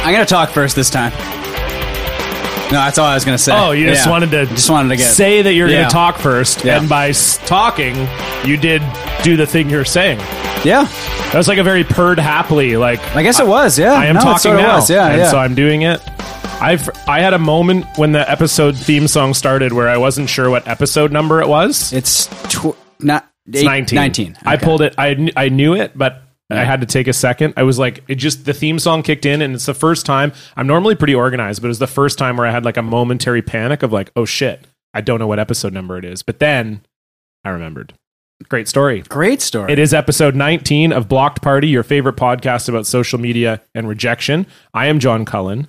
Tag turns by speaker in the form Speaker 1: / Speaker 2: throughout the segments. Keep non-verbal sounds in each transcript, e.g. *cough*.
Speaker 1: I'm gonna talk first this time. No, that's all I was gonna say.
Speaker 2: Oh, you just
Speaker 1: Yeah.
Speaker 2: wanted to
Speaker 1: just wanted to get
Speaker 2: say that you're
Speaker 1: Yeah.
Speaker 2: going to talk first,
Speaker 1: Yeah.
Speaker 2: and by s- talking, you did do the thing you're saying.
Speaker 1: yeah.
Speaker 2: That was like a very purred happily. Like
Speaker 1: I guess it was. Yeah,
Speaker 2: I am
Speaker 1: No, it
Speaker 2: talking
Speaker 1: sorta
Speaker 2: now,
Speaker 1: was, Yeah,
Speaker 2: and
Speaker 1: yeah.
Speaker 2: so I'm doing it. I've I had a moment when the episode theme song started where I wasn't sure what episode number it was.
Speaker 1: it's tw- not
Speaker 2: It's
Speaker 1: eight-
Speaker 2: 19.
Speaker 1: 19.
Speaker 2: I
Speaker 1: Okay.
Speaker 2: pulled it. I, kn- I knew it, but I had to take a second. I was like, it just, the theme song kicked in, and it's the first time. I'm normally pretty organized, but it was the first time where I had like a momentary panic of like, oh shit, I don't know what episode number it is. But then I remembered. Great story.
Speaker 1: Great story.
Speaker 2: It is episode 19 of Blocked Party, your favorite podcast about social media and rejection. I am John Cullen.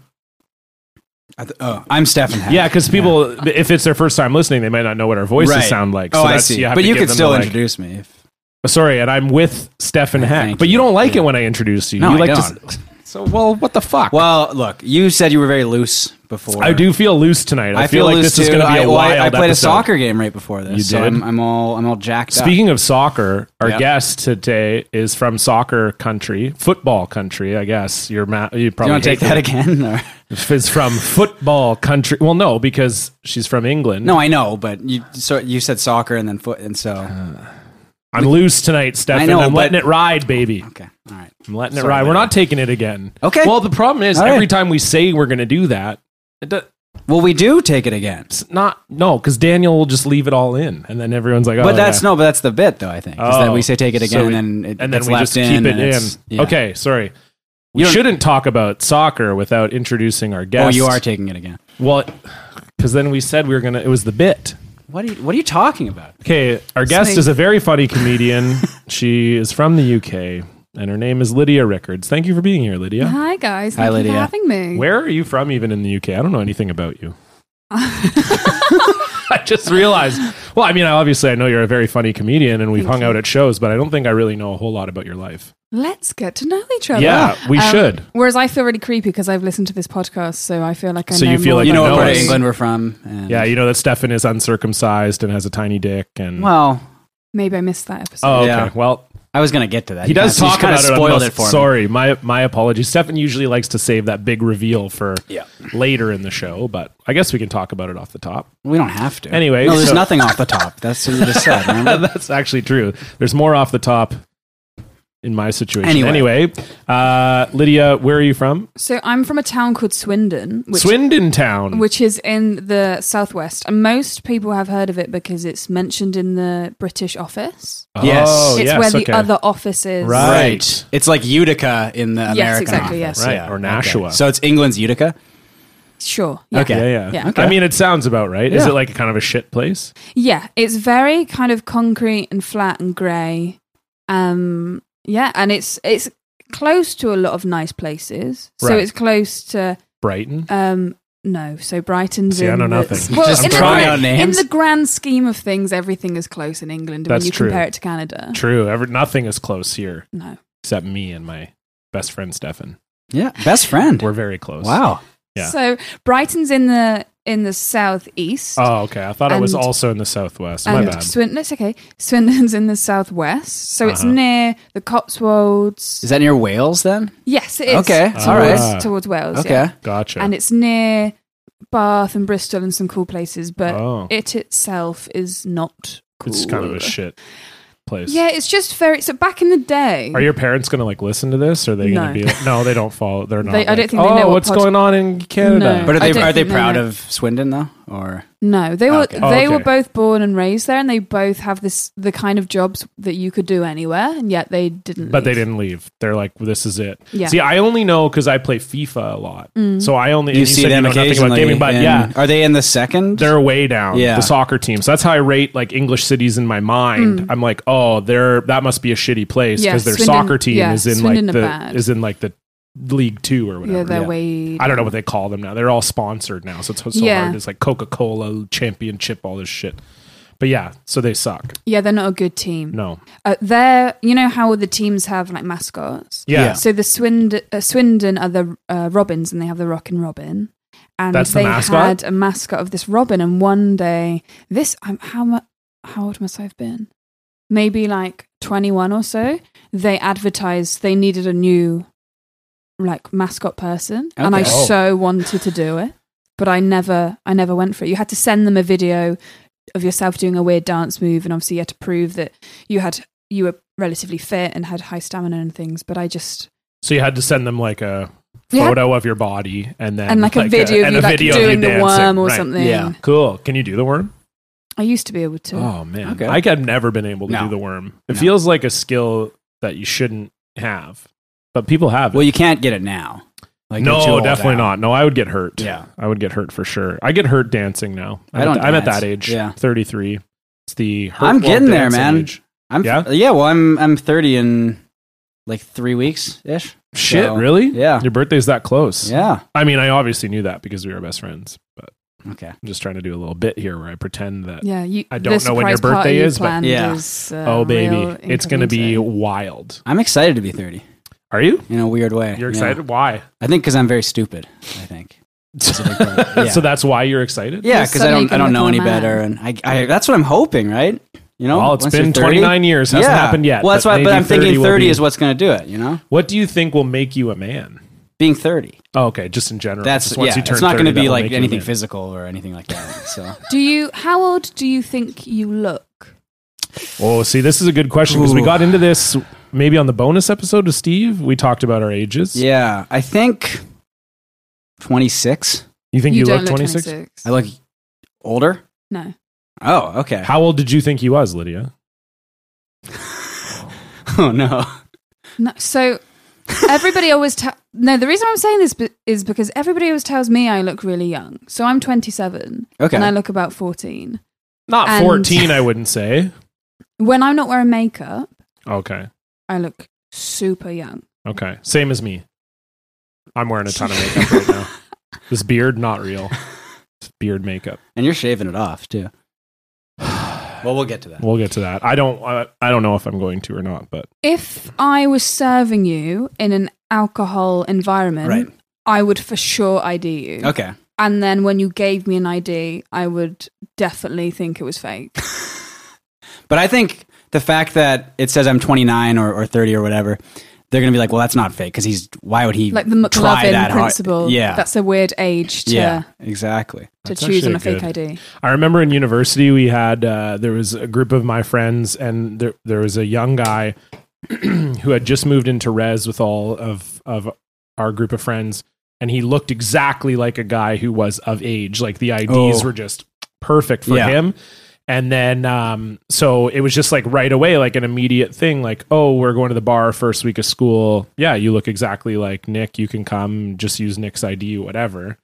Speaker 1: I th- oh, I'm Stefan. Hack.
Speaker 2: Yeah, because people, if it's their first time listening, they might not know what our voices
Speaker 1: Right.
Speaker 2: sound like.
Speaker 1: oh, I
Speaker 2: that's-
Speaker 1: see.
Speaker 2: have
Speaker 1: but
Speaker 2: to
Speaker 1: you
Speaker 2: give
Speaker 1: could
Speaker 2: them
Speaker 1: still
Speaker 2: the, like,
Speaker 1: introduce me. If,
Speaker 2: Oh, Sorry, and I'm with Stefan Heck.
Speaker 1: Thank
Speaker 2: But you
Speaker 1: you.
Speaker 2: don't like it when I introduce you.
Speaker 1: No,
Speaker 2: you
Speaker 1: I
Speaker 2: like
Speaker 1: don't.
Speaker 2: To, so well, what the fuck?
Speaker 1: well, look, you said you were very loose before.
Speaker 2: I do feel loose tonight. I,
Speaker 1: I
Speaker 2: feel, like
Speaker 1: loose
Speaker 2: this is
Speaker 1: too.
Speaker 2: going to be
Speaker 1: I-
Speaker 2: a
Speaker 1: well, I-
Speaker 2: wild.
Speaker 1: I, played
Speaker 2: episode.
Speaker 1: a soccer game right before this,
Speaker 2: You
Speaker 1: so
Speaker 2: did?
Speaker 1: I'm, I'm all I'm all jacked up.
Speaker 2: Speaking of soccer, our
Speaker 1: Yeah.
Speaker 2: guest today is from soccer country, football country. I guess you're ma- you
Speaker 1: Do you
Speaker 2: probably
Speaker 1: want to take
Speaker 2: hate
Speaker 1: that again? Or?
Speaker 2: it. Is from football country. Well, no, because she's from England.
Speaker 1: No, I know, but you so you said soccer and then foot, and so
Speaker 2: I'm loose tonight, Stefan.
Speaker 1: know,
Speaker 2: I'm letting
Speaker 1: but-
Speaker 2: it ride, baby.
Speaker 1: okay, all right.
Speaker 2: I'm letting it
Speaker 1: Sorry
Speaker 2: ride. We're
Speaker 1: about
Speaker 2: not taking it again.
Speaker 1: Okay.
Speaker 2: Well, the problem is
Speaker 1: All right.
Speaker 2: every time we say we're going to do that, it does.
Speaker 1: Well, we do take it again,
Speaker 2: It's not no, because Daniel will just leave it all in, and then everyone's like, "Oh,
Speaker 1: but that's
Speaker 2: yeah.
Speaker 1: no, but that's the bit though. I think is that
Speaker 2: Oh.
Speaker 1: we say take it again,
Speaker 2: So we-
Speaker 1: and then it,
Speaker 2: and then
Speaker 1: it's
Speaker 2: we
Speaker 1: left
Speaker 2: just keep
Speaker 1: in,
Speaker 2: it
Speaker 1: and
Speaker 2: in."
Speaker 1: it's- yeah.
Speaker 2: Okay, sorry. We
Speaker 1: You don't-
Speaker 2: shouldn't talk about soccer without introducing our
Speaker 1: Oh,
Speaker 2: guest.
Speaker 1: you are taking it again.
Speaker 2: well, because then we said we were gonna. It was the bit.
Speaker 1: What are you, what are you talking about?
Speaker 2: Okay, our guest
Speaker 1: Snake.
Speaker 2: is a very
Speaker 1: *laughs*
Speaker 2: funny comedian. she is from the UK, and her name is Lydia Rickards. Thank you for being here, Lydia.
Speaker 3: Hi guys,
Speaker 1: Hi,
Speaker 3: thank you
Speaker 1: Lydia.
Speaker 3: for having me.
Speaker 2: Where are you from, even in the UK? I don't know anything about
Speaker 1: *laughs*
Speaker 2: you. *laughs* I just realized. Well, I mean, I- obviously, I know you're a very funny comedian, and we've hung out at shows, but I don't think I really know a whole lot about your life.
Speaker 3: Let's get to know each other. Um,
Speaker 2: Yeah, we should.
Speaker 3: Whereas I feel really creepy because I've listened to this podcast, so I feel like I
Speaker 2: So
Speaker 3: know
Speaker 2: you feel
Speaker 3: more
Speaker 2: like
Speaker 1: You
Speaker 3: than
Speaker 1: know what
Speaker 2: I know
Speaker 1: part of
Speaker 2: it's-
Speaker 1: England we're from? And
Speaker 2: Yeah, you know that Stefan is uncircumcised and has a tiny dick, and
Speaker 1: Well,
Speaker 3: Maybe I missed that episode.
Speaker 2: oh, okay.
Speaker 1: yeah.
Speaker 2: Well,
Speaker 1: I was gonna get to that.
Speaker 2: he
Speaker 1: You
Speaker 2: does
Speaker 1: kinda- you
Speaker 2: talk
Speaker 1: kinda
Speaker 2: about it. on
Speaker 1: Spoiled
Speaker 2: most-
Speaker 1: it for me.
Speaker 2: sorry, my my apologies. Stefan usually likes to save that big reveal for
Speaker 1: Yeah.
Speaker 2: later in the show, but I guess we can talk about it off the top.
Speaker 1: We don't have to.
Speaker 2: Anyway,
Speaker 1: no, there's
Speaker 2: so-
Speaker 1: nothing off the top. That's what you just
Speaker 2: *laughs*
Speaker 1: said. remember?
Speaker 2: That's actually true. There's more off the top in my situation. Anyway,
Speaker 1: Anyway.
Speaker 2: uh, Lydia, where are you from?
Speaker 3: So I'm from a town called Swindon, which
Speaker 2: Swindon Town.
Speaker 3: which is in the southwest, and most people have heard of it because it's mentioned in the British Office.
Speaker 1: Yes.
Speaker 3: it's
Speaker 2: Oh, yes,
Speaker 3: where the
Speaker 2: okay.
Speaker 3: other office is.
Speaker 2: Right. Right.
Speaker 1: It's like Utica in the American
Speaker 3: exactly,
Speaker 1: office.
Speaker 3: yes.
Speaker 2: Right, or
Speaker 1: okay.
Speaker 2: Nashua.
Speaker 1: So it's England's Utica.
Speaker 3: Sure. Yeah.
Speaker 1: Okay.
Speaker 2: Yeah, yeah.
Speaker 3: Yeah.
Speaker 2: I mean, it sounds about right. Is
Speaker 1: Yeah.
Speaker 2: it like kind of a shit place?
Speaker 3: Yeah, it's very kind of concrete and flat and grey. Um, yeah, and it's it's close to a lot of nice places. So
Speaker 2: Right.
Speaker 3: it's close to
Speaker 2: Brighton?
Speaker 3: um, no, so Brighton's.
Speaker 2: See, I
Speaker 3: in
Speaker 2: know
Speaker 3: the-
Speaker 2: nothing.
Speaker 3: *laughs* Well,
Speaker 1: Just
Speaker 3: in, the,
Speaker 1: throwing
Speaker 3: grand-
Speaker 1: out
Speaker 3: in
Speaker 1: names.
Speaker 3: the grand scheme of things, everything is close in England
Speaker 2: That's
Speaker 3: when you
Speaker 2: true.
Speaker 3: compare it to Canada.
Speaker 2: True. Ever, nothing is close here
Speaker 3: No,
Speaker 2: except me and my best friend Stefan.
Speaker 1: Yeah, best friend.
Speaker 2: We're very close.
Speaker 1: wow.
Speaker 2: Yeah.
Speaker 3: so Brighton's in the in the southeast.
Speaker 2: Oh, okay. I thought it was
Speaker 3: And-
Speaker 2: also in the southwest. My
Speaker 3: and
Speaker 2: bad.
Speaker 3: Swindon, it's okay. Swindon's in the southwest, so it's
Speaker 2: Uh-huh.
Speaker 3: near the Cotswolds.
Speaker 1: Is that near Wales then?
Speaker 3: Yes, it is.
Speaker 1: Okay,
Speaker 3: towards,
Speaker 2: all right.
Speaker 3: towards Wales.
Speaker 1: Okay.
Speaker 3: yeah.
Speaker 2: Gotcha.
Speaker 3: and it's near Bath and Bristol and some cool places, but
Speaker 2: Oh.
Speaker 3: it itself is not cool.
Speaker 2: it's kind of a shit place.
Speaker 3: Yeah, it's just very. So back in the day,
Speaker 2: Are your parents going to like listen to this? Or are they
Speaker 3: No.
Speaker 2: going to be? No, they don't follow.
Speaker 3: *laughs*
Speaker 2: They're not.
Speaker 3: They- I don't
Speaker 2: like,
Speaker 3: think they
Speaker 2: oh,
Speaker 3: know what
Speaker 2: what's
Speaker 3: pod-
Speaker 2: going on in Canada.
Speaker 3: No.
Speaker 1: But are
Speaker 3: I
Speaker 1: they
Speaker 3: don't
Speaker 1: are they
Speaker 3: think they
Speaker 1: proud
Speaker 3: know.
Speaker 1: of Swindon though? Or
Speaker 3: no, they were
Speaker 1: Okay.
Speaker 2: Oh,
Speaker 3: they were
Speaker 2: okay.
Speaker 3: both born and raised there, and they both have this the kind of jobs that you could do anywhere, and yet they didn't.
Speaker 2: But they
Speaker 3: leave.
Speaker 2: didn't leave. They're like, this is it.
Speaker 3: Yeah. Mm.
Speaker 2: See, I only know because I play FIFA a lot. So I only
Speaker 1: you,
Speaker 2: and
Speaker 1: see
Speaker 2: said
Speaker 1: them
Speaker 2: you know nothing
Speaker 1: occasionally?
Speaker 2: about gaming, but
Speaker 1: in-
Speaker 2: yeah,
Speaker 1: Are they in the second?
Speaker 2: they're way down.
Speaker 1: Yeah.
Speaker 2: the soccer team. So that's how I rate like English cities in my mind. I'm like, oh, they're that must be a shitty place
Speaker 3: Mm. Yeah,
Speaker 2: because their
Speaker 3: Swindon-
Speaker 2: soccer team
Speaker 3: yeah,
Speaker 2: is in
Speaker 3: Swindon
Speaker 2: like
Speaker 3: are
Speaker 2: the
Speaker 3: bad.
Speaker 2: is in like the League Two or whatever.
Speaker 3: Yeah, they're
Speaker 1: Yeah.
Speaker 3: way.
Speaker 2: I don't know what they call them now. They're all sponsored now, so it's so
Speaker 3: Yeah.
Speaker 2: hard. It's like Coca Cola Championship, all this shit. But yeah, so they suck.
Speaker 3: Yeah, they're not a good team.
Speaker 2: No,
Speaker 3: Uh, they're you know how the teams have like mascots.
Speaker 2: yeah,
Speaker 1: Yeah.
Speaker 3: So the Swindon, uh, Swindon are the uh, robins, and they have the Rockin' Robin. And
Speaker 2: That's the
Speaker 3: they
Speaker 2: mascot?
Speaker 3: had a mascot of this robin, and one day, this um, how mu- how old must I have been? Maybe like twenty one or so. They advertised they needed a new like mascot person, and I
Speaker 1: Okay.
Speaker 4: Oh.
Speaker 3: so wanted to do it, but I never, I never went for it. You had to send them a video of yourself doing a weird dance move, and obviously you had to prove that you had you were relatively fit and had high stamina and things. But I just
Speaker 2: So you had to send them like a
Speaker 3: Yeah.
Speaker 2: photo of your body and then
Speaker 3: and like, a video of
Speaker 2: and
Speaker 3: you
Speaker 2: a
Speaker 3: like
Speaker 2: video of
Speaker 3: doing the
Speaker 2: dancing.
Speaker 3: worm or
Speaker 2: Right.
Speaker 3: something.
Speaker 1: Yeah.
Speaker 2: Cool. Can you do the worm?
Speaker 3: I used to be able to.
Speaker 2: Oh man,
Speaker 1: Okay.
Speaker 2: like I've never been able to
Speaker 1: No.
Speaker 2: do the worm. It
Speaker 1: No.
Speaker 2: feels like a skill that you shouldn't have, but people have it.
Speaker 1: Well, you can't get it now. Like you're too
Speaker 2: no,
Speaker 1: old
Speaker 2: definitely
Speaker 1: now.
Speaker 2: not. No, I would get hurt.
Speaker 1: Yeah.
Speaker 2: I would get hurt for sure. I get hurt dancing now. I'm
Speaker 1: I don't
Speaker 2: At, I'm at
Speaker 1: dance.
Speaker 2: that age.
Speaker 1: Yeah.
Speaker 2: thirty three. It's the hurt
Speaker 1: I'm
Speaker 2: while
Speaker 1: getting there,
Speaker 2: dancing
Speaker 1: man.
Speaker 2: age.
Speaker 1: I'm,
Speaker 2: Yeah?
Speaker 1: yeah, yeah. Well, I'm I'm 30 in like three weeks ish.
Speaker 2: Shit,
Speaker 1: So,
Speaker 2: really?
Speaker 1: yeah.
Speaker 2: Your birthday's that close.
Speaker 1: Yeah.
Speaker 2: I mean, I obviously knew that because we were best friends, but
Speaker 1: Okay.
Speaker 2: I'm just trying to do a little bit here where I pretend that.
Speaker 3: Yeah, you,
Speaker 2: I don't
Speaker 3: the
Speaker 2: know when your
Speaker 3: surprise party
Speaker 2: birthday
Speaker 3: you
Speaker 2: is, but-
Speaker 3: planned
Speaker 1: Yeah.
Speaker 3: is, uh,
Speaker 2: Oh
Speaker 3: real
Speaker 2: baby, it's gonna be
Speaker 3: incognito.
Speaker 2: wild.
Speaker 1: I'm excited to be 30
Speaker 2: Are you?
Speaker 1: in a weird way.
Speaker 2: You're
Speaker 1: Yeah.
Speaker 2: excited? Why?
Speaker 1: I think because I'm very stupid. I think. That's a big
Speaker 2: *laughs*
Speaker 1: part of it. Yeah.
Speaker 2: So that's why you're excited.
Speaker 1: Yeah,
Speaker 3: Just
Speaker 1: because
Speaker 3: so
Speaker 1: I
Speaker 3: that you
Speaker 1: don't I don't
Speaker 3: can
Speaker 1: know any
Speaker 3: become a man.
Speaker 1: better, and I, I that's what I'm hoping, right? You know,
Speaker 2: well, it's
Speaker 1: once
Speaker 2: been
Speaker 1: you're 30.
Speaker 2: 29 years. Hasn't
Speaker 1: yeah.
Speaker 2: happened yet.
Speaker 1: Well, that's why. But
Speaker 2: maybe
Speaker 1: I'm thinking
Speaker 2: will
Speaker 1: 30
Speaker 2: be.
Speaker 1: is what's going to do it. You know,
Speaker 2: What do you think will make you a man?
Speaker 1: being 30.
Speaker 2: Oh, okay, just in general.
Speaker 1: That's
Speaker 2: Just once
Speaker 1: yeah.
Speaker 2: you turn
Speaker 1: It's not going
Speaker 2: 30,
Speaker 1: to be
Speaker 2: that'll
Speaker 1: like
Speaker 2: make you a
Speaker 1: anything
Speaker 2: man.
Speaker 1: physical or anything like that. So
Speaker 3: Do you? How old do you think you look?
Speaker 2: Oh, see, this is a good question because we
Speaker 1: Ooh.
Speaker 2: got into this maybe on the bonus episode with Steve. We talked about our
Speaker 1: *laughs*
Speaker 2: ages.
Speaker 1: yeah, I think 26.
Speaker 2: You think you,
Speaker 3: don't
Speaker 2: look 26?
Speaker 1: I look older.
Speaker 3: No.
Speaker 1: Oh, okay. *laughs*
Speaker 2: How old did you think he was, Lydia?
Speaker 1: Oh no.
Speaker 3: No. So everybody always ta- no. The reason I'm saying this be- is because everybody always tells me I look really young. So I'm 27
Speaker 1: Okay.
Speaker 3: and I look about 14.
Speaker 2: Not
Speaker 3: And-
Speaker 2: 14, I wouldn't say.
Speaker 3: When I'm not wearing makeup,
Speaker 2: Okay.
Speaker 3: I look super young.
Speaker 2: Okay. Same as me. I'm wearing a ton of makeup
Speaker 1: *laughs*
Speaker 2: right now. This beard, not real. It's beard makeup.
Speaker 1: and you're shaving it off
Speaker 3: *sighs*
Speaker 1: too. Well, we'll get to that.
Speaker 2: We'll get to that. I don't. I, I don't know if I'm going to or not, but
Speaker 3: If I was serving you in an alcohol environment,
Speaker 1: Right.
Speaker 3: I would for sure ID you.
Speaker 1: Okay.
Speaker 3: And then when you gave me an ID, I would definitely think it
Speaker 1: *laughs*
Speaker 3: was fake.
Speaker 1: But I think the fact that it says I'm 29 or, or 30 or whatever, they're gonna be like, well, that's not fake because he's why would he
Speaker 3: Like the
Speaker 1: try that hard?
Speaker 3: McLovin principle.
Speaker 1: Yeah.
Speaker 3: That's a weird age to,
Speaker 1: yeah. Exactly.
Speaker 3: to
Speaker 2: That's
Speaker 3: choose on a
Speaker 2: actually
Speaker 3: fake ID.
Speaker 2: I remember in university we had uh, there was a group of my friends and there there was a young guy *clears throat* who had just moved into res with all of of our group of friends and he looked exactly like a guy who was of age like the IDs
Speaker 1: Oh.
Speaker 2: were just perfect for
Speaker 1: Yeah.
Speaker 2: him and then um so it was just like right away like an immediate thing like oh we're going to the bar first week of school yeah you look exactly like Nick you can come just use Nick's ID whatever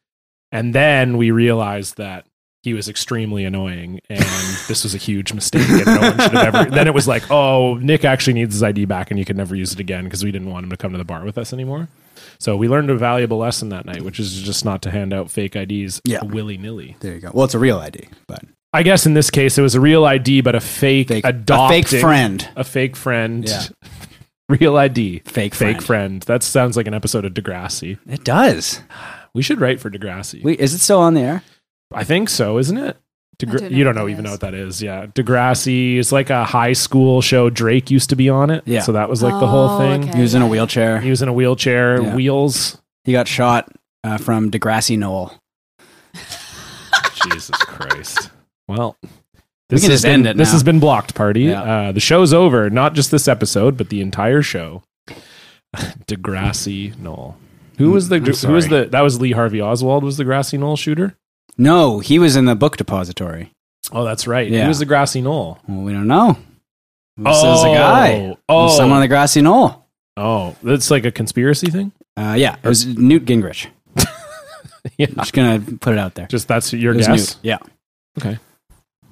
Speaker 2: and then we realized that he was extremely annoying
Speaker 1: *laughs*
Speaker 2: and this was a huge mistake and no one should have ever then it was like oh nick actually needs his id back and you can never use it again because we didn't want him to come to the bar with us anymore so we learned a valuable lesson that night which is just not to hand out fake ids
Speaker 1: Yeah.
Speaker 2: willy-nilly
Speaker 1: There you go. Well, it's a real ID, but
Speaker 2: i guess in this case it was a real id but a fake,
Speaker 1: fake, a
Speaker 2: adopting,
Speaker 1: fake friend,
Speaker 2: a fake friend
Speaker 1: Yeah.
Speaker 2: *laughs* real id
Speaker 1: fake friend.
Speaker 2: fake friend that sounds like an episode of degrassi
Speaker 1: It does.
Speaker 2: we should write for degrassi
Speaker 1: Wait, is it still on the air?
Speaker 2: I think so, isn't it? Degra-
Speaker 3: I don't know
Speaker 2: you
Speaker 3: what
Speaker 2: don't know
Speaker 3: that
Speaker 2: even know
Speaker 3: is.
Speaker 2: what that is. Yeah. Degrassi is like a high school show. Drake used to be on it.
Speaker 1: Yeah.
Speaker 2: So that was like the whole
Speaker 3: Oh,
Speaker 2: thing.
Speaker 3: okay.
Speaker 1: He was in a wheelchair.
Speaker 2: He was in a wheelchair,
Speaker 1: Yeah.
Speaker 2: wheels.
Speaker 1: He got shot uh, from Degrassi Knoll.
Speaker 2: *laughs* Jesus Christ. Well,
Speaker 1: We
Speaker 2: this,
Speaker 1: can
Speaker 2: has
Speaker 1: just
Speaker 2: been,
Speaker 1: end it
Speaker 2: this
Speaker 1: now.
Speaker 2: has been blocked, party.
Speaker 1: Yeah.
Speaker 2: Uh, the show's over. Not just this episode, but the entire show. *laughs* Degrassi Knoll. Who was the
Speaker 1: I'm
Speaker 2: who was
Speaker 1: sorry.
Speaker 2: the that was Lee Harvey Oswald was the Grassy Knoll shooter?
Speaker 1: No, he was in the book depository.
Speaker 2: Oh, that's right.
Speaker 1: Yeah.
Speaker 2: Who was the Grassy Knoll?
Speaker 1: Well, we don't know. This is a guy.
Speaker 2: Oh,
Speaker 1: Someone on the Grassy Knoll.
Speaker 2: Oh, that's like a
Speaker 1: *laughs*
Speaker 2: conspiracy thing.
Speaker 1: Uh, yeah, it was Newt Gingrich.
Speaker 2: Yeah.
Speaker 1: I'm just gonna put it out there.
Speaker 2: Just that's your
Speaker 1: It was
Speaker 2: guess.
Speaker 1: Newt. Yeah.
Speaker 2: Okay.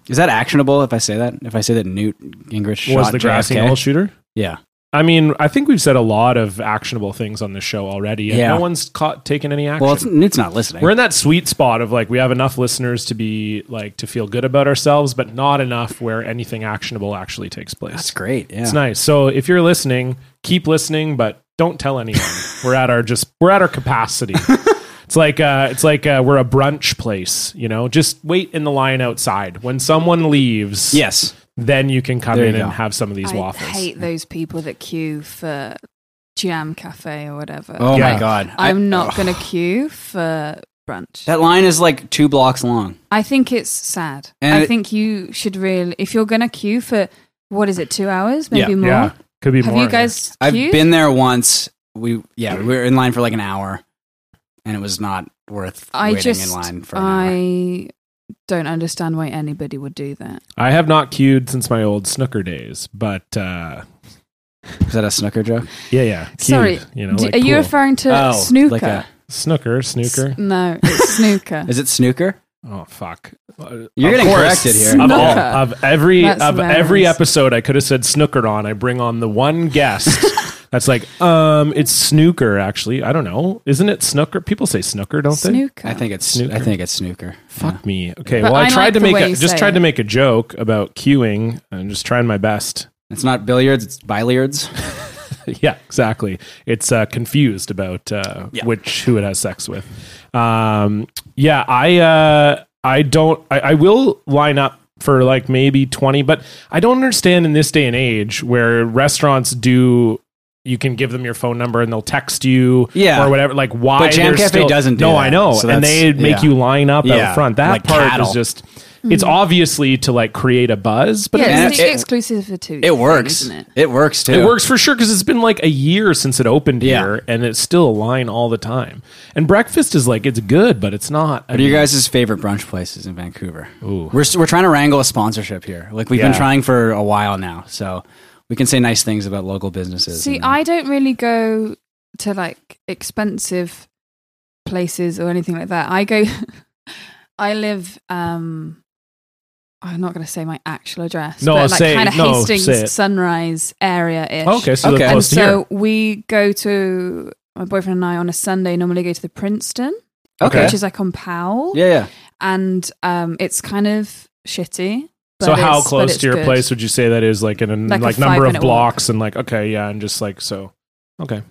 Speaker 1: Is that actionable if I say that? If I say that Newt Gingrich
Speaker 2: was
Speaker 1: shot
Speaker 2: the
Speaker 1: JFK?
Speaker 2: grassy knoll shooter?
Speaker 1: Yeah.
Speaker 2: I mean, I think we've said a lot of actionable things on this show already, and
Speaker 1: Yeah.
Speaker 2: no one's caught taking any action.
Speaker 1: Well, it's, Newt's not listening.
Speaker 2: We're in that sweet spot of like we have enough listeners to be like to feel good about ourselves, but not enough where anything actionable actually takes place.
Speaker 1: That's great. Yeah.
Speaker 2: It's nice. So if you're listening, keep listening, but don't tell anyone.
Speaker 1: *laughs*
Speaker 2: we're at our just we're at our capacity. it's like uh, it's like uh, we're a brunch place. You know, just wait in the line outside. When someone leaves,
Speaker 1: Yes.
Speaker 2: then you can come
Speaker 1: There
Speaker 2: in
Speaker 1: you
Speaker 2: and
Speaker 1: go.
Speaker 2: have some of these
Speaker 3: I
Speaker 2: waffles.
Speaker 3: hate those people that queue for jam cafe or whatever.
Speaker 1: Oh
Speaker 2: Yeah.
Speaker 1: my god, I-
Speaker 3: I'm not
Speaker 1: Ugh.
Speaker 3: going to queue for brunch.
Speaker 1: That line is like two blocks long.
Speaker 3: I think it's sad.
Speaker 1: And
Speaker 3: I
Speaker 1: it-
Speaker 3: think you should really, if you're going to queue for what is it, two hours, maybe
Speaker 1: Yeah.
Speaker 3: more.
Speaker 2: Yeah, could be
Speaker 3: Have
Speaker 2: more.
Speaker 3: you guys
Speaker 1: I've
Speaker 3: queued?
Speaker 1: been there once. We yeah, we were in line for like an hour, and it was not worth
Speaker 3: I
Speaker 1: waiting
Speaker 3: just,
Speaker 1: in line for. An hour.
Speaker 3: I don't understand why anybody would do that.
Speaker 2: I have not queued since my old snooker days, but uh,
Speaker 1: Is that a snooker joke?
Speaker 2: yeah, yeah. Queued,
Speaker 3: Sorry,
Speaker 2: you know,
Speaker 3: Do-
Speaker 2: like
Speaker 3: are you
Speaker 2: cool.
Speaker 3: referring to
Speaker 1: Oh,
Speaker 3: snooker?
Speaker 1: like a-
Speaker 2: snooker, snooker?
Speaker 3: S- no, *laughs* it's snooker.
Speaker 1: Is it snooker?
Speaker 2: Oh fuck! You're
Speaker 1: You're getting corrected here.
Speaker 2: Of,
Speaker 3: Snooker.
Speaker 2: all, of every
Speaker 3: That's
Speaker 2: of every
Speaker 3: hilarious.
Speaker 2: episode, I could have said snooker on. I bring on the one
Speaker 3: *laughs*
Speaker 2: guest that's like, um, it's snooker. Actually, I don't know. Isn't it snooker? People say snooker, don't they?
Speaker 3: snooker.
Speaker 1: I think it's
Speaker 2: Snooker.
Speaker 1: I think it's snooker.
Speaker 2: Fuck
Speaker 1: Yeah.
Speaker 2: me. Okay.
Speaker 3: But
Speaker 2: well, I,
Speaker 3: I
Speaker 2: tried
Speaker 3: like
Speaker 2: to
Speaker 3: the
Speaker 2: make
Speaker 3: way
Speaker 2: a,
Speaker 3: you
Speaker 2: just
Speaker 3: say
Speaker 2: tried to
Speaker 3: it.
Speaker 2: make a joke about queuing and just trying my best.
Speaker 1: It's not billiards. It's
Speaker 3: *laughs*
Speaker 1: billiards.
Speaker 2: *laughs* yeah, exactly. It's uh, confused about uh,
Speaker 1: Yeah.
Speaker 2: which who it has sex with. Um, yeah, I uh, I don't. I, I will line up for like maybe twenty, but I don't understand in this day and age where restaurants do. You can give them your phone number and they'll text you,
Speaker 1: Yeah.
Speaker 2: or whatever. Like why?
Speaker 1: But Jam
Speaker 2: they're
Speaker 1: Cafe doesn't do
Speaker 2: No,
Speaker 1: that.
Speaker 2: I know,
Speaker 1: So
Speaker 2: and
Speaker 1: that's-
Speaker 2: they make
Speaker 1: yeah.
Speaker 2: you line up
Speaker 1: Yeah.
Speaker 2: out front. That
Speaker 1: Like
Speaker 2: part
Speaker 1: cattle.
Speaker 2: is just. It's obviously to like create a buzz, but
Speaker 3: yeah,
Speaker 1: And
Speaker 3: it's
Speaker 1: it-
Speaker 3: the exclusivity.
Speaker 1: It works.
Speaker 3: thing,
Speaker 1: it?
Speaker 3: isn't it?
Speaker 1: works too.
Speaker 2: It works for sure because it's been like a year since it opened
Speaker 1: Yeah.
Speaker 2: here, and it's still a line all the time. And breakfast is like it's good, but it's not.
Speaker 1: What are you guys' favorite brunch places in Vancouver?
Speaker 2: Ooh.
Speaker 1: We're s- we're trying to wrangle a sponsorship here. Like we've
Speaker 2: Yeah.
Speaker 1: been trying for a while now, so we can say nice things about local businesses.
Speaker 3: See,
Speaker 1: and-
Speaker 3: I don't really go to like expensive places or anything like that. I go. *laughs* I live. um I'm not going to say my actual address.
Speaker 2: No,
Speaker 3: but like
Speaker 2: say-
Speaker 3: kind of
Speaker 2: no,
Speaker 3: Hastings
Speaker 2: say it.
Speaker 3: Sunrise area ish.
Speaker 2: okay, so
Speaker 1: Okay.
Speaker 2: they're
Speaker 1: And
Speaker 2: close
Speaker 3: and
Speaker 2: to here.
Speaker 3: so we go to my boyfriend and I on a Sunday normally go to the Princeton,
Speaker 1: okay.
Speaker 3: which is like on Powell,
Speaker 1: Yeah, yeah.
Speaker 3: and um, it's kind of shitty. but
Speaker 2: So how
Speaker 3: it's- but
Speaker 2: close
Speaker 3: it's
Speaker 2: to your
Speaker 3: good.
Speaker 2: place would you say that is? Like in a
Speaker 3: Like a
Speaker 2: like number of
Speaker 3: five-minute walk.
Speaker 2: blocks and like okay, yeah, and just like so. Okay,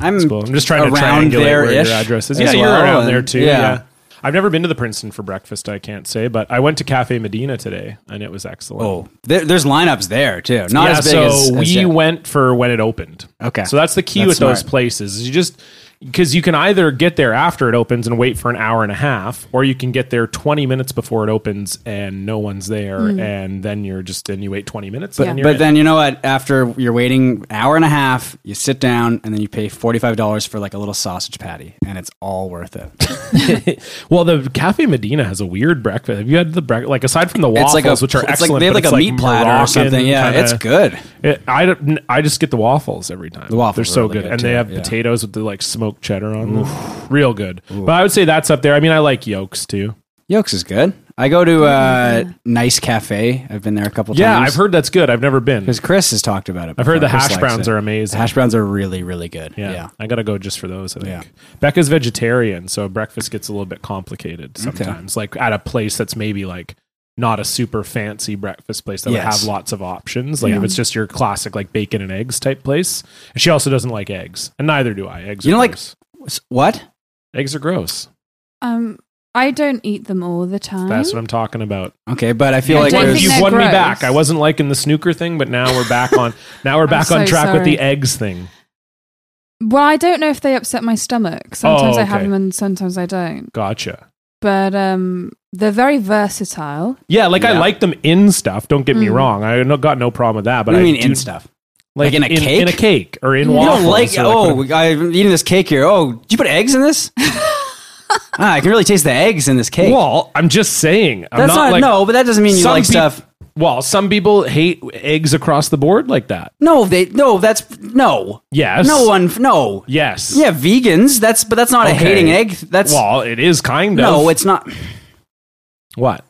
Speaker 1: I'm
Speaker 2: that's cool. I'm just trying to
Speaker 1: around
Speaker 2: triangulate where your
Speaker 1: there-ish
Speaker 2: address is.
Speaker 1: as
Speaker 2: Yeah, you're
Speaker 1: well,
Speaker 2: around
Speaker 1: and-
Speaker 2: there too. Yeah.
Speaker 1: yeah.
Speaker 2: I've never been to the Princeton for breakfast. I can't say, but I went to Cafe Medina today, and it was excellent.
Speaker 1: Oh, there, there's lineups there too. Not
Speaker 2: yeah,
Speaker 1: as big
Speaker 2: so
Speaker 1: as, as
Speaker 2: we
Speaker 1: Jam-
Speaker 2: went for when it opened.
Speaker 1: Okay.
Speaker 2: So that's the key
Speaker 1: That's
Speaker 2: with those
Speaker 1: smart.
Speaker 2: places. is You just because you can either get there after it opens and wait for an hour and a half, or you can get there twenty minutes before it opens and no one's there, and then you're just then you wait twenty minutes. and you're
Speaker 1: but
Speaker 2: in.
Speaker 1: then you know what? After you're waiting hour and a half, you sit down and then you pay forty five dollars for like a little sausage patty, and it's all worth it.
Speaker 2: *laughs* well, the Cafe Medina has a weird breakfast. Have you had the breakfast? Like aside from the
Speaker 1: it's
Speaker 2: waffles,
Speaker 1: like a,
Speaker 2: which are
Speaker 1: it's
Speaker 2: excellent,
Speaker 1: like they have
Speaker 2: but
Speaker 1: like a
Speaker 2: it's
Speaker 1: meat platter
Speaker 2: Moroccan
Speaker 1: or something. Yeah,
Speaker 2: kinda-
Speaker 1: it's good.
Speaker 2: It, I don't. I just get the waffles every time. The
Speaker 1: waffles
Speaker 2: they're so
Speaker 1: are really
Speaker 2: good,
Speaker 1: good
Speaker 2: and
Speaker 1: too,
Speaker 2: they have
Speaker 1: yeah.
Speaker 2: potatoes with the like smoked cheddar on them. Real good. But I would say that's up there. I mean, I like yolks too.
Speaker 1: Yolks is good. I go to uh, Nice Cafe. I've been there a couple
Speaker 2: Yeah,
Speaker 1: times.
Speaker 2: I've heard that's good. I've never been.
Speaker 1: because Chris has talked about it.
Speaker 2: I've heard the
Speaker 1: before. Uh, Chris
Speaker 2: hash
Speaker 1: likes
Speaker 2: browns
Speaker 1: it.
Speaker 2: are
Speaker 1: The
Speaker 2: amazing.
Speaker 1: hash browns are really really good.
Speaker 2: yeah.
Speaker 1: Yeah.
Speaker 2: I gotta go just for those. I think
Speaker 1: Yeah.
Speaker 2: Becca's vegetarian, so breakfast gets a little bit complicated sometimes. Like at a place that's maybe like not a super fancy breakfast place that would
Speaker 1: Yes.
Speaker 2: have lots of options. Like if it's just your classic like bacon and eggs type place. And she also doesn't like eggs, and neither do I. Eggs.
Speaker 1: You
Speaker 2: are
Speaker 1: don't like-
Speaker 2: gross.
Speaker 1: S- What?
Speaker 2: eggs are gross.
Speaker 3: Um, I don't eat them all the time.
Speaker 2: That's what I'm talking about.
Speaker 1: Okay, but I feel
Speaker 3: Yeah,
Speaker 1: like
Speaker 3: don't
Speaker 1: there's,
Speaker 3: think
Speaker 2: you've
Speaker 3: they're
Speaker 2: won me
Speaker 3: gross.
Speaker 2: back. I wasn't liking the snooker thing, but now we're back on. Now we're back on
Speaker 3: so
Speaker 2: track with
Speaker 3: sorry.
Speaker 2: the eggs thing.
Speaker 3: Well, I don't know if they upset my stomach. Sometimes I
Speaker 2: Oh,
Speaker 3: have
Speaker 2: okay.
Speaker 3: them and sometimes I don't.
Speaker 2: Gotcha.
Speaker 3: But um, they're very versatile.
Speaker 2: Yeah, like I
Speaker 1: Yeah.
Speaker 2: like them in stuff. Don't get me
Speaker 3: Mm.
Speaker 2: wrong. I no, got no problem with that. But
Speaker 1: what do you
Speaker 2: I
Speaker 1: mean
Speaker 2: do-
Speaker 1: in stuff? Like in a cake?
Speaker 2: in a cake or in
Speaker 3: You
Speaker 1: You
Speaker 2: waffles.
Speaker 1: don't like?
Speaker 2: or
Speaker 1: oh,
Speaker 2: whatever.
Speaker 1: I'm eating this cake here. Oh, did you put eggs in
Speaker 3: *laughs*
Speaker 1: this? ah, I can really taste the eggs in this cake.
Speaker 2: well, I'm just saying. I'm
Speaker 1: That's
Speaker 2: not,
Speaker 1: not,
Speaker 2: like,
Speaker 1: no, but that doesn't mean you
Speaker 2: some
Speaker 1: like
Speaker 2: peop-
Speaker 1: stuff.
Speaker 2: Well, some people hate eggs across the board like that.
Speaker 1: No, they no. That's no.
Speaker 2: Yes.
Speaker 1: No one. No.
Speaker 2: Yes.
Speaker 1: Yeah, vegans. That's but that's not a
Speaker 2: Okay.
Speaker 1: hating egg. That's
Speaker 2: Well, it is kind of.
Speaker 1: no. It's not.
Speaker 2: what?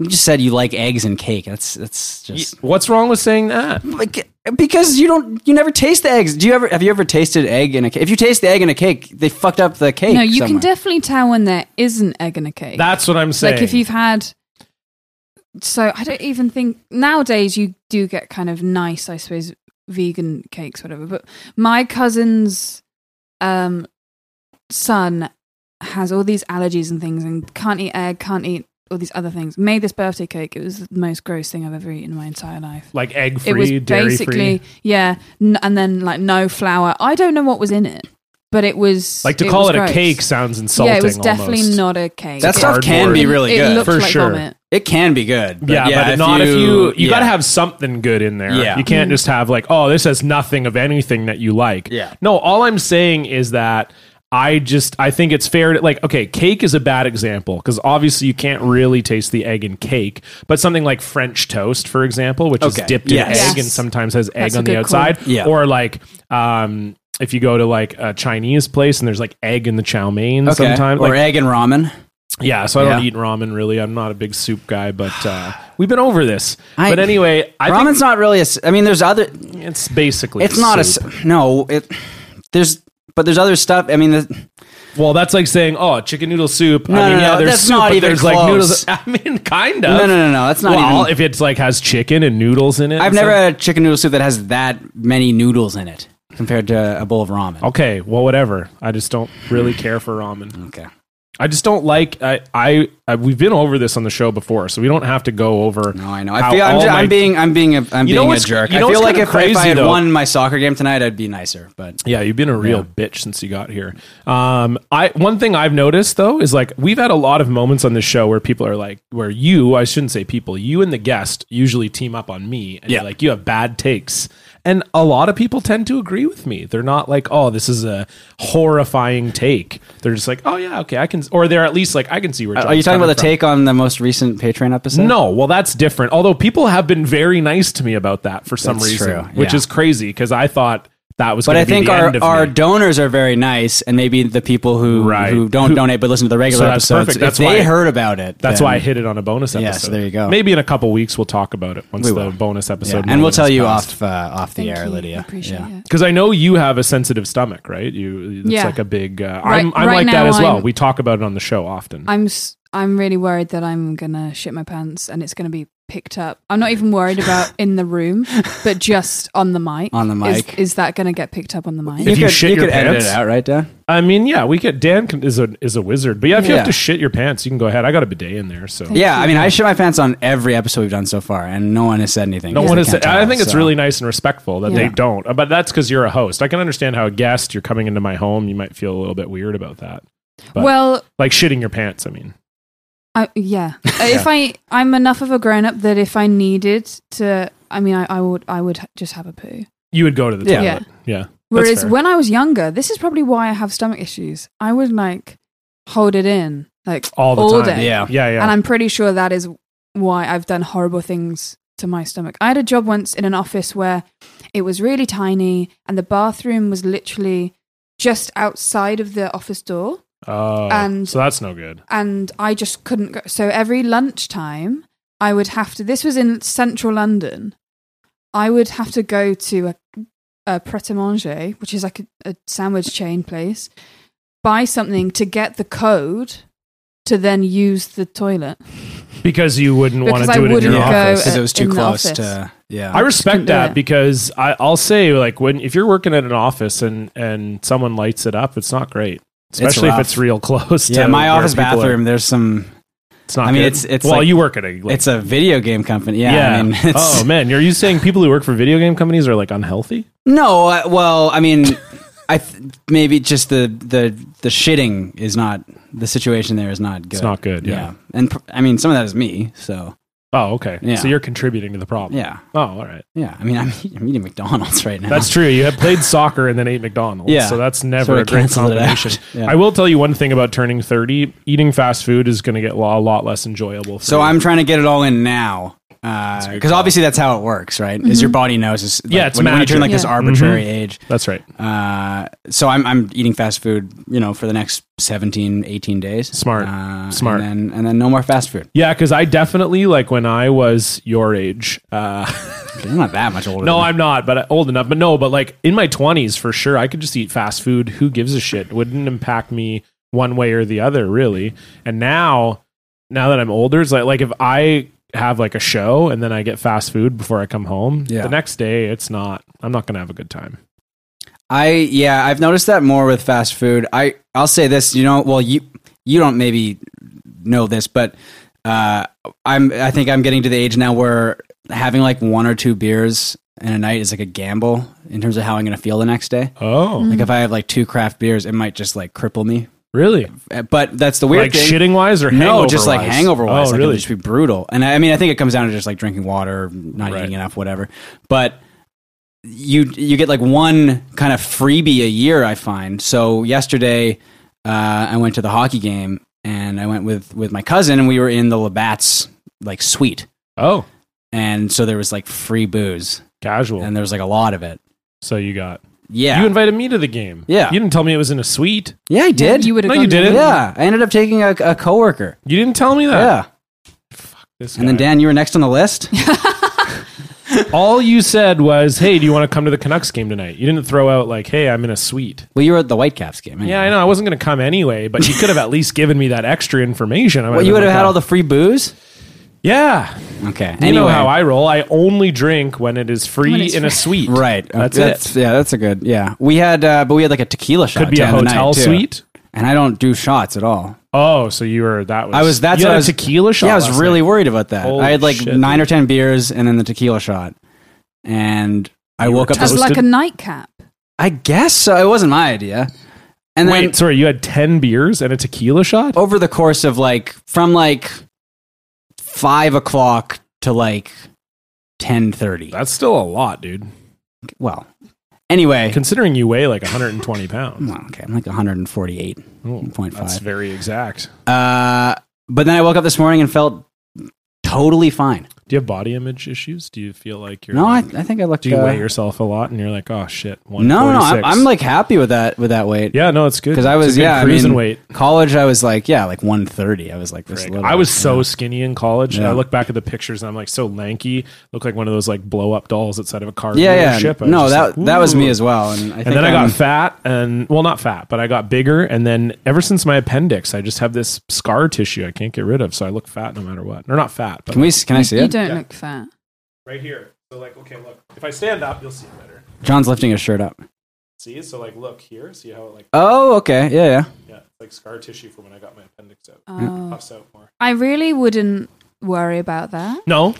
Speaker 1: You just said you like eggs and cake. That's that's
Speaker 2: Y-
Speaker 1: just
Speaker 2: What's wrong with saying that?
Speaker 1: like because you don't you never taste the eggs. Do you ever have you ever tasted egg in a cake? If you taste the egg in a cake, they fucked up the cake.
Speaker 3: no, you
Speaker 1: somewhere.
Speaker 3: can definitely tell when there isn't egg in a cake.
Speaker 2: That's what I'm saying.
Speaker 3: like if you've had. So I don't even think nowadays you do get kind of nice, I suppose, vegan cakes, whatever. But my cousin's um, son has all these allergies and things, and can't eat egg, can't eat all these other things. Made this birthday cake. It was the most gross thing I've ever eaten in my entire life.
Speaker 2: Like egg
Speaker 3: it was
Speaker 2: free, dairy free.
Speaker 3: basically yeah, n- and then like no flour. I don't know what was in it, but it was
Speaker 2: Like to call
Speaker 3: was
Speaker 2: it,
Speaker 3: gross.
Speaker 2: a cake sounds insulting.
Speaker 3: yeah, it was definitely
Speaker 2: almost.
Speaker 3: not a cake.
Speaker 1: That
Speaker 3: It-
Speaker 1: stuff can be
Speaker 3: it-
Speaker 1: really
Speaker 3: it
Speaker 1: good.
Speaker 3: looked
Speaker 2: For
Speaker 3: like
Speaker 2: sure.
Speaker 3: vomit.
Speaker 1: It can be good. but
Speaker 2: yeah, but not if you. You got to
Speaker 1: yeah.
Speaker 2: have something good in there.
Speaker 1: Yeah.
Speaker 2: You can't just have like, oh, this has nothing of anything that you like.
Speaker 1: Yeah.
Speaker 2: No, all I'm saying is that I just I think it's fair to like. Okay, cake is a bad example because obviously you can't really taste the egg in cake, but something like French toast, for example, which
Speaker 1: Okay.
Speaker 2: is dipped
Speaker 1: Yes.
Speaker 2: in egg and
Speaker 3: Yes.
Speaker 2: sometimes has egg
Speaker 3: That's a
Speaker 2: on the
Speaker 3: good call.
Speaker 2: outside,
Speaker 1: Yeah.
Speaker 2: or like. um if you go to like a Chinese place and there's like egg in the chow mein
Speaker 1: Okay.
Speaker 2: sometimes,
Speaker 1: or
Speaker 2: like,
Speaker 1: egg and ramen.
Speaker 2: yeah, so I don't
Speaker 1: Yeah.
Speaker 2: eat ramen really. I'm not a big soup guy, but
Speaker 1: *sighs*
Speaker 2: uh, we've been over this.
Speaker 1: I-
Speaker 2: but anyway, I
Speaker 1: Ramen's not really. A, s- I mean, there's other.
Speaker 2: think it's basically
Speaker 1: It's not
Speaker 2: soup.
Speaker 1: a s- no. It there's but there's other stuff. I mean, the,
Speaker 2: well. That's like saying oh, chicken noodle soup.
Speaker 1: No,
Speaker 2: I mean,
Speaker 1: no,
Speaker 2: yeah,
Speaker 1: no,
Speaker 2: there's
Speaker 1: that's
Speaker 2: soup,
Speaker 1: not
Speaker 2: but
Speaker 1: even
Speaker 2: there's
Speaker 1: close.
Speaker 2: like noodles. *laughs* I mean, kind of.
Speaker 1: no, no, no, no. That's not
Speaker 2: well,
Speaker 1: even.
Speaker 2: if it's like has chicken and noodles in it.
Speaker 1: I've
Speaker 2: and
Speaker 1: never
Speaker 2: stuff.
Speaker 1: had a chicken noodle soup that has that many noodles in it compared to a bowl of ramen.
Speaker 2: Okay, well, whatever. I just don't really care for ramen.
Speaker 1: Okay.
Speaker 2: I just don't like. I, I, I we've been over this on the show before, so we don't have to go over.
Speaker 1: No, I know. I
Speaker 2: how
Speaker 1: feel I'm,
Speaker 2: all
Speaker 1: ju- I'm
Speaker 2: my-
Speaker 1: being I'm being a I'm
Speaker 2: You know
Speaker 1: being a
Speaker 2: what's-
Speaker 1: jerk.
Speaker 2: you know
Speaker 1: I feel
Speaker 2: what's
Speaker 1: like
Speaker 2: kinda
Speaker 1: if, if I
Speaker 2: crazy,
Speaker 1: had
Speaker 2: though?
Speaker 1: won my soccer game tonight, I'd be nicer. But
Speaker 2: Yeah, you've been a real bitch since you got here. Um, I one thing I've noticed though is like we've had a lot of moments on this show where people are like, where you, I shouldn't say people, you and the guest usually team up on me, and
Speaker 1: Yeah.
Speaker 2: you're like you have bad takes, and a lot of people tend to agree with me. They're not like, oh, this is a horrifying take. They're just like, oh yeah, okay, I can, or they're at least like, I can see where.
Speaker 1: are you
Speaker 2: John's
Speaker 1: talking about
Speaker 2: coming
Speaker 1: the
Speaker 2: from.
Speaker 1: take on the most recent Patreon episode?
Speaker 2: No, well, that's different. Although people have been very nice to me about that for some
Speaker 1: That's
Speaker 2: reason,
Speaker 1: true,
Speaker 2: which
Speaker 1: yeah.
Speaker 2: is crazy because I thought that was.
Speaker 1: But
Speaker 2: gonna
Speaker 1: I
Speaker 2: be
Speaker 1: think
Speaker 2: the
Speaker 1: our,
Speaker 2: end of
Speaker 1: our
Speaker 2: me.
Speaker 1: donors are very nice, and maybe the people who
Speaker 2: Right.
Speaker 1: who don't
Speaker 2: Who-
Speaker 1: donate but listen to the regular
Speaker 2: So that's
Speaker 1: episodes,
Speaker 2: perfect.
Speaker 1: if
Speaker 2: That's
Speaker 1: they
Speaker 2: why-
Speaker 1: heard about it.
Speaker 2: That's
Speaker 1: then-
Speaker 2: why I hit it on a bonus
Speaker 1: Yeah,
Speaker 2: episode.
Speaker 1: so there you go.
Speaker 2: Maybe in a couple weeks we'll talk about it once
Speaker 1: We
Speaker 2: the
Speaker 1: will.
Speaker 2: bonus
Speaker 1: Yeah,
Speaker 2: episode.
Speaker 1: and we'll tell you off uh, off the
Speaker 3: Thank
Speaker 1: air,
Speaker 3: you.
Speaker 1: Lydia.
Speaker 3: Appreciate
Speaker 1: yeah.
Speaker 3: it.
Speaker 2: because I know you have a sensitive stomach, right? You it's
Speaker 3: Yeah.
Speaker 2: like a big. Uh,
Speaker 3: Right-
Speaker 2: I'm I'm
Speaker 3: right
Speaker 2: like that
Speaker 3: now
Speaker 2: as well.
Speaker 3: I'm-
Speaker 2: we talk about it on the show often.
Speaker 3: I'm s- I'm really worried that I'm gonna shit my pants and it's gonna be picked up. I'm not even worried about in the room, but just on the mic.
Speaker 1: On the
Speaker 3: Is-
Speaker 1: mic.
Speaker 3: is that gonna get picked up on the mic?
Speaker 2: If you shit your
Speaker 1: could edit
Speaker 2: pants-
Speaker 1: it out, right, Dan?
Speaker 2: I mean, yeah, we get Dan can, is a is a wizard, but yeah, if you
Speaker 1: Yeah.
Speaker 2: have to shit your pants, you can go ahead. I got a bidet in there, so
Speaker 1: Yeah, I mean, I shit my pants on every episode we've done so far, and no one has said anything.
Speaker 2: No
Speaker 1: 'cause
Speaker 2: one
Speaker 1: they
Speaker 2: is.
Speaker 1: can't
Speaker 2: I
Speaker 1: tell,
Speaker 2: think it's
Speaker 1: so.
Speaker 2: really nice and respectful that
Speaker 3: Yeah.
Speaker 2: they don't. Uh, But that's because you're a host. I can understand how a guest you're coming into my home. You might feel a little bit weird about that, but-
Speaker 3: well,
Speaker 2: like shitting your pants. I mean,
Speaker 3: I,
Speaker 1: *laughs*
Speaker 3: yeah. Uh, If I I'm enough of a grown up that if I needed to, I mean, I, I would I would just have a poo.
Speaker 2: you would go to the
Speaker 1: Yeah.
Speaker 2: toilet. Yeah.
Speaker 3: Whereas
Speaker 2: fair.
Speaker 3: when I was younger, this is probably why I have stomach issues. I would like hold it in like
Speaker 2: All the time.
Speaker 3: day.
Speaker 1: Yeah.
Speaker 2: Yeah, yeah.
Speaker 3: And I'm pretty sure that is why I've done horrible things to my stomach. I had a job once in an office where it was really tiny and the bathroom was literally just outside of the office door.
Speaker 2: Oh,
Speaker 3: And-
Speaker 2: so that's no good.
Speaker 3: And I just couldn't go. So every lunchtime, I would have to, this was in central London, I would have to go to a, a Pret a Manger, which is like a, a sandwich chain place, buy something to get the code to then use the toilet.
Speaker 2: Because you wouldn't want
Speaker 3: Because
Speaker 2: to
Speaker 3: I
Speaker 2: do it in your
Speaker 3: wouldn't go
Speaker 2: office.
Speaker 1: because it was too
Speaker 3: in the
Speaker 1: close
Speaker 3: office.
Speaker 1: to. Yeah,
Speaker 2: I
Speaker 3: couldn't
Speaker 2: respect
Speaker 3: do
Speaker 2: that
Speaker 3: it.
Speaker 2: because I, I'll say like when if you're working at an office and and someone lights it up, it's not great. Especially if
Speaker 1: rough.
Speaker 2: it's real *laughs* close.
Speaker 1: yeah.
Speaker 2: to
Speaker 1: My
Speaker 2: where
Speaker 1: office
Speaker 2: people are.
Speaker 1: bathroom. There's some.
Speaker 2: It's not.
Speaker 1: I mean,
Speaker 2: good.
Speaker 1: it's- it's
Speaker 2: well,
Speaker 1: like-
Speaker 2: you work at a. Like,
Speaker 1: It's a video game company. Yeah,
Speaker 2: yeah.
Speaker 1: I mean, *laughs* it's,
Speaker 2: oh man, are you saying people who work for video game companies are like unhealthy?
Speaker 1: No, I, well, I mean, I th- maybe just the the the shitting is not the situation. There is not good.
Speaker 2: It's not good. Yeah.
Speaker 1: and pr- I mean, some of that is me. So
Speaker 2: Oh, okay.
Speaker 1: Yeah.
Speaker 2: So you're contributing to the problem.
Speaker 1: yeah,
Speaker 2: Oh, all right.
Speaker 1: yeah. I mean, *laughs* I'm, I'm eating McDonald's right now.
Speaker 2: That's true. You had played soccer and then ate McDonald's.
Speaker 1: Yeah.
Speaker 2: So that's never
Speaker 1: Sort
Speaker 2: a
Speaker 1: of
Speaker 2: great
Speaker 1: canceled it out.
Speaker 2: combination.
Speaker 1: *laughs* Yeah.
Speaker 2: I will tell you one thing about turning 30 eating fast food is going to get a lot, a lot less enjoyable. For
Speaker 1: so
Speaker 2: you.
Speaker 1: I'm trying to get it all in now.
Speaker 2: a
Speaker 1: Because
Speaker 2: good call.
Speaker 1: obviously that's how it works, right? Is your body knows? Is, like,
Speaker 2: Yeah, it's
Speaker 1: when, when you turn
Speaker 2: magic. Mm-hmm.
Speaker 1: like this
Speaker 3: Yeah.
Speaker 1: arbitrary age.
Speaker 2: That's right.
Speaker 1: Uh, so I'm I'm eating fast food, you know, for the next 17, 18 days.
Speaker 2: Smart.
Speaker 1: uh,
Speaker 2: Smart.
Speaker 1: and then, and then no more fast food.
Speaker 2: Yeah, because I definitely like when I was your age. Uh, *laughs*
Speaker 1: I'm not that much older.
Speaker 2: no,
Speaker 1: than
Speaker 2: I'm not, but I- old enough. But no, but like in my 20s for sure, I could just eat fast food. Who gives a shit? Wouldn't impact me one way or the other, really. And now, now that I'm older, it's like like if I have like a show and then I get fast food before I come home,
Speaker 1: Yeah.
Speaker 2: the next day it's not. I'm not gonna have a good time.
Speaker 1: I yeah, I've noticed that more with fast food. I I'll say this, you know, well you you don't maybe know this, but uh, I'm I think I'm getting to the age now where having like one or two beers in a night is like a gamble in terms of how I'm going to feel the next day.
Speaker 2: Oh,
Speaker 1: Like if I have like two craft beers, it might just like cripple me.
Speaker 2: really?
Speaker 1: Uh, But that's the weird
Speaker 2: like
Speaker 1: thing.
Speaker 2: shitting wise or hangover
Speaker 1: No, just like hangover wise,
Speaker 2: Oh,
Speaker 1: like it
Speaker 2: really?
Speaker 1: would just be brutal. And I, I mean, I think it comes down to just like drinking water, not
Speaker 2: Right.
Speaker 1: eating enough, whatever. But you you get like one kind of freebie a year, I find. So yesterday, uh, I went to the hockey game and I went with with my cousin, and we were in the Labatt's like suite,
Speaker 2: oh,
Speaker 1: and so there was like free booze,
Speaker 2: casual.
Speaker 1: and there was like a lot of it.
Speaker 2: so you got
Speaker 1: Yeah,
Speaker 2: you invited me to the game.
Speaker 1: Yeah.
Speaker 2: you didn't tell me it was in a suite.
Speaker 1: yeah, I did.
Speaker 3: You would have
Speaker 2: No,
Speaker 3: gone
Speaker 2: you
Speaker 3: there.
Speaker 2: didn't.
Speaker 1: yeah, I ended up taking a, a coworker.
Speaker 2: You didn't tell me that.
Speaker 1: yeah,
Speaker 2: This
Speaker 1: and then
Speaker 2: guy.
Speaker 1: Dan, you were next on the list.
Speaker 2: all you said was, "Hey, do you want to come to the Canucks game tonight?" You didn't throw out like, "Hey, I'm in a suite."
Speaker 1: well, you were at the Whitecaps game.
Speaker 2: Yeah, I know. I wasn't going to come anyway, but you could have at least given me that extra information. I
Speaker 1: Well, you would have had all the free booze.
Speaker 2: Yeah.
Speaker 1: Okay.
Speaker 2: You know how I roll. I only drink when it is free
Speaker 3: When it's
Speaker 2: in a
Speaker 3: free.
Speaker 2: suite.
Speaker 1: right.
Speaker 2: That's, it.
Speaker 1: Yeah, that's a good. Yeah, we had, uh, but we had like a tequila shot.
Speaker 2: Could be
Speaker 1: to
Speaker 2: a
Speaker 1: end the night,
Speaker 2: hotel
Speaker 1: too.
Speaker 2: suite.
Speaker 1: And I don't do shots at all.
Speaker 2: Oh, so you were that was
Speaker 1: I was that's
Speaker 2: you
Speaker 1: what I
Speaker 2: had a
Speaker 1: was,
Speaker 2: tequila shot.
Speaker 1: Yeah, I was
Speaker 2: last
Speaker 1: really
Speaker 2: night.
Speaker 1: worried about that.
Speaker 2: Holy
Speaker 1: I had like
Speaker 2: shit,
Speaker 1: nine or ten beers and then the tequila shot, and I
Speaker 2: You were
Speaker 1: woke up.
Speaker 3: As
Speaker 1: To,
Speaker 2: toasted.
Speaker 3: like a nightcap.
Speaker 1: I guess so. It wasn't my idea. And then Oh.
Speaker 2: Wait, sorry, you had ten beers and a tequila shot?
Speaker 1: over the course of like from like five o'clock to like ten thirty.
Speaker 2: That's still a lot, dude.
Speaker 1: Well, anyway.
Speaker 2: Considering you weigh like 120 pounds.
Speaker 1: well, okay, I'm like 148.
Speaker 2: Oh,
Speaker 1: 0.5.
Speaker 2: That's very exact.
Speaker 1: Uh, but then I woke up this morning and felt totally fine.
Speaker 2: Do you have body image issues? Do you feel like you're
Speaker 1: No, I,
Speaker 2: like-
Speaker 1: I think I looked.
Speaker 2: do you
Speaker 1: uh,
Speaker 2: weigh yourself a lot and you're like, oh shit,
Speaker 1: no, no, no, I'm,
Speaker 2: 146?
Speaker 1: I'm like happy with that with that weight.
Speaker 2: yeah, no, it's good
Speaker 1: 'Cause I
Speaker 2: It's a
Speaker 1: was-
Speaker 2: good
Speaker 1: yeah, I
Speaker 2: cruising
Speaker 1: mean,
Speaker 2: weight.
Speaker 1: College, I was like, yeah, like 130. I was like this
Speaker 2: Frick.
Speaker 1: little.
Speaker 2: I was so skinny in college. and I
Speaker 1: Yeah.
Speaker 2: look back at the pictures and I'm like so lanky. Look like one of those like blow up dolls outside of a car
Speaker 1: yeah, yeah.
Speaker 2: dealership. I was
Speaker 1: No,
Speaker 2: just
Speaker 1: that
Speaker 2: like,
Speaker 1: that was me
Speaker 2: "Ooh."
Speaker 1: as well. And, I think
Speaker 2: and then I got
Speaker 1: I'm-
Speaker 2: fat and well, not fat, but I got bigger. And then ever since my appendix, I just have this scar tissue I can't get rid of. So I look fat no matter what, or not fat, but
Speaker 1: Can we? Can I see
Speaker 3: you
Speaker 1: it?
Speaker 3: don't
Speaker 2: Yeah.
Speaker 3: look fat.
Speaker 2: right here. So like, okay, look, if I stand up, you'll see it better.
Speaker 1: John's lifting his shirt up.
Speaker 2: See, so like, look here. See how it like,
Speaker 1: Oh, okay. Yeah, yeah.
Speaker 2: yeah, like scar tissue from when I got my appendix out,
Speaker 3: Oh.
Speaker 2: out more.
Speaker 3: I really wouldn't worry about that.
Speaker 2: No.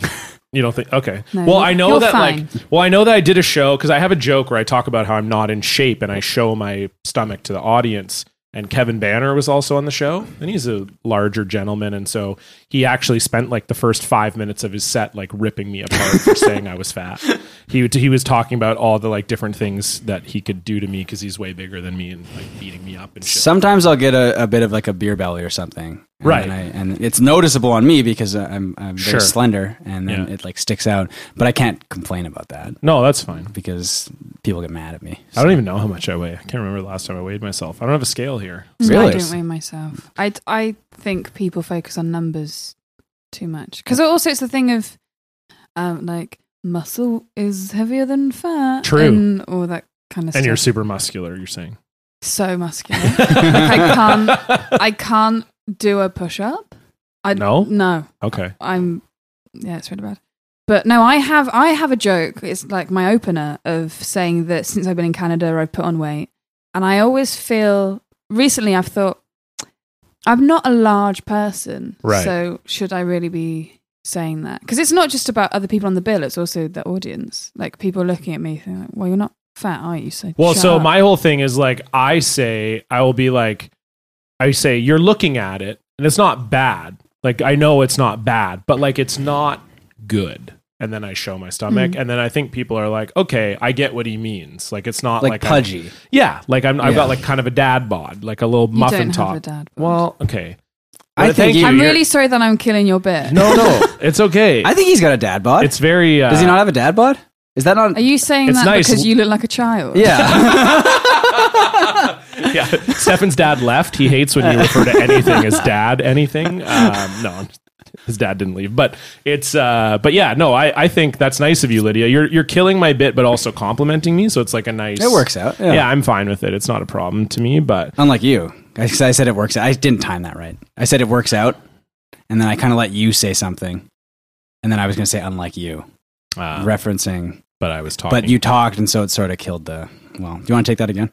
Speaker 2: You don't think okay.
Speaker 3: No,
Speaker 2: well,
Speaker 3: you're-
Speaker 2: I know
Speaker 3: you're
Speaker 2: that
Speaker 3: fine.
Speaker 2: like well, I know that I did a show cuz I have a joke where I talk about how I'm not in shape and I show my stomach to the audience and Kevin Banner was also on the show and he's a larger gentleman and so he actually spent like the first 5 minutes of his set like ripping me apart for saying I was fat. He would- he was talking about all the like different things that he could do to me cuz he's way bigger than me and like beating me up and shit.
Speaker 1: Sometimes I'll get a, a bit of like a beer belly or something, and
Speaker 2: Right.
Speaker 1: then I, and it's noticeable on me because I'm I'm very
Speaker 2: Sure.
Speaker 1: slender, and then
Speaker 2: Yeah.
Speaker 1: it like sticks out. But I can't complain about that.
Speaker 2: no, that's fine.
Speaker 1: because people get mad at me.
Speaker 2: I don't even know how much I weigh. I can't remember the last time I weighed myself. I don't have a scale here.
Speaker 3: No, I
Speaker 1: Really?
Speaker 3: don't weigh myself. I, I think people focus on numbers too much. Because also, it's the thing of um, like muscle is heavier than fat.
Speaker 2: True.
Speaker 3: And all that kind of
Speaker 2: And
Speaker 3: stuff.
Speaker 2: you're super muscular, you're saying.
Speaker 3: so muscular. *laughs* like, *laughs* I can't, I can't do a push up.
Speaker 2: *laughs*
Speaker 3: I,
Speaker 2: No?
Speaker 3: No.
Speaker 2: Okay.
Speaker 3: I'm yeah, it's really bad. But no, I have I have a joke. It's like my opener of saying that since I've been in Canada, I've put on weight, and I always feel recently I've thought I'm not a large person,
Speaker 2: Right.
Speaker 3: so should I really be saying that? Because it's not just about other people on the bill; it's also the audience, like people looking at me, thinking, like, "Well, you're not fat, are you?" So
Speaker 2: Well,
Speaker 3: shut
Speaker 2: so
Speaker 3: up."
Speaker 2: my whole thing is like I say I will be like I say you're looking at it and it's not bad. Like I know it's not bad, but like it's not good. And then I show my stomach
Speaker 3: Hmm.
Speaker 2: and then I think people are like, "Okay, I get what he means." Like it's not
Speaker 1: like,
Speaker 2: like, I'm-
Speaker 1: pudgy.
Speaker 2: yeah, like I'm, I've
Speaker 1: Yeah.
Speaker 2: got like kind of a dad bod, like a little
Speaker 3: you
Speaker 2: muffin
Speaker 3: don't
Speaker 2: top.
Speaker 3: have a dad. bod.
Speaker 2: Well,
Speaker 3: *laughs*
Speaker 2: okay.
Speaker 1: I
Speaker 2: Well,
Speaker 1: think
Speaker 2: thank
Speaker 1: you-
Speaker 2: you.
Speaker 3: I'm
Speaker 2: You're-
Speaker 3: really sorry that I'm killing your bit.
Speaker 2: No, no. It's okay.
Speaker 1: I think he's got a dad bod.
Speaker 2: it's very uh,
Speaker 1: Does he not have a dad bod? Is that not?
Speaker 3: Are you saying
Speaker 2: It's
Speaker 3: that
Speaker 2: nice.
Speaker 3: because you look like a child?
Speaker 1: yeah.
Speaker 2: *laughs*
Speaker 1: *laughs*
Speaker 2: yeah, *laughs* Stefan's dad left. He hates
Speaker 1: *laughs*
Speaker 2: when you refer to anything as dad anything. Um, no, his dad didn't leave, but it's. Uh, but yeah, no, I, I think that's nice of you, Lydia. You're you're killing my bit, but also complimenting me, so it's like a nice.
Speaker 1: it works out.
Speaker 2: Yeah.
Speaker 1: Yeah.
Speaker 2: I'm fine with it. It's not a problem to me, but
Speaker 1: Unlike you, because I said it works. out. I didn't time that right. I said it works out, and then I kind of let you say something, and then I was going to say unlike you,
Speaker 2: uh,
Speaker 1: referencing.
Speaker 2: but I was talking.
Speaker 1: But you talked, and so it sort of killed the. Well, do you want to take that again?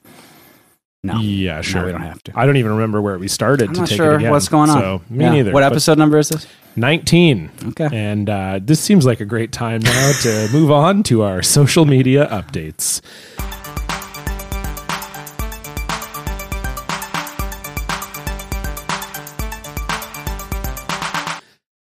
Speaker 1: No.
Speaker 2: yeah,
Speaker 1: No,
Speaker 2: sure.
Speaker 1: we don't have to.
Speaker 2: I don't even remember where we started.
Speaker 1: I'm
Speaker 2: to
Speaker 1: not
Speaker 2: take
Speaker 1: sure
Speaker 2: it again,
Speaker 1: what's going on.
Speaker 2: So me
Speaker 1: Yeah.
Speaker 2: neither.
Speaker 1: What
Speaker 2: but
Speaker 1: episode number is this?
Speaker 2: 19.
Speaker 1: Okay.
Speaker 2: And uh, this seems like a great time now
Speaker 3: *laughs*
Speaker 2: to move on to our social media updates.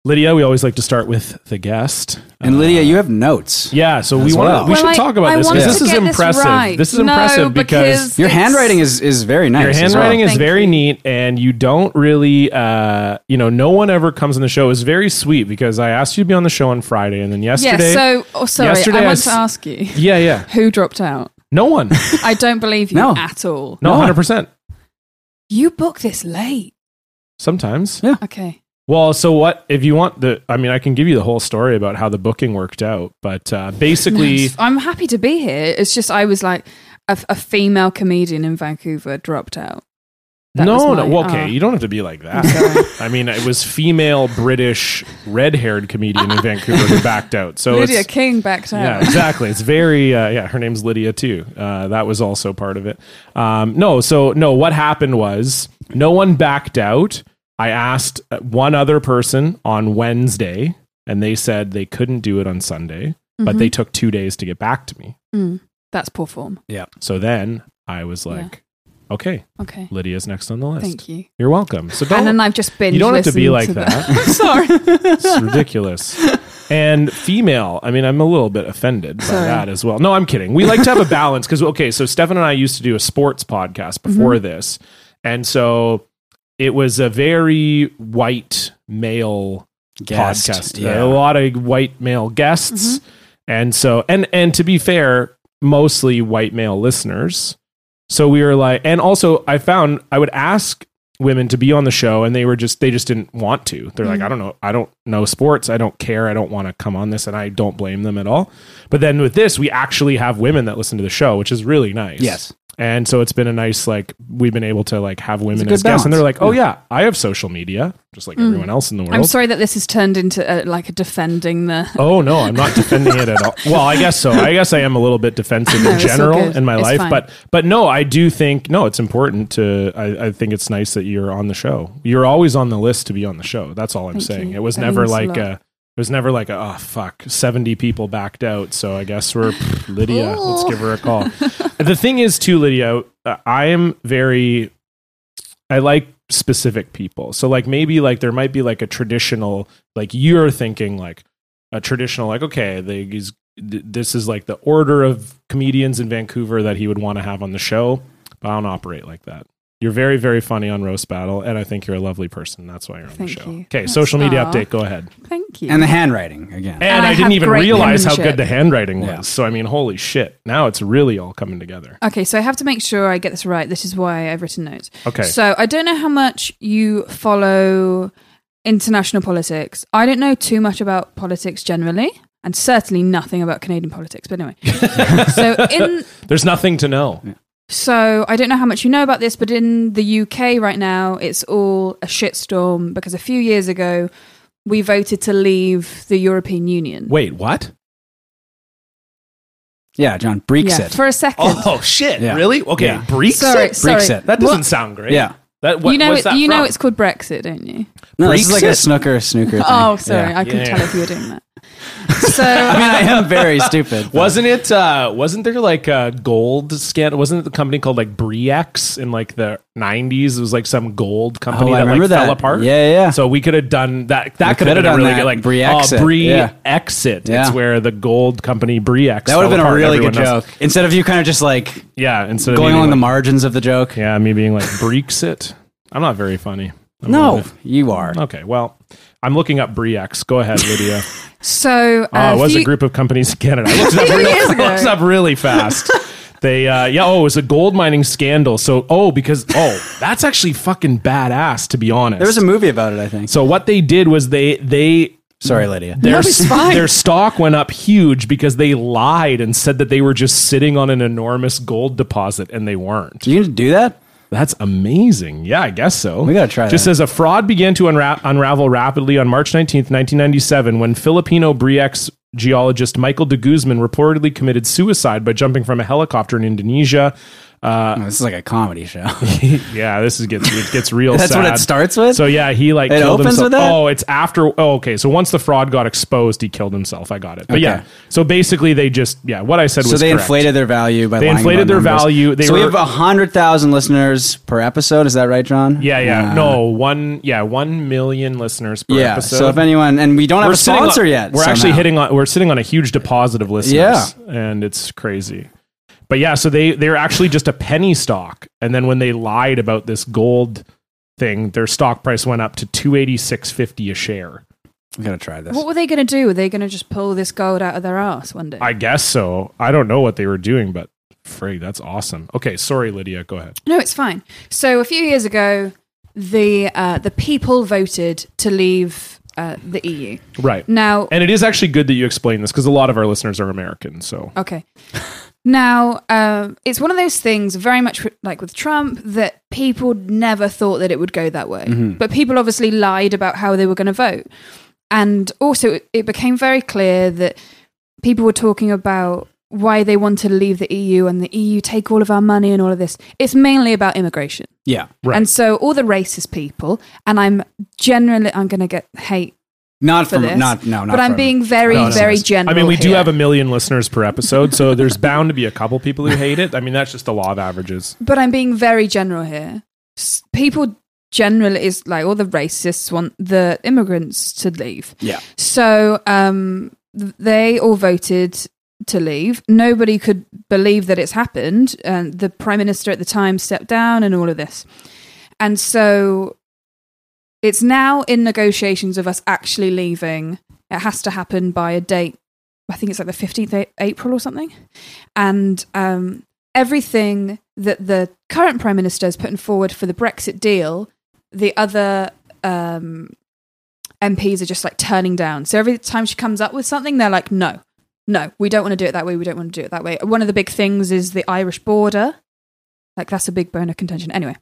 Speaker 2: Lydia, we always like to start with the guest.
Speaker 1: And Lydia, you
Speaker 2: Uh,
Speaker 1: have notes.
Speaker 2: Yeah, so we
Speaker 1: As
Speaker 2: want
Speaker 1: well.
Speaker 2: we should
Speaker 3: Well, I-
Speaker 2: talk about
Speaker 3: I
Speaker 2: this. 'cause
Speaker 3: wanted
Speaker 2: This
Speaker 3: to
Speaker 2: is
Speaker 3: get this
Speaker 2: impressive.
Speaker 3: right.
Speaker 2: This is
Speaker 3: No,
Speaker 2: impressive because
Speaker 3: because
Speaker 1: Your
Speaker 3: It's-
Speaker 1: handwriting is, is very nice.
Speaker 2: your
Speaker 1: as well.
Speaker 2: handwriting is
Speaker 3: Thank
Speaker 2: very
Speaker 3: you.
Speaker 2: neat, and you don't really, uh, you know, no one ever comes on the show. It's very sweet because I asked you to be on the show on Friday, and then yesterday,
Speaker 3: yeah. So, oh, sorry,
Speaker 2: yesterday
Speaker 3: I
Speaker 2: I
Speaker 3: want
Speaker 2: s-
Speaker 3: to ask you
Speaker 2: yeah, yeah,
Speaker 3: who dropped out.
Speaker 2: no
Speaker 3: *laughs*
Speaker 2: one,
Speaker 3: I don't believe you
Speaker 1: No.
Speaker 3: at all.
Speaker 2: no,
Speaker 1: No.
Speaker 2: hundred percent.
Speaker 3: You booked this late.
Speaker 2: Sometimes,
Speaker 3: Okay.
Speaker 2: well, so what if you want the? I mean, I can give you the whole story about how the booking worked out, but uh, basically,
Speaker 3: Nice. I'm happy to be here. It's just I was like a, a female comedian in Vancouver dropped out. That was
Speaker 2: no,
Speaker 3: my-
Speaker 2: no, well, okay,
Speaker 3: oh. *laughs*
Speaker 2: you don't have to be like that.
Speaker 3: I'm sorry.
Speaker 2: I mean, it was female British red-haired comedian in Vancouver who backed out. So it's-
Speaker 3: Lydia King backed
Speaker 2: Yeah,
Speaker 3: out.
Speaker 2: exactly. It's very uh, yeah. Her name's Lydia too. Uh, that was also part of it. Um, no, so no. What happened was no one backed out. I asked uh, one other person on Wednesday, and they said they couldn't do it on Sunday,
Speaker 3: Mm-hmm.
Speaker 2: but they took two days to get back to me.
Speaker 3: Mm, that's poor form.
Speaker 2: So then I was
Speaker 3: Yeah.
Speaker 2: like, okay,
Speaker 3: Okay.
Speaker 2: Lydia's next on the list.
Speaker 3: Thank you.
Speaker 2: You're welcome. So
Speaker 3: And
Speaker 2: don't.
Speaker 3: then I've just been.
Speaker 2: You don't have to be like that.
Speaker 3: *laughs* I'm sorry.
Speaker 2: It's ridiculous. And female, I mean, I'm a little bit offended by
Speaker 3: Sorry.
Speaker 2: that as well. No, I'm kidding. We like to have a balance because, okay, so Stefan and I used to do a sports podcast before this. And so it was a very white male
Speaker 1: Guest,
Speaker 2: podcast.
Speaker 1: yeah.
Speaker 2: A lot of white male guests. And so, and, and to be fair, mostly white male listeners. So we were like, and also I found I would ask women to be on the show and they were just, they just didn't want to. They're like, I don't know. I don't know sports. I don't care. I don't want to come on this. And I don't blame them at all. But then with this, we actually have women that listen to the show, which is really nice.
Speaker 1: Yes.
Speaker 2: And so it's been a nice, like, we've been able to like have women
Speaker 1: good
Speaker 2: as guests. And they're
Speaker 1: balance.
Speaker 2: like, oh yeah, I have social media, just like everyone else in the world.
Speaker 3: I'm sorry that this has turned into uh like a defending the.
Speaker 2: Oh no, I'm not defending it at all. Well, I guess so. I guess I am a little bit
Speaker 3: *laughs*
Speaker 2: defensive in
Speaker 3: it's all
Speaker 2: general
Speaker 3: good.
Speaker 2: in my
Speaker 3: It's
Speaker 2: life,
Speaker 3: fine.
Speaker 2: but but no, I do think no, it's important to. I, I think it's nice that you're on the show. You're always on the list to be on the show. That's all I'm
Speaker 3: Thank
Speaker 2: saying.
Speaker 3: you.
Speaker 2: It was
Speaker 3: That
Speaker 2: never
Speaker 3: means a
Speaker 2: like
Speaker 3: lot.
Speaker 2: a. It was never like a, oh fuck, seventy people backed out. So I guess we're pff, Lydia. Let's
Speaker 3: Ooh.
Speaker 2: give her a call.
Speaker 3: Oh.
Speaker 2: the thing is, too, Lydia, uh, I am very I like specific people. So like maybe like there might be like a traditional like you're thinking like a traditional like okay they, he's, th- this is like the order of comedians in Vancouver that he would want to have on the show. But I don't operate like that. You're very very funny on roast battle, and I think you're a lovely person. That's why you're on
Speaker 3: Thank
Speaker 2: the show.
Speaker 3: you.
Speaker 2: Okay,
Speaker 3: That's-
Speaker 2: social media
Speaker 3: aw.
Speaker 2: update. Go ahead.
Speaker 3: Thank you.
Speaker 1: And the handwriting again.
Speaker 2: And I,
Speaker 3: I
Speaker 2: didn't
Speaker 3: have
Speaker 2: even
Speaker 3: great
Speaker 2: realize how good
Speaker 3: penmanship.
Speaker 2: the handwriting was.
Speaker 1: Yeah.
Speaker 2: So I mean, holy shit! Now it's really all coming together.
Speaker 3: okay, so I have to make sure I get this right. This is why I've written notes.
Speaker 2: Okay.
Speaker 3: So I don't know how much you follow international politics. I don't know too much about politics generally, and certainly nothing about Canadian politics.
Speaker 2: *laughs*
Speaker 3: But anyway, so in
Speaker 2: There's nothing to know.
Speaker 3: so I don't know how much you know about this, but in the UK right now, it's all a shitstorm because a few years ago we voted to leave the European Union.
Speaker 2: Wait, what?
Speaker 1: Yeah, John,
Speaker 3: yeah,
Speaker 1: Brexit.
Speaker 3: for a second.
Speaker 2: Oh shit!
Speaker 1: Yeah.
Speaker 2: Really? Okay,
Speaker 1: Yeah.
Speaker 2: Brexit.
Speaker 3: sorry, sorry.
Speaker 1: Brexit.
Speaker 2: That doesn't
Speaker 3: What-
Speaker 2: sound great.
Speaker 1: Yeah.
Speaker 2: That, what,
Speaker 3: you know,
Speaker 2: what's
Speaker 3: it,
Speaker 2: that
Speaker 3: you know,
Speaker 2: from?
Speaker 3: it's called Brexit, don't you?
Speaker 1: No, this is like a
Speaker 2: Brexit.
Speaker 1: snooker, snooker. Thing.
Speaker 3: Oh, sorry,
Speaker 1: Yeah.
Speaker 3: I couldn't
Speaker 2: Yeah. Oh,
Speaker 3: tell if you were doing that.
Speaker 2: *laughs*
Speaker 3: So
Speaker 1: I mean, I am very stupid. but-
Speaker 2: Wasn't it? Uh, wasn't there like a gold scan? Wasn't it the company called like Briex in like the nineties? It was like some gold company
Speaker 1: Oh, I
Speaker 2: that
Speaker 1: remember
Speaker 2: like
Speaker 1: that.
Speaker 2: fell apart.
Speaker 1: Yeah, yeah.
Speaker 2: So we could have done that. That
Speaker 1: We
Speaker 2: could
Speaker 1: could've
Speaker 2: have been a
Speaker 1: done
Speaker 2: really
Speaker 1: that.
Speaker 2: good like
Speaker 1: Brexit,
Speaker 2: Oh,
Speaker 1: yeah.
Speaker 2: Brexit.
Speaker 1: Yeah.
Speaker 2: It's where the gold company Briex.
Speaker 1: that would have
Speaker 2: fell
Speaker 1: been a
Speaker 2: apart.
Speaker 1: really
Speaker 2: Everyone
Speaker 1: good
Speaker 2: knows-
Speaker 1: joke. Instead of you kind of just like
Speaker 2: Yeah. Instead
Speaker 1: going
Speaker 2: of
Speaker 1: along
Speaker 2: being
Speaker 1: the
Speaker 2: like,
Speaker 1: margins of the joke.
Speaker 2: yeah, me being like Brexit. I'm not very funny. I'm a
Speaker 1: No,
Speaker 2: little
Speaker 1: you are.
Speaker 2: bit- Okay. Well, I'm looking up Briex. Go ahead, Lydia.
Speaker 1: *laughs*
Speaker 3: So uh,
Speaker 2: Oh, it was
Speaker 3: few-
Speaker 2: a group of companies *laughs* in Canada. I looked it up,
Speaker 3: Few
Speaker 2: real,
Speaker 3: years ago.
Speaker 2: looked it up really fast. They, uh, yeah, oh, it was a gold mining scandal. So, oh, because, oh, that's actually fucking badass, to be honest.
Speaker 1: There was a movie about it, I think.
Speaker 2: so, what they did was they, they,
Speaker 1: Sorry, Lydia.
Speaker 2: their,
Speaker 3: it's fine.
Speaker 2: their stock went up huge because they lied and said that they were just sitting on an enormous gold deposit and they weren't.
Speaker 1: Do you do that?
Speaker 2: That's amazing. Yeah, I guess so.
Speaker 1: We gotta try
Speaker 2: Just
Speaker 1: that.
Speaker 2: as a fraud began to unra- unravel rapidly on March 19th, 1997, when Filipino Briex
Speaker 1: *laughs*
Speaker 2: geologist Michael de Guzman reportedly committed suicide by jumping from a helicopter in Indonesia. Uh,
Speaker 1: Oh, this is like a comedy
Speaker 2: *laughs*
Speaker 1: show.
Speaker 2: yeah, this is gets it gets real.
Speaker 1: That's
Speaker 2: sad.
Speaker 1: what it starts with.
Speaker 2: So yeah, he like
Speaker 1: It
Speaker 2: killed
Speaker 1: opens
Speaker 2: himself.
Speaker 1: with that?
Speaker 2: Oh, it's after. Oh, okay. So once the fraud got exposed, he killed himself. I got it. But
Speaker 1: Okay.
Speaker 2: yeah, so basically they just yeah, what I said
Speaker 1: So
Speaker 2: was
Speaker 1: they
Speaker 2: correct.
Speaker 1: inflated their value by
Speaker 2: They
Speaker 1: lying
Speaker 2: inflated
Speaker 1: about
Speaker 2: their
Speaker 1: numbers.
Speaker 2: value. They
Speaker 1: so we
Speaker 2: were-
Speaker 1: have hundred thousand listeners per episode. Is that right, John?
Speaker 2: Yeah, yeah.
Speaker 1: Uh,
Speaker 2: no, one. Yeah, one million listeners per
Speaker 1: Yeah.
Speaker 2: episode.
Speaker 1: So if anyone, and we don't have a
Speaker 2: sitting on-
Speaker 1: sponsor yet.
Speaker 2: We're actually
Speaker 1: somehow.
Speaker 2: hitting on. We're sitting on a huge deposit of listeners.
Speaker 1: Yeah.
Speaker 2: and it's crazy. But yeah, so they they're actually just a penny stock, and then when they lied about this gold thing, their stock price went up to two eighty six fifty a share.
Speaker 1: We gotta try this.
Speaker 3: What were they going to do? Were they going to just pull this gold out of their ass one day?
Speaker 2: I guess so. I don't know what they were doing, but frig, that's awesome. Okay, sorry, Lydia. Go ahead.
Speaker 3: No, it's fine. So a few years ago, the uh, the people voted to leave uh, the EU.
Speaker 2: Right,
Speaker 3: Now,
Speaker 2: and it is actually good that you explain this because a lot of our listeners are American. So
Speaker 3: okay. Now, um, it's one of those things, very much like with Trump, that people never thought that it would go that way.
Speaker 2: Mm-hmm.
Speaker 3: But people obviously lied about how they were going to vote. And also, it- it became very clear that people were talking about why they want to leave the EU and the EU take all of our money and all of this. It's mainly about immigration.
Speaker 1: yeah.
Speaker 2: Right.
Speaker 3: And so all the racist people, and I'm generally I'm going to get hate,
Speaker 1: Not
Speaker 3: For
Speaker 1: from.
Speaker 3: this.
Speaker 1: Not no. Not
Speaker 3: but I'm
Speaker 1: from-
Speaker 3: being very
Speaker 1: No, no,
Speaker 3: very
Speaker 1: no.
Speaker 3: general.
Speaker 2: I mean, we do
Speaker 3: here.
Speaker 2: have a million listeners per episode, so there's bound to be a couple people who hate it. I mean, that's just the law of averages.
Speaker 3: but I'm being very general here. S- People generally is like all the racists want the immigrants to leave.
Speaker 1: Yeah.
Speaker 3: So um, th- they all voted to leave. Nobody could believe that it's happened. And the prime minister at the time stepped down and all of this. And so it's now in negotiations of us actually leaving. It has to happen by a date. I think it's like the 15th of April or something. And um, everything that the current prime minister is putting forward for the Brexit deal, the other um, MPs are just like turning down. So every time she comes up with something, they're like, no, no, we don't want to do it that way. We don't want to do it that way. One of the big things is the Irish border. Like, that's a big bone of contention. Anyway,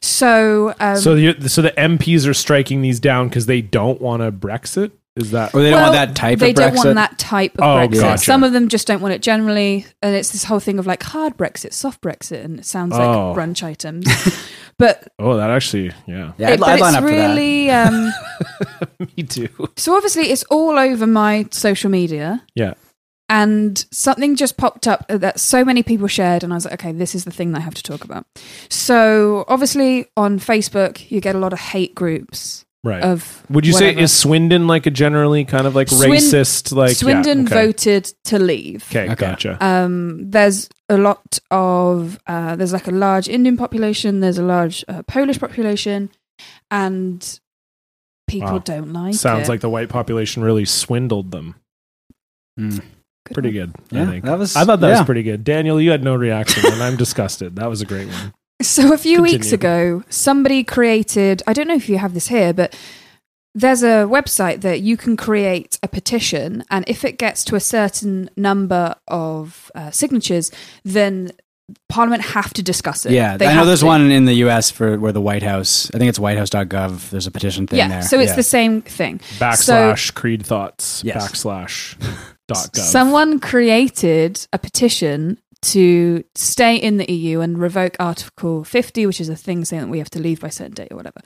Speaker 3: so. Um,
Speaker 2: so, you so the MPs are striking these down because they don't want a Brexit. Is that
Speaker 1: Or they don't
Speaker 3: Well,
Speaker 1: want that type
Speaker 3: They
Speaker 1: of
Speaker 3: don't
Speaker 1: Brexit.
Speaker 3: want that type of
Speaker 2: Oh,
Speaker 3: Brexit.
Speaker 2: gotcha.
Speaker 3: Some of them just don't want it generally, and it's this whole thing of like hard Brexit, soft Brexit, and it sounds like
Speaker 2: Oh. *laughs*
Speaker 3: brunch items. but,
Speaker 2: oh, that actually
Speaker 1: *laughs*
Speaker 2: yeah
Speaker 1: Yeah,
Speaker 3: it-
Speaker 1: I'd,
Speaker 3: but
Speaker 1: I'd line
Speaker 3: it's
Speaker 1: up for *laughs*
Speaker 3: really um,
Speaker 2: me too
Speaker 3: so. Obviously, it's all over my social media,
Speaker 2: yeah
Speaker 3: and something just popped up that so many people shared, and I was like, okay, this is the thing that I have to talk about. So obviously, on Facebook, you get a lot of hate groups
Speaker 2: right.
Speaker 3: of.
Speaker 2: Would you
Speaker 3: Uh, whatever.
Speaker 2: say is Swindon like a generally kind of like
Speaker 3: Swin-
Speaker 2: racist like yeah,
Speaker 3: Swindon
Speaker 2: okay.
Speaker 3: voted to leave?
Speaker 2: Okay,
Speaker 1: Okay.
Speaker 2: gotcha.
Speaker 3: um, there's a lot of uh, there's like a large Indian population, there's a large uh, Polish population, and people
Speaker 2: Wow.
Speaker 3: don't like
Speaker 2: Sounds
Speaker 3: it.
Speaker 2: like the white population really swindled them.
Speaker 1: that. Mm.
Speaker 2: Pretty good, I
Speaker 1: Yeah,
Speaker 2: think.
Speaker 1: that was-
Speaker 2: I thought that
Speaker 1: yeah.
Speaker 2: was pretty good. Daniel, you had no reaction, and I'm disgusted. That was a great one.
Speaker 3: So a few
Speaker 2: Continue.
Speaker 3: weeks ago, somebody created. I don't know if you have this here, but there's a website that you can create a petition, and if it gets to a certain number of uh, signatures, then Parliament have to discuss it.
Speaker 1: Yeah,
Speaker 3: They
Speaker 1: I know
Speaker 3: have
Speaker 1: there's
Speaker 3: to.
Speaker 1: one in the U.S. for where the White House. I think it's WhiteHouse.gov. There's a petition thing
Speaker 3: Yeah,
Speaker 1: there.
Speaker 3: so it's
Speaker 1: yeah.
Speaker 3: the same thing.
Speaker 2: Backslash creed thoughts.
Speaker 1: Yes.
Speaker 2: Backslash dot gov.
Speaker 3: Someone created a petition to stay in the EU and revoke Article 50, which is a thing saying that we have to leave by a certain date or whatever.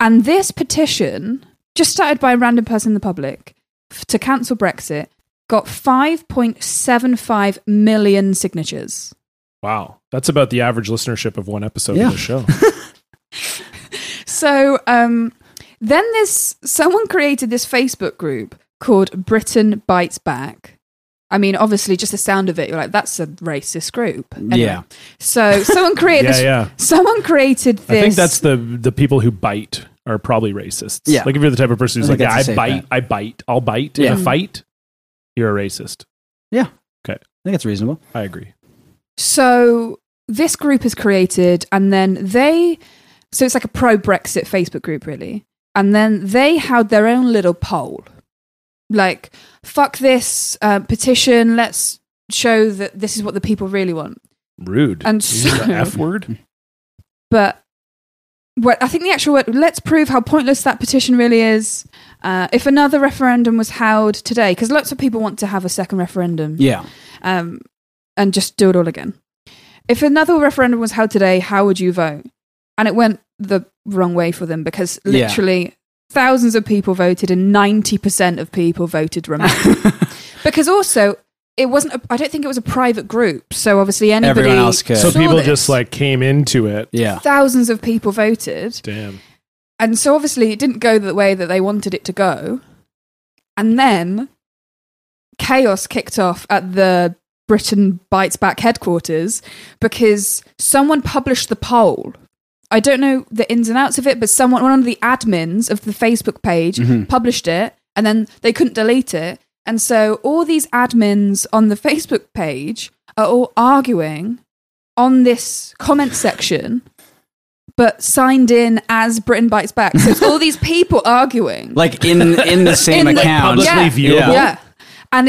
Speaker 3: And this petition, just started by a random person in the public f- to cancel Brexit, got 5.75 million signatures.
Speaker 2: Wow. That's about the average listenership of one episode
Speaker 1: Yeah.
Speaker 2: of the
Speaker 3: *laughs*
Speaker 2: show.
Speaker 3: So um, then this someone created this Facebook group called Britain Bites Back. I mean, obviously, just the sound of it, you're like, that's a racist group. Anyway,
Speaker 1: Yeah.
Speaker 2: *laughs*
Speaker 3: So someone created
Speaker 2: yeah,
Speaker 3: this.
Speaker 2: yeah.
Speaker 3: Someone created this.
Speaker 2: I think that's the the people who bite are probably racists.
Speaker 1: Yeah.
Speaker 2: Like if you're the type of person who's
Speaker 1: I
Speaker 2: like,
Speaker 1: think
Speaker 2: yeah, I
Speaker 1: that's a safe
Speaker 2: bite, I bite, I'll bite
Speaker 1: Yeah.
Speaker 3: Mm.
Speaker 2: in a fight, you're a racist.
Speaker 1: I think it's reasonable.
Speaker 2: I agree.
Speaker 3: so this group is created, and then they. So it's like a pro Brexit Facebook group, really. And then they had their own little poll, like "fuck this uh, petition." Let's show that this is what the people really want.
Speaker 2: Rude.
Speaker 3: *laughs* And
Speaker 2: You use the
Speaker 3: so-
Speaker 2: F word.
Speaker 3: but what I think the actual word, let's prove how pointless that petition really is. Uh, if another referendum was held today, because lots of people want to have a second referendum
Speaker 1: Yeah,
Speaker 3: um, and just do it all again. if another referendum was held today, how would you vote? And it went the wrong way for them because
Speaker 1: Yeah.
Speaker 3: literally thousands of people voted and 90% of people
Speaker 1: *laughs*
Speaker 3: voted remain. because also, it wasn't, a, I don't think it was a private group. So obviously, anybody.
Speaker 1: Everyone else could.
Speaker 2: So
Speaker 3: saw
Speaker 2: people
Speaker 3: this.
Speaker 2: just like came into it.
Speaker 1: yeah.
Speaker 3: Thousands of people voted.
Speaker 2: Damn.
Speaker 3: And so obviously, it didn't go the way that they wanted it to go. And then chaos kicked off at the Britain Bites Back headquarters because someone published the poll. I don't know the ins and outs of it, but someone, one of the admins of the Facebook page, published it and then they couldn't delete it. And so all these admins on the Facebook page are all arguing on this comment section, but signed in as Britain Bites Back. So it's all these people arguing.
Speaker 1: Like in in the same
Speaker 3: *laughs* In the-
Speaker 1: account.
Speaker 2: Publicly
Speaker 3: Yeah.
Speaker 2: viewable.
Speaker 3: Yeah. And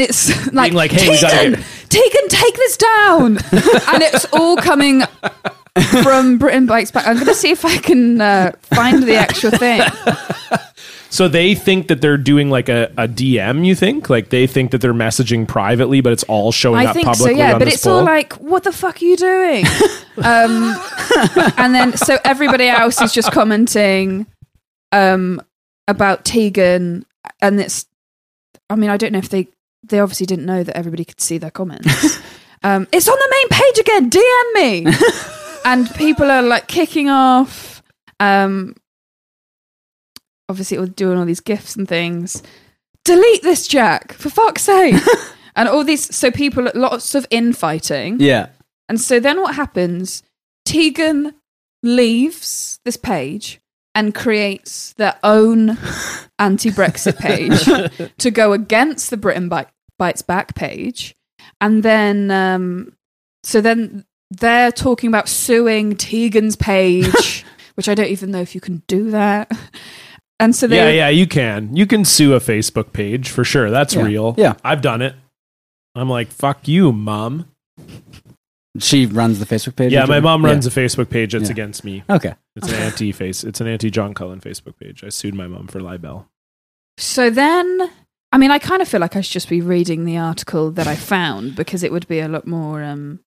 Speaker 2: *laughs*
Speaker 3: it's like,
Speaker 2: like, hey,
Speaker 3: Tegan,
Speaker 2: we gotta
Speaker 3: Tegan, take
Speaker 2: *laughs*
Speaker 3: this down. and it's all coming from Britain Bikes Back. I'm going to see if I can uh, find the
Speaker 2: *laughs*
Speaker 3: actual thing.
Speaker 2: So they think that they're doing like a, a DM, you think? Like they think that they're messaging privately, but it's all showing
Speaker 3: I
Speaker 2: up
Speaker 3: think so,
Speaker 2: publicly
Speaker 3: yeah.
Speaker 2: on
Speaker 3: But
Speaker 2: this
Speaker 3: it's
Speaker 2: poll?
Speaker 3: all like, what the fuck are
Speaker 2: *laughs*
Speaker 3: you doing? um, and then, so everybody else is just commenting um, about Tegan. And it's, I mean, I don't know if they, they obviously didn't know that everybody could see their comments. um, it's on the main page again. DM me. and people are like kicking off. Um, obviously, it was doing all these gifts and things. Delete this, Jack, for fuck's sake. and all these, so people, lots of infighting.
Speaker 1: yeah.
Speaker 3: And so then what happens? Tegan leaves this page and creates their
Speaker 2: *laughs*
Speaker 3: own anti Brexit page to go against the Britain Bi- Bites Back page. And then, um, so then they're talking about suing
Speaker 2: *laughs*
Speaker 3: Tegan's page, which I don't even know if you can do that. And so they,
Speaker 2: yeah, yeah, you can. You can sue a Facebook page for sure. That's
Speaker 1: Yeah.
Speaker 2: real.
Speaker 1: Yeah.
Speaker 2: I've done it. I'm like, fuck you, mom.
Speaker 1: She runs the Facebook page.
Speaker 2: Yeah,
Speaker 1: you
Speaker 2: my
Speaker 1: do?
Speaker 2: mom
Speaker 1: Yeah.
Speaker 2: runs a Facebook page that's
Speaker 1: Yeah.
Speaker 2: against me.
Speaker 1: Okay.
Speaker 2: It's an anti face. It's an anti John Cullen Facebook page. I sued my mom for libel.
Speaker 3: So then, I mean, I kind of feel like I should just be reading the article that I found because it would be a lot more um,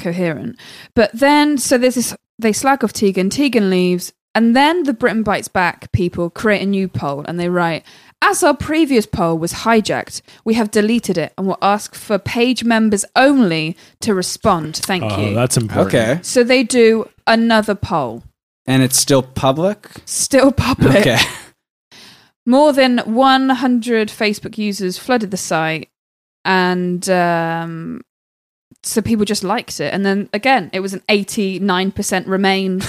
Speaker 3: coherent. But then, so there's this, they slag off Tegan, Tegan leaves, and then the Britain Bites Back people create a new poll and they write, as our previous poll was hijacked, we have deleted it and will ask for page members only to respond. Thank
Speaker 2: Oh,
Speaker 3: you.
Speaker 2: that's important.
Speaker 1: Okay.
Speaker 3: So they do another poll,
Speaker 1: And it's still
Speaker 2: *laughs*
Speaker 1: public.
Speaker 3: still public.
Speaker 1: Okay.
Speaker 3: More than 100 Facebook users flooded the site, and um, so people just liked it. And then again, it was an
Speaker 2: *laughs*
Speaker 3: 89% remain.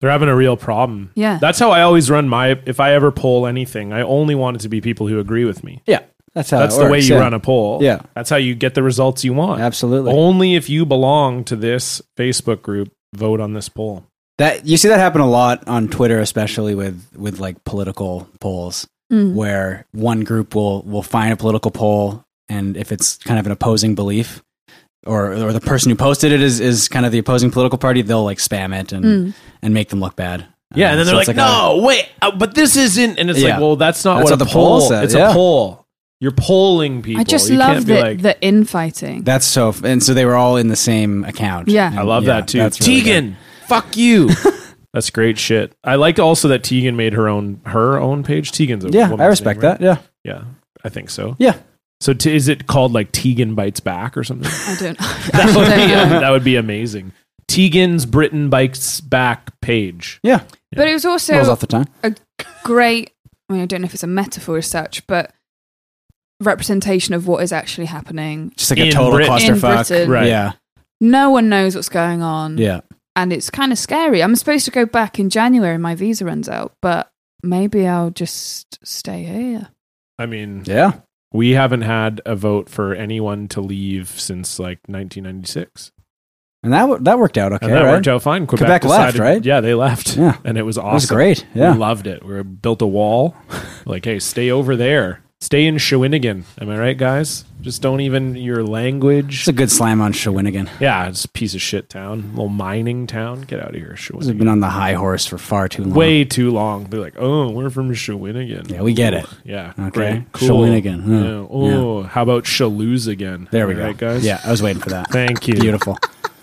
Speaker 2: They're having a real problem.
Speaker 3: Yeah.
Speaker 2: That's how I always run my if I ever poll anything, I only want it to be people who agree with me.
Speaker 1: Yeah. That's how.
Speaker 2: That's
Speaker 1: it
Speaker 2: the way
Speaker 1: works,
Speaker 2: you
Speaker 1: yeah.
Speaker 2: run a poll.
Speaker 1: Yeah.
Speaker 2: That's how you get the results you want.
Speaker 1: Absolutely.
Speaker 2: Only if you belong to this Facebook group, vote on this poll.
Speaker 1: That you see that happen a lot on Twitter, especially with with like political polls,
Speaker 3: Mm.
Speaker 1: where one group will will find a political poll, and if it's kind of an opposing belief, or or the person who posted it is is kind of the opposing political party, they'll like spam it and
Speaker 3: Mm.
Speaker 1: and make them look bad.
Speaker 2: Yeah,
Speaker 1: Uh,
Speaker 2: and then
Speaker 1: so
Speaker 2: they're
Speaker 1: it's
Speaker 2: like,
Speaker 1: a-
Speaker 2: "No, wait, uh, but this isn't." And it's
Speaker 1: Yeah.
Speaker 2: like, "Well, that's not
Speaker 1: That's
Speaker 2: what,
Speaker 1: what
Speaker 2: a
Speaker 1: the poll
Speaker 2: poll.
Speaker 1: said,
Speaker 2: It's
Speaker 1: yeah.
Speaker 2: a poll. You're polling people.
Speaker 3: I just
Speaker 2: you
Speaker 3: love
Speaker 2: can't be
Speaker 3: the,
Speaker 2: like,
Speaker 3: the infighting.
Speaker 1: that's so. f- And so they were all in the same account.
Speaker 3: Yeah.
Speaker 1: And
Speaker 2: I love
Speaker 1: yeah,
Speaker 2: that too.
Speaker 1: that's really good.
Speaker 2: Tegan,
Speaker 1: *laughs*
Speaker 2: fuck you. that's great shit. I like also that Tegan made her own her own page. Tegan's a
Speaker 1: Yeah,
Speaker 2: woman's
Speaker 1: I respect
Speaker 2: name, right?
Speaker 1: that. Yeah,
Speaker 2: Yeah, I think so.
Speaker 1: yeah.
Speaker 2: So t- is it called like Tegan bites back
Speaker 1: *laughs*
Speaker 2: or something?
Speaker 3: I
Speaker 2: *laughs*
Speaker 3: don't
Speaker 2: that would be
Speaker 3: know.
Speaker 2: that would be amazing. Tegan's Britain bites back page.
Speaker 1: Yeah,
Speaker 3: But it was
Speaker 1: rolls
Speaker 3: also
Speaker 1: off the tongue.
Speaker 3: a great, I mean, I don't know if it's a metaphor as such, but representation of what is actually happening.
Speaker 1: Just like a
Speaker 2: In
Speaker 1: total
Speaker 2: Britain.
Speaker 3: In
Speaker 1: clusterfuck.
Speaker 3: Britain.
Speaker 2: Right.
Speaker 1: Yeah,
Speaker 3: No one knows what's going on.
Speaker 1: yeah.
Speaker 3: and it's kind of scary. I'm supposed to go back in January. My visa runs out, but maybe I'll just stay here.
Speaker 2: I mean,
Speaker 1: Yeah.
Speaker 2: we haven't had a vote for anyone to leave since like 1996,
Speaker 1: And that wo- that worked out okay,
Speaker 2: and that
Speaker 1: right?
Speaker 2: worked out fine. Quebec,
Speaker 1: Quebec left,
Speaker 2: decided-
Speaker 1: right?
Speaker 2: Yeah, they left.
Speaker 1: Yeah.
Speaker 2: and it was awesome.
Speaker 1: That was great. Yeah.
Speaker 2: we loved it. We built a wall. *laughs* like, hey, stay over there. Stay in Shawinigan. Am I right, guys? Just don't even your language.
Speaker 1: It's a good slam on Shawinigan.
Speaker 2: yeah, it's a piece of shit town. Little mining town. Get out of here,
Speaker 1: He's
Speaker 2: Shawinigan.
Speaker 1: been on the high horse for far too long.
Speaker 2: Way too long. They're like, oh, we're from Shawinigan.
Speaker 1: Yeah, we get it.
Speaker 2: Yeah.
Speaker 1: Okay.
Speaker 2: Great. Cool.
Speaker 1: Shawinigan.
Speaker 2: Yeah.
Speaker 1: Yeah.
Speaker 2: Oh, how about Shaloos again?
Speaker 1: There we
Speaker 2: All
Speaker 1: go.
Speaker 2: right, guys. *laughs*
Speaker 1: Yeah, I was waiting for that.
Speaker 2: Thank you.
Speaker 1: Beautiful.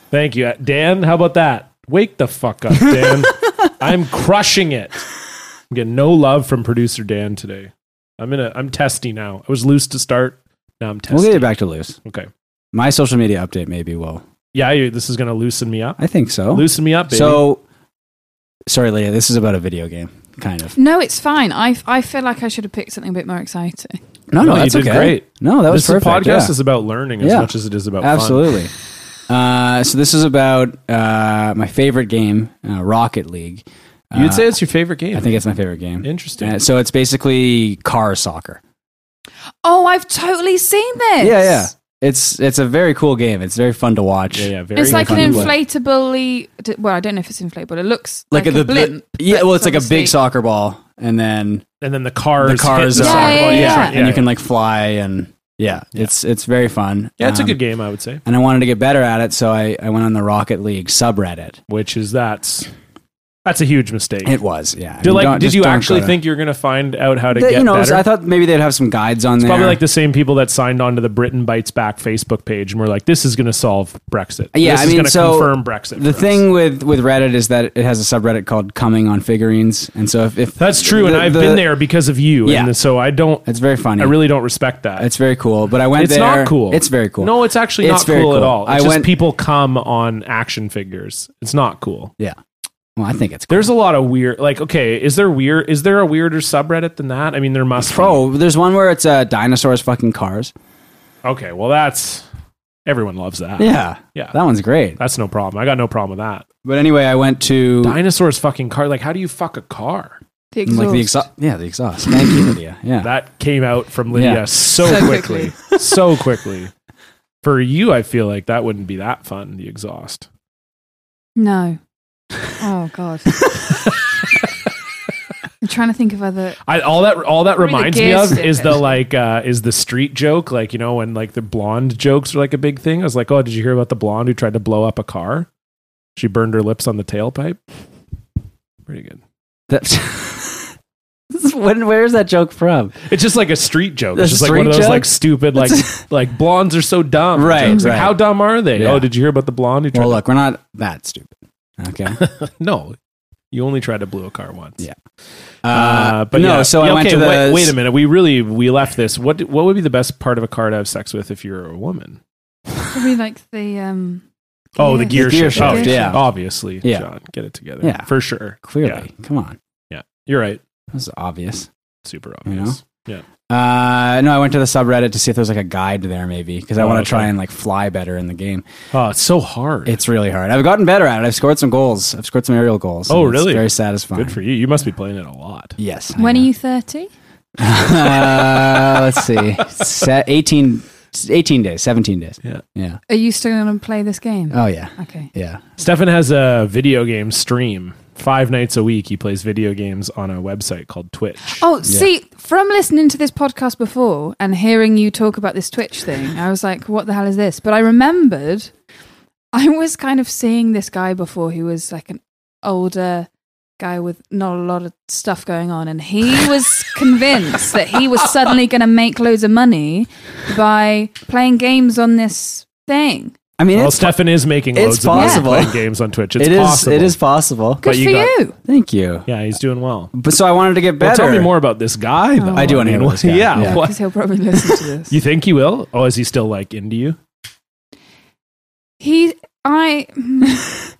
Speaker 2: Thank you, Uh, Dan. How about that? Wake the fuck up, Dan.
Speaker 3: *laughs*
Speaker 2: I'm crushing it. I'm getting no love from producer Dan today. I'm in a. I'm testy now. I was loose to start. Now I'm testy.
Speaker 1: We'll get it back to loose.
Speaker 2: Okay.
Speaker 1: My social media update maybe will.
Speaker 2: Yeah, you- this is gonna loosen me up.
Speaker 1: I think so.
Speaker 2: Loosen me up, baby.
Speaker 1: So, sorry, Leah. This is about a video game, kind of.
Speaker 3: No, it's fine. I, I feel like I should have picked something a bit more exciting.
Speaker 1: No, no,
Speaker 2: No, you
Speaker 1: that's
Speaker 2: did
Speaker 1: okay.
Speaker 2: great.
Speaker 1: No, that was
Speaker 2: this
Speaker 1: perfect.
Speaker 2: podcast
Speaker 1: yeah.
Speaker 2: is about learning as
Speaker 1: Yeah.
Speaker 2: much as it is about fun.
Speaker 1: Absolutely. Uh, so this is about uh, my favorite game, uh, Rocket League. Uh,
Speaker 2: You'd say it's your favorite game.
Speaker 1: I think it's my favorite game.
Speaker 2: interesting.
Speaker 1: Uh, so it's basically car soccer.
Speaker 3: Oh, I've totally seen this.
Speaker 1: Yeah, yeah. It's it's a very cool game. It's very fun to watch.
Speaker 2: yeah, yeah. Very
Speaker 3: It's like an
Speaker 1: fun to play.
Speaker 3: inflatably. d- Well, I don't know if it's inflatable. It looks
Speaker 1: Like,
Speaker 3: like,
Speaker 1: a,
Speaker 3: a
Speaker 1: the,
Speaker 3: blimp.
Speaker 1: yeah.
Speaker 3: but
Speaker 1: Well, it's like a
Speaker 3: obviously-
Speaker 1: big soccer ball, and then
Speaker 2: and then the cars,
Speaker 1: the cars, are-
Speaker 2: hit the soccer ball.
Speaker 3: Yeah, yeah,
Speaker 1: and you can like fly and yeah, it's it's very fun.
Speaker 2: Yeah, it's a
Speaker 1: Um,
Speaker 2: good game, I would say.
Speaker 1: And I wanted to get better at it, so I, I went on the Rocket League subreddit.
Speaker 2: Which is that's that's a huge mistake.
Speaker 1: It was, yeah. I
Speaker 2: did
Speaker 1: mean,
Speaker 2: like
Speaker 1: don't-
Speaker 2: did
Speaker 1: just
Speaker 2: you
Speaker 1: don't go
Speaker 2: actually
Speaker 1: to-
Speaker 2: think you're going to find out how to
Speaker 1: They-
Speaker 2: get
Speaker 1: you know,
Speaker 2: better?
Speaker 1: I thought maybe they'd have some guides on there.
Speaker 2: Probably like the same people that signed on to the Britain Bites Back Facebook page and were like, "This is going to solve Brexit.
Speaker 1: Yeah,
Speaker 2: this
Speaker 1: I
Speaker 2: is
Speaker 1: mean,
Speaker 2: going to
Speaker 1: so
Speaker 2: confirm Brexit."
Speaker 1: the
Speaker 2: for us."
Speaker 1: thing with with Reddit is that it has a subreddit called "Coming on Figurines," and so if, if
Speaker 2: that's true, and
Speaker 1: the-
Speaker 2: I've
Speaker 1: the-
Speaker 2: been there because of you,
Speaker 1: Yeah.
Speaker 2: and so I don't,
Speaker 1: It's very funny.
Speaker 2: I really don't respect that.
Speaker 1: it's very cool. But I went
Speaker 2: it's
Speaker 1: there.
Speaker 2: not cool.
Speaker 1: It's very cool.
Speaker 2: No, it's actually
Speaker 1: It's
Speaker 2: not
Speaker 1: very
Speaker 2: cool, at
Speaker 1: cool.
Speaker 2: all. It's
Speaker 1: I
Speaker 2: just
Speaker 1: went-
Speaker 2: people come on action figures. It's not cool.
Speaker 1: yeah. Well, I think it's cool.
Speaker 2: There's a lot of weird. Like, okay, is there weird? Is there a weirder subreddit than that? I mean, there must. be.
Speaker 1: Oh, there's one where it's uh, dinosaurs fucking cars.
Speaker 2: Okay, well, that's everyone loves that.
Speaker 1: Yeah,
Speaker 2: Yeah.
Speaker 1: that one's great.
Speaker 2: That's no problem. I got no problem with that.
Speaker 1: But anyway, I went to
Speaker 2: Dinosaurs fucking car. Like, how do you fuck a car?
Speaker 3: The
Speaker 1: like the
Speaker 3: exhaust.
Speaker 1: exhaust. Yeah, the exhaust. Thank you, Lydia. Yeah, *laughs*
Speaker 2: That came out from Lydia
Speaker 1: Yeah.
Speaker 2: so,
Speaker 1: *laughs*
Speaker 3: So
Speaker 2: quickly. so quickly. For you, I feel like that wouldn't be that fun, the exhaust. *laughs*
Speaker 3: No. Oh God. I'm trying to think of other.
Speaker 2: I, all that all that
Speaker 3: Really
Speaker 2: reminds me
Speaker 3: guessed
Speaker 2: of
Speaker 3: it.
Speaker 2: is the like uh, is the street joke like you know when like the blonde jokes are like a big thing. I was like, oh, did you hear about the blonde who tried to blow up a car? She burned her lips on the tailpipe. Pretty good.
Speaker 1: *laughs* That- when, where's that joke from?
Speaker 2: It's just like a street joke.
Speaker 1: The
Speaker 2: It's just like one
Speaker 1: street
Speaker 2: of those
Speaker 1: joke?
Speaker 2: like stupid like
Speaker 1: *laughs*
Speaker 2: like blondes are so dumb.
Speaker 1: Right,
Speaker 2: jokes. Like
Speaker 1: right.
Speaker 2: how dumb are they?
Speaker 1: Yeah.
Speaker 2: Oh, did you hear about the blonde who tried?
Speaker 1: Well, look, we're not that stupid. *laughs* Okay.
Speaker 2: to, no, you only tried to blow a car once.
Speaker 1: Yeah. Uh, but no,
Speaker 2: yeah.
Speaker 1: so I
Speaker 2: Yeah,
Speaker 1: went
Speaker 2: okay,
Speaker 1: to the.
Speaker 2: wait, wait a minute. We really we left this. What what would be the best part of a car to have sex with if you're a woman?
Speaker 3: Probably like the um.
Speaker 2: Oh, the
Speaker 3: Yeah.
Speaker 2: gear,
Speaker 1: The gear
Speaker 2: shift. Oh,
Speaker 3: shift,
Speaker 1: yeah.
Speaker 2: Obviously,
Speaker 1: Yeah.
Speaker 2: John, get it together.
Speaker 1: Yeah.
Speaker 2: for sure.
Speaker 1: *laughs*
Speaker 2: Yeah.
Speaker 1: Clearly, come on,
Speaker 2: You're right.
Speaker 1: that's obvious.
Speaker 2: Super
Speaker 1: You
Speaker 2: obvious.
Speaker 1: Uh, no, I went to the subreddit to see if there's like a guide there, maybe, because I
Speaker 2: Oh,
Speaker 1: want to
Speaker 2: okay.
Speaker 1: try and like fly better in the game.
Speaker 2: Oh, it's so hard.
Speaker 1: It's really hard. I've gotten better at it. I've scored some goals. I've scored some aerial goals.
Speaker 2: Oh,
Speaker 1: and it's
Speaker 2: really?
Speaker 1: very satisfying.
Speaker 2: good for you. You must be playing it a lot.
Speaker 1: Yes. I
Speaker 3: When are
Speaker 1: know.
Speaker 3: you thirty?
Speaker 1: *laughs* uh, let's see. Se- 18, 18 days, 17 days.
Speaker 2: Yeah.
Speaker 1: Yeah.
Speaker 3: Are you still going to play this game?
Speaker 1: Oh, yeah.
Speaker 3: okay.
Speaker 1: Yeah.
Speaker 2: Stefan has a video game stream. Five nights a week, he plays video games on a website called Twitch.
Speaker 3: Oh, see, from listening to this podcast before and hearing you talk about this Twitch thing, I was like, what the hell is this? But I remembered I was kind of seeing this guy before who was like an older guy with not a lot of stuff going on. And he
Speaker 2: *laughs*
Speaker 3: was convinced that he was suddenly going to make loads of money by playing games on this thing.
Speaker 1: I mean,
Speaker 2: well,
Speaker 1: it's,
Speaker 2: Stefan is making
Speaker 1: it's
Speaker 2: loads of
Speaker 1: possible.
Speaker 2: money playing games on Twitch. It's
Speaker 1: it is
Speaker 2: possible.
Speaker 1: it is possible.
Speaker 3: Good
Speaker 2: But you
Speaker 3: for
Speaker 2: got-
Speaker 3: you.
Speaker 1: Thank you.
Speaker 2: Yeah, he's doing well.
Speaker 1: But so I wanted to get
Speaker 2: Well,
Speaker 1: better.
Speaker 2: tell me more about this guy. Though.
Speaker 3: Oh. I do
Speaker 1: wanna hear about this guy.
Speaker 2: Yeah,
Speaker 1: Yeah.
Speaker 2: what-
Speaker 3: Because he'll probably listen to this.
Speaker 2: you think he will? Oh, is he still like into you?
Speaker 3: he, I. *laughs*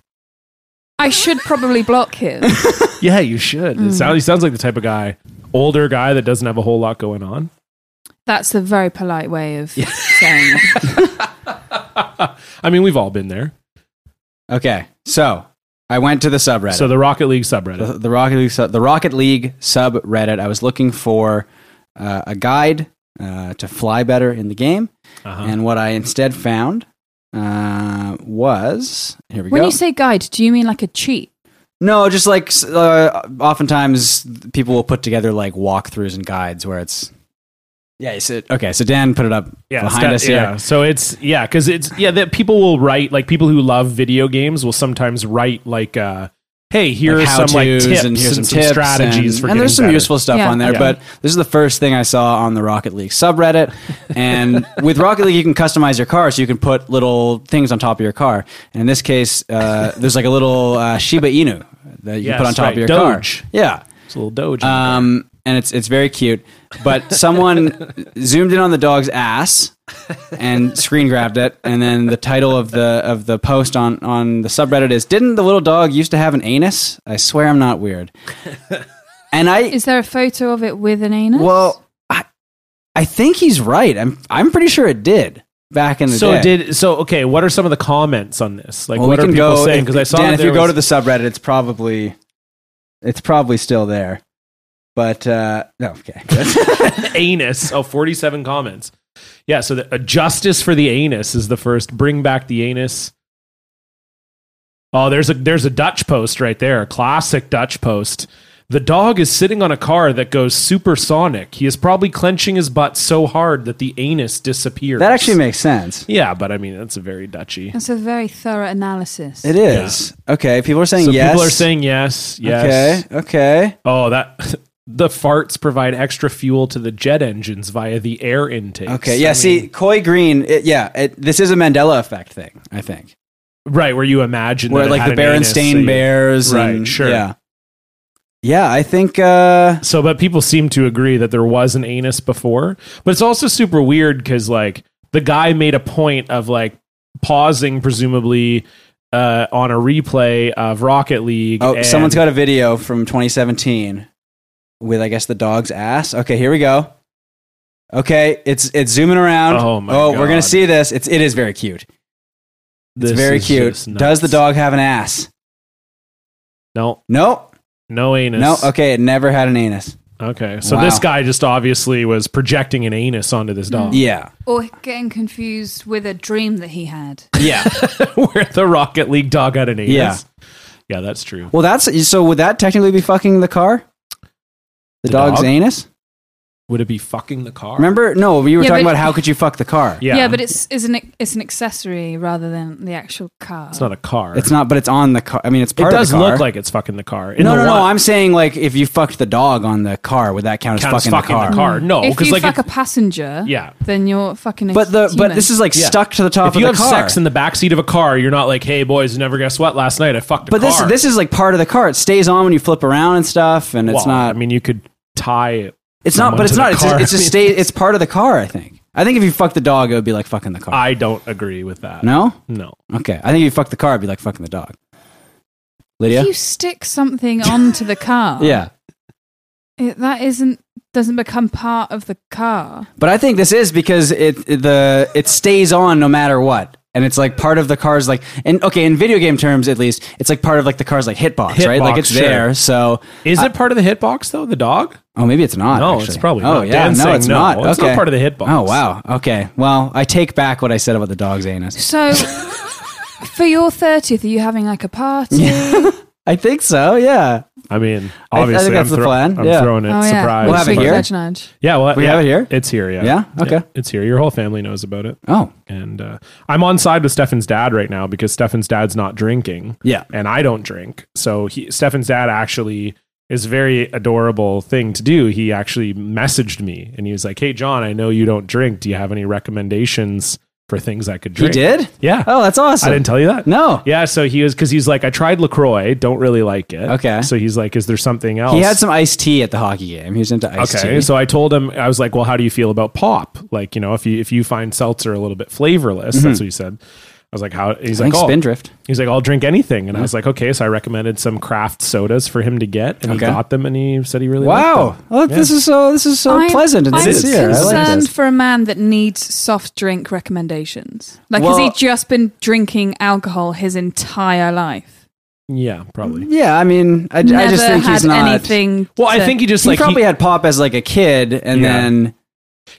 Speaker 3: I should probably block him.
Speaker 2: Yeah, you should.
Speaker 1: Mm.
Speaker 2: It sounds, he sounds like the type of guy, older guy that doesn't have a whole lot going on. *laughs*
Speaker 3: That's a very polite way
Speaker 1: *laughs*
Speaker 3: of saying it.
Speaker 2: I mean, we've all been there.
Speaker 1: *laughs* Okay. So I went to the subreddit.
Speaker 2: So the Rocket League subreddit.
Speaker 1: the, the Rocket League sub, the Rocket League subreddit. I was looking for uh, a guide uh, to fly better in the game,
Speaker 2: Uh-huh.
Speaker 1: and what I instead found uh, was here we
Speaker 3: When
Speaker 1: go.
Speaker 3: you say guide, do you mean like a cheat?
Speaker 1: no, just like s- uh, oftentimes people will put together like walkthroughs and guides where it's yeah. So, okay, so Dan put it up
Speaker 2: yeah, it's
Speaker 1: behind
Speaker 2: got-
Speaker 1: us here.
Speaker 2: Yeah, so it's yeah, because it's yeah that people will write like people who love video games will sometimes write like uh hey, here
Speaker 1: like
Speaker 2: are some like
Speaker 1: how-tos
Speaker 2: tips and, some, strategies
Speaker 1: and,
Speaker 2: for
Speaker 1: and
Speaker 2: getting
Speaker 1: there's some
Speaker 2: better.
Speaker 1: useful stuff
Speaker 3: Yeah.
Speaker 1: on there
Speaker 2: Yeah.
Speaker 1: but this is the first thing i saw on the rocket league subreddit
Speaker 2: *laughs*
Speaker 1: and with rocket league you can customize your car so you can put little things on top of your car and in this case uh, there's like a little uh, shiba inu that you
Speaker 2: Yes,
Speaker 1: can put on top
Speaker 2: right.
Speaker 1: of your
Speaker 2: Doge.
Speaker 1: car yeah
Speaker 2: It's a little doge.
Speaker 1: um, and it's it's very cute but
Speaker 2: *laughs*
Speaker 1: someone zoomed in on the dog's ass and screen grabbed it and then the title of the of the post on on the subreddit is didn't the little dog used to have an anus i swear i'm not
Speaker 2: *laughs*
Speaker 1: weird and i
Speaker 3: Is there a photo of it with an anus?
Speaker 1: well i i think he's right i'm i'm pretty sure it did back in the
Speaker 2: so
Speaker 1: day
Speaker 2: did so okay. What are some of the comments on this? Like,
Speaker 1: well,
Speaker 2: what
Speaker 1: we
Speaker 2: are
Speaker 1: can
Speaker 2: people
Speaker 1: go
Speaker 2: saying? Because I saw
Speaker 1: Dan,
Speaker 2: that
Speaker 1: if
Speaker 2: there
Speaker 1: you go
Speaker 2: was-
Speaker 1: to the subreddit it's probably it's probably still there but uh no okay
Speaker 2: anus. Oh, 47 comments. Yeah, so the, uh, justice for the anus is the first. Bring back the anus. Oh, there's a there's a Dutch post right there. A classic Dutch post. The dog is sitting on a car that goes supersonic. He is probably clenching his butt so hard that the anus
Speaker 1: *laughs*
Speaker 2: disappears.
Speaker 1: that actually makes sense
Speaker 2: Yeah, but I mean that's a very Dutchy.
Speaker 3: that's a very thorough analysis.
Speaker 1: It is. Okay. People are saying
Speaker 2: So
Speaker 1: yes.
Speaker 2: people are saying yes, yes.
Speaker 1: Okay. Okay.
Speaker 2: Oh, that *laughs* the farts provide extra fuel to the jet engines via the air intake.
Speaker 1: Okay. Yeah. see, Koi Green. It, yeah. It, this is a Mandela effect thing. I think.
Speaker 2: right where you imagine
Speaker 1: Where
Speaker 2: that it
Speaker 1: like
Speaker 2: had
Speaker 1: the
Speaker 2: an anus,
Speaker 1: Berenstain
Speaker 2: so you-
Speaker 1: Bears.
Speaker 2: Right,
Speaker 1: and-
Speaker 2: sure.
Speaker 1: Yeah. Yeah. I think. Uh,
Speaker 2: So, but people seem to agree that there was an anus before, but it's also super weird because like the guy made a point of like pausing, presumably uh, on a replay of Rocket League.
Speaker 1: oh,
Speaker 2: and-
Speaker 1: someone's got a video from 2017 with I guess the dog's ass. Okay. Here we go. Okay. It's it's zooming around.
Speaker 2: Oh, my
Speaker 1: Oh, we're
Speaker 2: God.
Speaker 1: gonna see this. It's it is very cute. It's
Speaker 2: This
Speaker 1: very
Speaker 2: is
Speaker 1: cute.
Speaker 2: just nuts.
Speaker 1: Does the dog have an ass?
Speaker 2: No,
Speaker 1: No.
Speaker 2: no anus.
Speaker 1: No. Okay. It never had an anus.
Speaker 2: Okay. So
Speaker 1: Wow.
Speaker 2: this guy just obviously was projecting an anus onto this dog.
Speaker 1: Yeah.
Speaker 3: Or getting confused with a dream that he had.
Speaker 1: Yeah.
Speaker 2: where *laughs* the Rocket League dog had an anus.
Speaker 1: Yeah.
Speaker 2: Yeah, that's true.
Speaker 1: *laughs* Well, that's so. Would that technically be fucking the car? The,
Speaker 2: The
Speaker 1: dog's
Speaker 2: dog?
Speaker 1: anus.
Speaker 2: Would it be fucking the car?
Speaker 1: Remember? No, we were
Speaker 3: Yeah,
Speaker 1: talking
Speaker 3: but-
Speaker 1: about how could you fuck the car.
Speaker 2: Yeah.
Speaker 3: but it's is an it's an accessory rather than the actual car.
Speaker 2: it's not a car.
Speaker 1: It's not, but it's on the car. I mean, it's
Speaker 2: it
Speaker 1: part
Speaker 2: does
Speaker 1: of the car.
Speaker 2: look like it's fucking the car. In
Speaker 1: no,
Speaker 2: the
Speaker 1: no,
Speaker 2: one-
Speaker 1: no. I'm saying like if you fucked the dog on the car, would that count as
Speaker 2: counts
Speaker 1: fucking, the car?
Speaker 2: No,
Speaker 3: if
Speaker 2: because
Speaker 3: you
Speaker 2: like
Speaker 3: fuck
Speaker 2: if,
Speaker 3: a passenger,
Speaker 2: Yeah.
Speaker 3: then you're fucking. A
Speaker 1: But the but
Speaker 3: human.
Speaker 1: this is like
Speaker 2: Yeah.
Speaker 1: stuck to the top
Speaker 2: if you
Speaker 1: of
Speaker 2: have
Speaker 1: the car.
Speaker 2: sex in the backseat of a car, you're not like, hey boys, never guess what? Last night I fucked a
Speaker 1: but this
Speaker 2: car."
Speaker 1: this is like part of the car. It stays on when you flip around and stuff, and
Speaker 2: Well,
Speaker 1: it's not.
Speaker 2: I mean, you could tie it.
Speaker 1: it's not.
Speaker 2: someone
Speaker 1: But it's
Speaker 2: to the
Speaker 1: not. It's
Speaker 2: car.
Speaker 1: just,
Speaker 2: *laughs*
Speaker 1: it's just stay. It's part of the car. I think. I think if you fucked the dog, it would be like fucking the car.
Speaker 2: I don't agree with that.
Speaker 1: no.
Speaker 2: no.
Speaker 1: Okay. I think if you fucked the car, it'd be like fucking the dog. Lydia.
Speaker 3: if you stick something onto the car,
Speaker 1: *laughs* Yeah.
Speaker 3: it, that isn't doesn't become part of the car.
Speaker 1: But I think this is because it it- the it stays on no matter what. And it's like part of the car's like and okay, in video game terms at least, it's like part of like the car's like hitbox, right? Like
Speaker 2: Hitbox,
Speaker 1: it's
Speaker 2: sure.
Speaker 1: there. So
Speaker 2: Is it part of the hitbox though? The dog?
Speaker 1: Oh, maybe it's not.
Speaker 2: No,
Speaker 1: actually.
Speaker 2: it's probably
Speaker 1: Oh,
Speaker 2: not.
Speaker 1: yeah,
Speaker 2: Dan's
Speaker 1: no,
Speaker 2: saying
Speaker 1: it's
Speaker 2: no.
Speaker 1: not.
Speaker 2: It's not
Speaker 1: Okay.
Speaker 2: part of the hitbox.
Speaker 1: Oh, wow. Okay. Well, I take back what I said about the dog's anus. *laughs*
Speaker 3: So, for your thirtieth, are you having like a party?
Speaker 1: I think so. Yeah.
Speaker 2: I mean,
Speaker 1: I- I think
Speaker 2: obviously, I,
Speaker 1: that's
Speaker 2: am
Speaker 1: the plan.
Speaker 2: I'm
Speaker 1: Yeah.
Speaker 2: throwing it.
Speaker 3: oh yeah,
Speaker 2: Surprise!
Speaker 1: We'll have it
Speaker 3: Big
Speaker 1: here.
Speaker 3: nudge, nudge.
Speaker 2: Yeah, well,
Speaker 1: We
Speaker 2: yeah,
Speaker 1: have it here?
Speaker 2: It's here. Yeah.
Speaker 1: Yeah? Okay.
Speaker 2: It's here. Your whole family knows about it.
Speaker 1: Oh.
Speaker 2: And uh, I'm on side with Stefan's dad right now because Stefan's dad's not drinking.
Speaker 1: Yeah.
Speaker 2: and I don't drink. So he, Stefan's dad actually is a very adorable thing to do. He actually messaged me and he was like, "Hey John, I know you don't drink. Do you have any recommendations for things I could
Speaker 1: You
Speaker 2: drink?"
Speaker 1: did?
Speaker 2: Yeah.
Speaker 1: Oh, that's awesome.
Speaker 2: I didn't tell you that.
Speaker 1: No.
Speaker 2: Yeah, so he was because he's like, I tried Lacroix, don't really like it.
Speaker 1: Okay.
Speaker 2: So he's like, is there something else?
Speaker 1: He had some iced tea at the hockey game. He was into iced
Speaker 2: Okay,
Speaker 1: tea.
Speaker 2: so I told him I was like, "Well, how do you feel about pop? Like, you know, if you if you find seltzer a little bit flavorless, that's what he said." I was like, "How?" He's
Speaker 1: I
Speaker 2: like,
Speaker 1: think
Speaker 2: "Oh,
Speaker 1: Mm-hmm. Spindrift.
Speaker 2: He's like, I'll drink anything. And I was like, okay. So I recommended some craft sodas for him to get. And
Speaker 1: Okay.
Speaker 2: he got them and he said he really
Speaker 1: Wow.
Speaker 2: liked them.
Speaker 1: Well, This is so this is so
Speaker 3: I'm-
Speaker 1: pleasant and
Speaker 3: Oh, I'm
Speaker 1: sincere. I like
Speaker 3: concerned
Speaker 1: this.
Speaker 3: for a man that needs soft drink recommendations. Like,
Speaker 1: Well-
Speaker 3: has he just been drinking alcohol his entire life?
Speaker 2: Yeah, probably.
Speaker 1: Yeah, I mean, I, I
Speaker 3: Never
Speaker 1: just think
Speaker 3: had
Speaker 1: he's not.
Speaker 3: anything.
Speaker 2: Well, I
Speaker 3: to-
Speaker 2: think he just
Speaker 1: he
Speaker 2: like,
Speaker 1: probably
Speaker 2: he-
Speaker 1: had pop as like a kid, and
Speaker 2: Yeah.
Speaker 1: then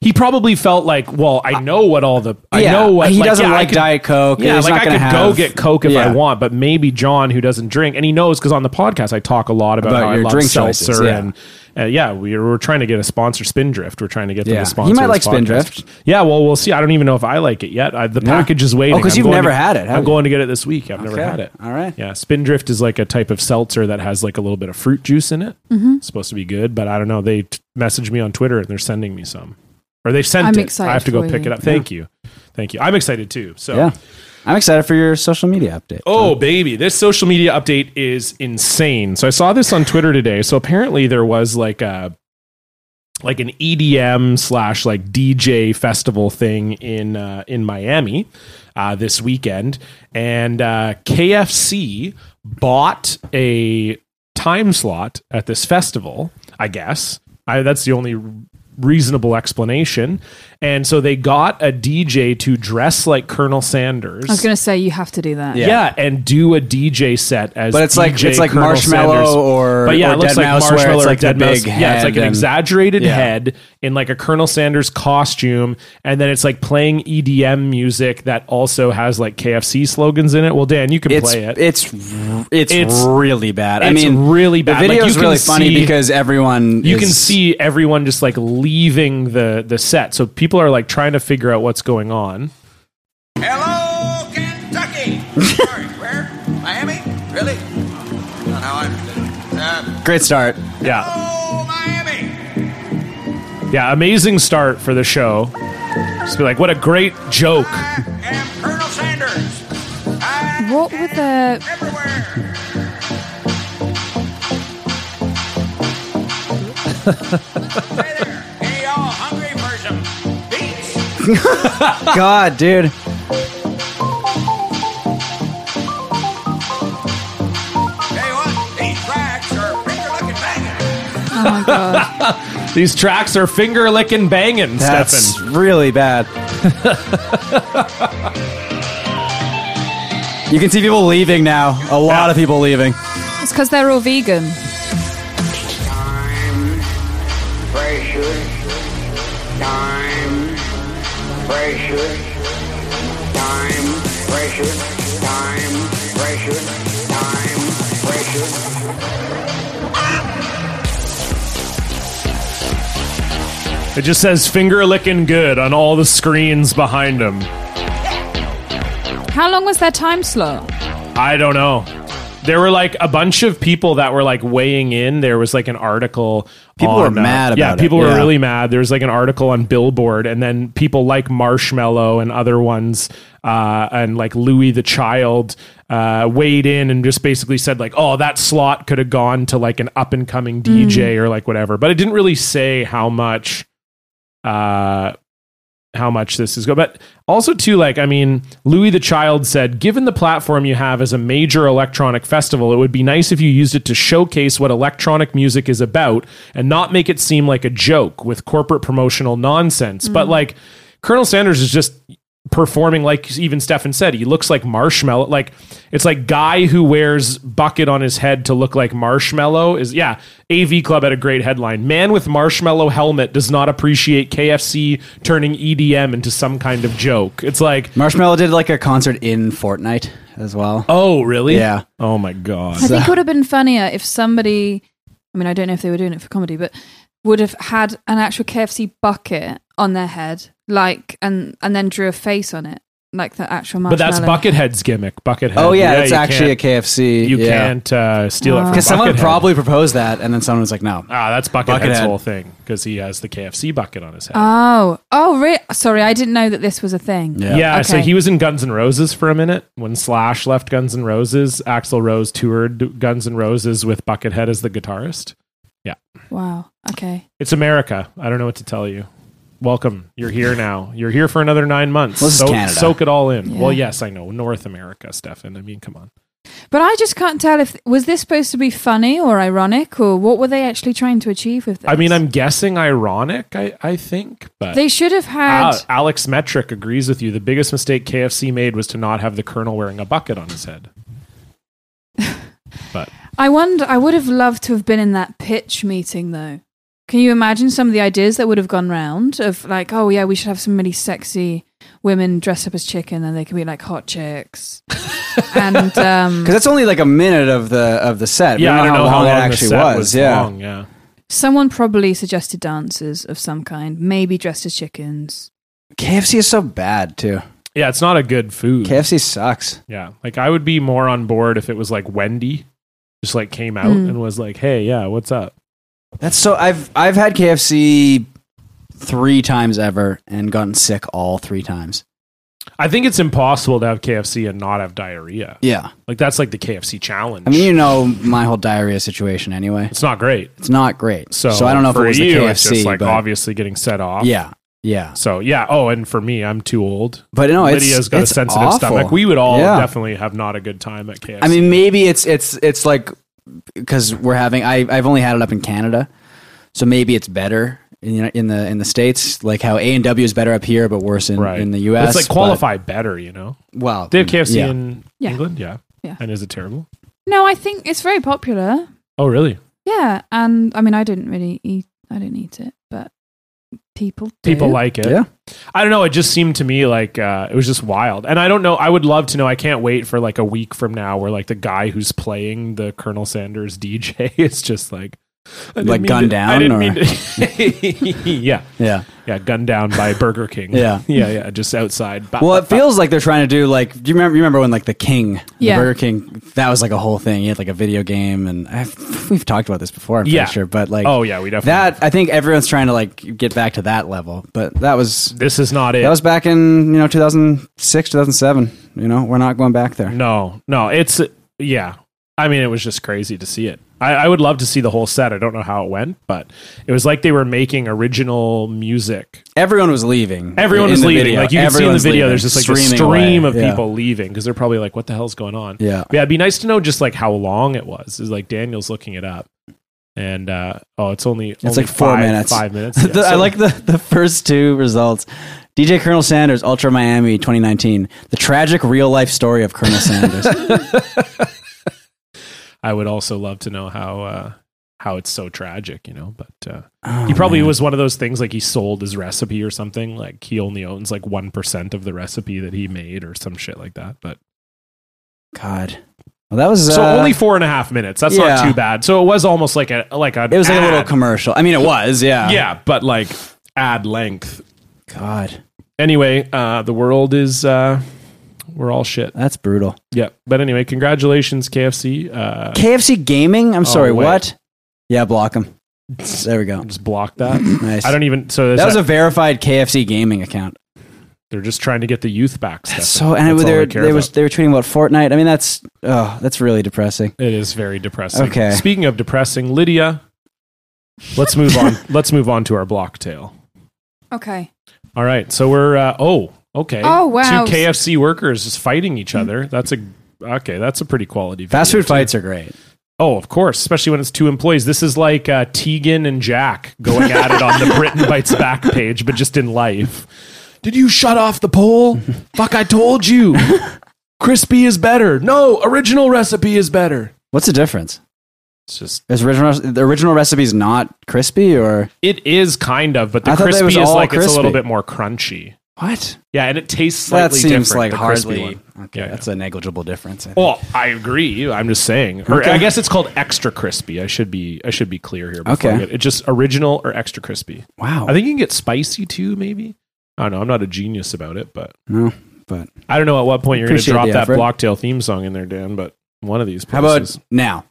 Speaker 2: He probably felt like, well, I know what all the I
Speaker 1: yeah,
Speaker 2: know what
Speaker 1: he
Speaker 2: like,
Speaker 1: doesn't
Speaker 2: yeah, I
Speaker 1: like
Speaker 2: could-
Speaker 1: Diet Coke.
Speaker 2: Yeah,
Speaker 1: He's
Speaker 2: like
Speaker 1: not
Speaker 2: I
Speaker 1: gonna
Speaker 2: could
Speaker 1: have-
Speaker 2: go get Coke if
Speaker 1: Yeah.
Speaker 2: I want, but maybe John, who doesn't drink, and he knows because on the podcast I talk a lot about,
Speaker 1: About
Speaker 2: how I
Speaker 1: your
Speaker 2: love
Speaker 1: drink
Speaker 2: seltzer
Speaker 1: choices, yeah.
Speaker 2: and uh, yeah, we were, we're trying to get a sponsor, Spindrift. We're trying to get them
Speaker 1: Yeah.
Speaker 2: a
Speaker 1: He
Speaker 2: sponsor.
Speaker 1: might
Speaker 2: this
Speaker 1: like Spindrift.
Speaker 2: podcast. Yeah, well, we'll see. I don't even know if I like it yet. I, the
Speaker 1: Yeah.
Speaker 2: package is waiting.
Speaker 1: Oh, 'cause
Speaker 2: I'm
Speaker 1: you've
Speaker 2: going
Speaker 1: never
Speaker 2: to-
Speaker 1: had it, have
Speaker 2: I'm
Speaker 1: you?
Speaker 2: going to get it this week. I've never
Speaker 1: Okay.
Speaker 2: had it.
Speaker 1: All right.
Speaker 2: Yeah, Spindrift is like a type of seltzer that has like a little bit of fruit juice in it.
Speaker 3: Mm-hmm.
Speaker 2: It's supposed to be good, but I don't know. They t- messaged me on Twitter and they're sending me some, or they sent
Speaker 3: I'm
Speaker 2: it.
Speaker 3: excited
Speaker 2: I have to go
Speaker 3: for
Speaker 2: pick
Speaker 3: you.
Speaker 2: it up. Thank you, thank you. I'm excited too. So
Speaker 1: Yeah. I'm excited for your social media update.
Speaker 2: Oh, baby. This social media update is insane. So I saw this on Twitter today. So apparently there was like a like an EDM slash like DJ festival thing in uh, in Miami uh, this weekend, and uh, KFC bought a time slot at this festival. I guess I, that's the only reasonable explanation. And so they got a DJ to dress like Colonel Sanders.
Speaker 3: I was going to say you have to do that.
Speaker 1: Yeah.
Speaker 2: Yeah. and do a DJ set as.
Speaker 1: But it's like-
Speaker 2: DJ
Speaker 1: it's like
Speaker 2: Colonel
Speaker 1: Marshmello
Speaker 2: Sanders.
Speaker 1: or-
Speaker 2: but yeah,
Speaker 1: or
Speaker 2: it looks
Speaker 1: Dead
Speaker 2: like
Speaker 1: Mouse where
Speaker 2: Marshmello
Speaker 1: it's
Speaker 2: or
Speaker 1: like the
Speaker 2: Dead Mouse.
Speaker 1: big
Speaker 2: Yeah, it's like
Speaker 1: head
Speaker 2: an
Speaker 1: and-
Speaker 2: exaggerated
Speaker 1: Yeah.
Speaker 2: head in like a Colonel Sanders costume, and then it's like playing EDM music that also has like KFC slogans in it. Well, Dan, you can
Speaker 1: it's
Speaker 2: play it.
Speaker 1: it's r- it's,
Speaker 2: It's-
Speaker 1: really bad. I
Speaker 2: it's
Speaker 1: mean,
Speaker 2: really bad.
Speaker 1: The
Speaker 2: Like,
Speaker 1: video
Speaker 2: you
Speaker 1: is
Speaker 2: can
Speaker 1: really funny
Speaker 2: see-
Speaker 1: because everyone
Speaker 2: you
Speaker 1: is-
Speaker 2: can see everyone just like leaving the the set, so people are like trying to figure out what's going on.
Speaker 4: Hello, Kentucky. Sorry, where? Miami? Really? Not how I'm. Uh,
Speaker 1: great
Speaker 2: *laughs*
Speaker 1: start.
Speaker 2: Yeah,
Speaker 4: hello, Miami.
Speaker 2: yeah, amazing start for the show. Just be like, what a great joke.
Speaker 4: I am Colonel Sanders. I
Speaker 3: What were the-
Speaker 4: am Everywhere. hey there. Any of y'all hungry for some beats?
Speaker 1: God, dude.
Speaker 4: Tell you what, these tracks are finger-looking banging.
Speaker 3: Oh my god.
Speaker 2: These tracks are finger licking banging,
Speaker 1: That's
Speaker 2: Stefan.
Speaker 1: really bad. you can see people leaving now. A lot of people leaving.
Speaker 3: it's because they're all vegan.
Speaker 5: Time pressure. Time pressure. Time pressure. Time pressure. Time pressure.
Speaker 2: It just says finger licking good on all the screens behind him.
Speaker 3: How long was their time slot?
Speaker 2: I don't know. There were like a bunch of people that were like weighing in. There was like an article.
Speaker 1: People
Speaker 2: on, uh,
Speaker 1: were mad
Speaker 2: Yeah,
Speaker 1: about it.
Speaker 2: people were
Speaker 1: Yeah.
Speaker 2: really mad. There was like an article on Billboard, and then people like Marshmallow and other ones, uh, and like Louis the Child uh, weighed in and just basically said like, "Oh, that slot could have gone to like an up and
Speaker 1: Hmm.
Speaker 2: coming DJ or like whatever." But it didn't really say how much. Uh, how much this is going. But also too, like I mean, Louis the Child said, given the platform you have as a major electronic festival, it would be nice if you used it to showcase what electronic music is about and not make it seem like a joke with corporate promotional nonsense. But like Colonel Sanders is just performing like even Stefan said, he looks like marshmallow. Like it's like guy who wears bucket on his head to look like marshmallow is yeah. AV Club had a great headline: Man with marshmallow helmet does not appreciate KFC turning EDM into some kind of joke. It's like
Speaker 1: Marshmallow did like a concert in Fortnite as well.
Speaker 2: oh really
Speaker 1: Yeah.
Speaker 2: oh my god
Speaker 3: I think it would have been funnier if somebody, I mean, I don't know if they were doing it for comedy, but would have had an actual KFC bucket on their head, like, and and then drew a face on it, like the actual
Speaker 2: But that's
Speaker 3: marshmallow.
Speaker 2: Buckethead's gimmick. Buckethead.
Speaker 1: Oh yeah, it's
Speaker 2: you
Speaker 1: actually a
Speaker 2: can't-
Speaker 1: KFC.
Speaker 2: You
Speaker 1: yeah.
Speaker 2: can't uh, steal it from
Speaker 1: Because someone
Speaker 2: Buckethead.
Speaker 1: probably proposed that, and then someone was like, "No."
Speaker 2: ah that's Buckethead's
Speaker 1: Buckethead.
Speaker 2: whole thing because he has the KFC bucket on his head.
Speaker 3: Oh, oh, re- sorry, I didn't know that this was a thing.
Speaker 1: Yeah.
Speaker 2: Yeah, so
Speaker 3: Okay.
Speaker 2: he was in Guns N' Roses for a minute. When Slash left Guns N' Roses, Axl Rose toured Guns N' Roses with Buckethead as the guitarist.
Speaker 3: Wow. Okay.
Speaker 2: It's America. I don't know what to tell you. Welcome. You're here now. You're here for another nine months.
Speaker 1: Well, this is Canada.
Speaker 2: soak it all in.
Speaker 3: Yeah.
Speaker 2: Well, yes, I know. North America, Stefan. I mean, come on.
Speaker 3: But I just can't tell if was this supposed to be funny or ironic or what were they actually trying to achieve with this?
Speaker 2: I mean, I'm guessing ironic, I, I think, but.
Speaker 3: They should have had.
Speaker 2: Al- Alex Metric agrees with you. The biggest mistake KFC made was to not have the colonel wearing a bucket on his
Speaker 3: *laughs*
Speaker 2: head. But
Speaker 3: I wonder. I would have loved to have been in that pitch meeting though, Can you imagine some of the ideas that would have gone round of like, oh yeah, we should have some really sexy women dressed up as chicken, and they can be like hot chicks. and um,
Speaker 1: because that's only like a minute of the of the set. We
Speaker 2: Yeah, I don't know how long,
Speaker 1: it
Speaker 2: the
Speaker 1: actually
Speaker 2: set
Speaker 1: was. yeah,
Speaker 2: long, yeah.
Speaker 3: someone probably suggested dancers of some kind, maybe dressed as chickens.
Speaker 1: KFC is so bad too.
Speaker 2: Yeah, it's not a good food.
Speaker 1: KFC sucks.
Speaker 2: Yeah, like I would be more on board if it was like Wendy, just like came out and was like, "Hey, yeah, what's up?"
Speaker 1: That's so. I've I've had KFC three times ever and gotten sick all three times.
Speaker 2: I think it's impossible to have KFC and not have diarrhea.
Speaker 1: Yeah,
Speaker 2: Like that's like the KFC challenge.
Speaker 1: I mean, you know my whole diarrhea situation anyway.
Speaker 2: it's not great.
Speaker 1: It's not great.
Speaker 2: So,
Speaker 1: So, I don't know if it
Speaker 2: for
Speaker 1: was the
Speaker 2: you,
Speaker 1: KFC,
Speaker 2: it's just like
Speaker 1: but
Speaker 2: obviously getting set off.
Speaker 1: yeah, yeah.
Speaker 2: So yeah. Oh, and for me, I'm too old.
Speaker 1: But no, it's
Speaker 2: Lydia's got
Speaker 1: it's
Speaker 2: a sensitive
Speaker 1: awful.
Speaker 2: stomach. We would all
Speaker 1: Yeah.
Speaker 2: definitely have not a good time at KFC.
Speaker 1: I mean, maybe it's it's it's like because we're having. I I've only had it up in Canada, so maybe it's better in in the in the states. Like how A and W is better up here, but worse in,
Speaker 2: right
Speaker 1: in the U.S.
Speaker 2: it's like
Speaker 1: but-
Speaker 2: qualify better. You know,
Speaker 1: well,
Speaker 2: they have
Speaker 1: Mm,
Speaker 2: KFC
Speaker 1: yeah.
Speaker 2: in
Speaker 3: Yeah.
Speaker 2: England. Yeah.
Speaker 3: Yeah.
Speaker 2: And is it terrible?
Speaker 3: No, I think it's very popular.
Speaker 2: Oh, really?
Speaker 3: Yeah, and I mean, I didn't really eat. I didn't eat it, but people do.
Speaker 2: People like it.
Speaker 1: Yeah.
Speaker 2: I don't know. It just seemed to me like uh, it was just wild. And I don't know. I would love to know. I can't wait for like a week from now where like the guy who's playing the Colonel Sanders *laughs* DJ is just like, I didn't
Speaker 1: Like
Speaker 2: mean
Speaker 1: gunned
Speaker 2: to-
Speaker 1: down
Speaker 2: I didn't
Speaker 1: or-
Speaker 2: mean
Speaker 1: *laughs*
Speaker 2: to- *laughs* yeah.
Speaker 1: yeah.
Speaker 2: Yeah. Gunned down by Burger King.
Speaker 1: Yeah.
Speaker 2: *laughs* Yeah. Yeah. Just outside. Ba-
Speaker 1: Well,
Speaker 2: ba-
Speaker 1: it feels like they're trying to do like. Do you remember? You remember when like the King,
Speaker 3: Yeah.
Speaker 1: the Burger King, that was like a whole thing. He had like a video game, and i we've talked about this before. I'm
Speaker 2: Yeah.
Speaker 1: pretty sure, but like,
Speaker 2: Oh, yeah, we definitely
Speaker 1: that. I think everyone's trying to like get back to that level, but that was
Speaker 2: this is not it.
Speaker 1: that was back in you know 2006, 2007. You know, we're not going back there.
Speaker 2: No, no, it's yeah. I mean, it was just crazy to see it. I, I would love to see the whole set. I don't know how it went, but it was like they were making original music.
Speaker 1: Everyone was leaving.
Speaker 2: Everyone
Speaker 1: in
Speaker 2: was
Speaker 1: the
Speaker 2: leaving.
Speaker 1: video.
Speaker 2: Like you can see in the
Speaker 1: Everyone's
Speaker 2: video,
Speaker 1: leaving,
Speaker 2: there's just like a
Speaker 1: streaming
Speaker 2: stream
Speaker 1: away.
Speaker 2: of
Speaker 1: Yeah. *laughs*
Speaker 2: people leaving because they're probably like, "What the hell's going on?"
Speaker 1: Yeah.
Speaker 2: But yeah. It'd be nice to know just like how long it was. Is like Daniel's looking it up, and uh, oh, it's only
Speaker 1: It's like four minutes. *laughs*
Speaker 2: Five minutes.
Speaker 1: The- I like the, the first two results. DJ Colonel Sanders, Ultra Miami 2019. The tragic real life story of
Speaker 2: *laughs*
Speaker 1: Colonel Sanders.
Speaker 2: I would also love to know how uh, how it's so tragic, you know. But uh,
Speaker 1: Oh,
Speaker 2: he probably
Speaker 1: man.
Speaker 2: was one of those things like he sold his recipe or something. Like he only owns like one percent of the recipe that he made or some shit like that. But
Speaker 1: God. Well, that was.
Speaker 2: so
Speaker 1: uh,
Speaker 2: only four and a half minutes. That's not
Speaker 1: yeah.
Speaker 2: too bad. So it was almost like a like a
Speaker 1: It was like a little commercial. I mean, it was, yeah.
Speaker 2: yeah, but like ad length.
Speaker 1: God.
Speaker 2: Anyway, uh, the world is uh, we're all shit.
Speaker 1: That's brutal.
Speaker 2: Yeah, but anyway, congratulations, KFC. Uh,
Speaker 1: KFC Gaming? I'm sorry,
Speaker 2: oh, wait.
Speaker 1: what? Yeah, block him. There we go.
Speaker 2: just block that.
Speaker 1: *clears throat* Nice.
Speaker 2: I don't even. So
Speaker 1: that was
Speaker 2: a,
Speaker 1: a verified KFC Gaming account.
Speaker 2: they're just trying to get the youth back.
Speaker 1: So, and
Speaker 2: That's
Speaker 1: they
Speaker 2: all I
Speaker 1: were,
Speaker 2: care
Speaker 1: they,
Speaker 2: about.
Speaker 1: was, they were tweeting about Fortnite. I mean, that's, oh, that's really depressing.
Speaker 2: It is very depressing.
Speaker 1: Okay.
Speaker 2: Speaking of depressing, Lydia, let's move
Speaker 1: *laughs*
Speaker 2: on. let's move on to our block tale.
Speaker 3: Okay.
Speaker 2: All right. So we're uh, oh okay.
Speaker 3: Oh, wow.
Speaker 2: Two KFC workers just fighting each other. That's a okay. That's a pretty quality.
Speaker 1: Fast
Speaker 2: video,
Speaker 1: food
Speaker 2: too.
Speaker 1: fights are great.
Speaker 2: Oh, of course, especially when it's two employees. This is like uh, Tegan and Jack going at it on the Britain Bites Back page, but just in life. Did you shut off the poll? Fuck! I
Speaker 1: *laughs*
Speaker 2: told you. Crispy is better. No, original recipe is better.
Speaker 1: What's the difference?
Speaker 2: It's just
Speaker 1: Is original the original recipe's not crispy or
Speaker 2: It is kind of, but the
Speaker 1: I thought that
Speaker 2: crispy
Speaker 1: was
Speaker 2: is
Speaker 1: all
Speaker 2: like it's a little
Speaker 1: crispy.
Speaker 2: bit more crunchy.
Speaker 1: what?
Speaker 2: Yeah, and it tastes slightly
Speaker 1: That seems
Speaker 2: different,
Speaker 1: like
Speaker 2: the crispy
Speaker 1: hardly.
Speaker 2: one.
Speaker 1: Okay,
Speaker 2: Yeah,
Speaker 1: that's a negligible difference. I think.
Speaker 2: Well, I agree. I'm just saying. Or
Speaker 1: Okay.
Speaker 2: I guess it's called extra crispy. I should be I should be clear here. Before
Speaker 1: Okay. Oh.
Speaker 2: I get- It's just original or extra crispy.
Speaker 1: wow.
Speaker 2: I think you can get spicy too, maybe. I don't know. I'm not a genius about it, but
Speaker 1: no, but
Speaker 2: I don't know at what point you're going to
Speaker 1: Appreciate
Speaker 2: drop
Speaker 1: the
Speaker 2: that
Speaker 1: effort.
Speaker 2: Blocktail theme song in there, Dan. But one of these.
Speaker 1: how
Speaker 2: places.
Speaker 1: about now?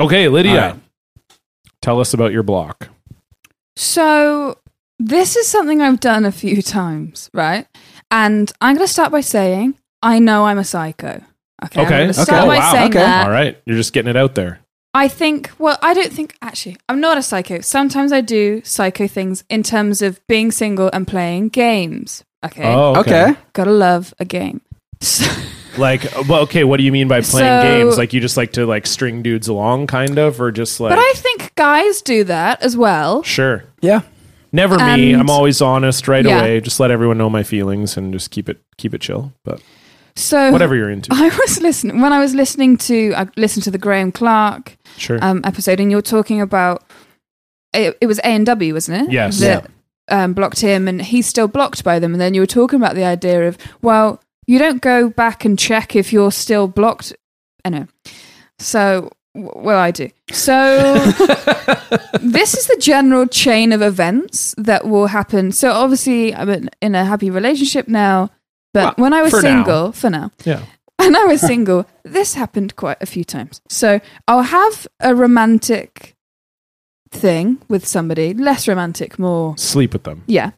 Speaker 2: okay, Lydia?
Speaker 1: All right.
Speaker 2: Tell us about your block.
Speaker 3: So this is something I've done a few times, right? And I'm going to start by saying I know I'm a psycho. Okay. I'm
Speaker 2: Okay,
Speaker 3: gonna
Speaker 2: okay.
Speaker 3: Start
Speaker 1: Oh,
Speaker 3: by
Speaker 1: wow,
Speaker 3: saying
Speaker 1: okay.
Speaker 3: that.
Speaker 2: All right, you're just getting it out there.
Speaker 3: I think, well, I don't think, actually, I'm not a psycho. Sometimes I do psycho things in terms of being single and playing games. Okay.
Speaker 2: Oh,
Speaker 1: Okay.
Speaker 3: Gotta love a game. So, *laughs*
Speaker 2: Like, well, okay, what do you mean by playing
Speaker 3: So-
Speaker 2: games? Like, you just like to like string dudes along, kind of, or just like,
Speaker 3: but I think guys do that as well.
Speaker 2: sure,
Speaker 1: Yeah.
Speaker 2: Never me.
Speaker 3: And-
Speaker 2: I'm always honest right
Speaker 3: Yeah.
Speaker 2: away. Just let everyone know my feelings and just keep it keep it chill. But
Speaker 3: So
Speaker 2: whatever you're into,
Speaker 3: *laughs* I was listening when I was listening to I listened to the Graham Clark
Speaker 2: sure.
Speaker 3: um, episode, and you're talking about it, it was A and W, wasn't it?
Speaker 2: Yes.
Speaker 3: That um, blocked him, and he's still blocked by them. And then you were talking about the idea of well, you don't go back and check if you're still blocked. I know. So w- well, I do.
Speaker 2: *laughs*
Speaker 3: So this is the general chain of events that will happen. So obviously, I'm in- in a happy relationship now. But
Speaker 2: Well,
Speaker 3: when I was
Speaker 2: for now.
Speaker 3: single, for now,
Speaker 2: yeah.
Speaker 3: and I
Speaker 2: *laughs*
Speaker 3: was single, this happened quite a few times. So I'll have a romantic thing with somebody, less romantic, more
Speaker 2: Sleep with them.
Speaker 3: yeah,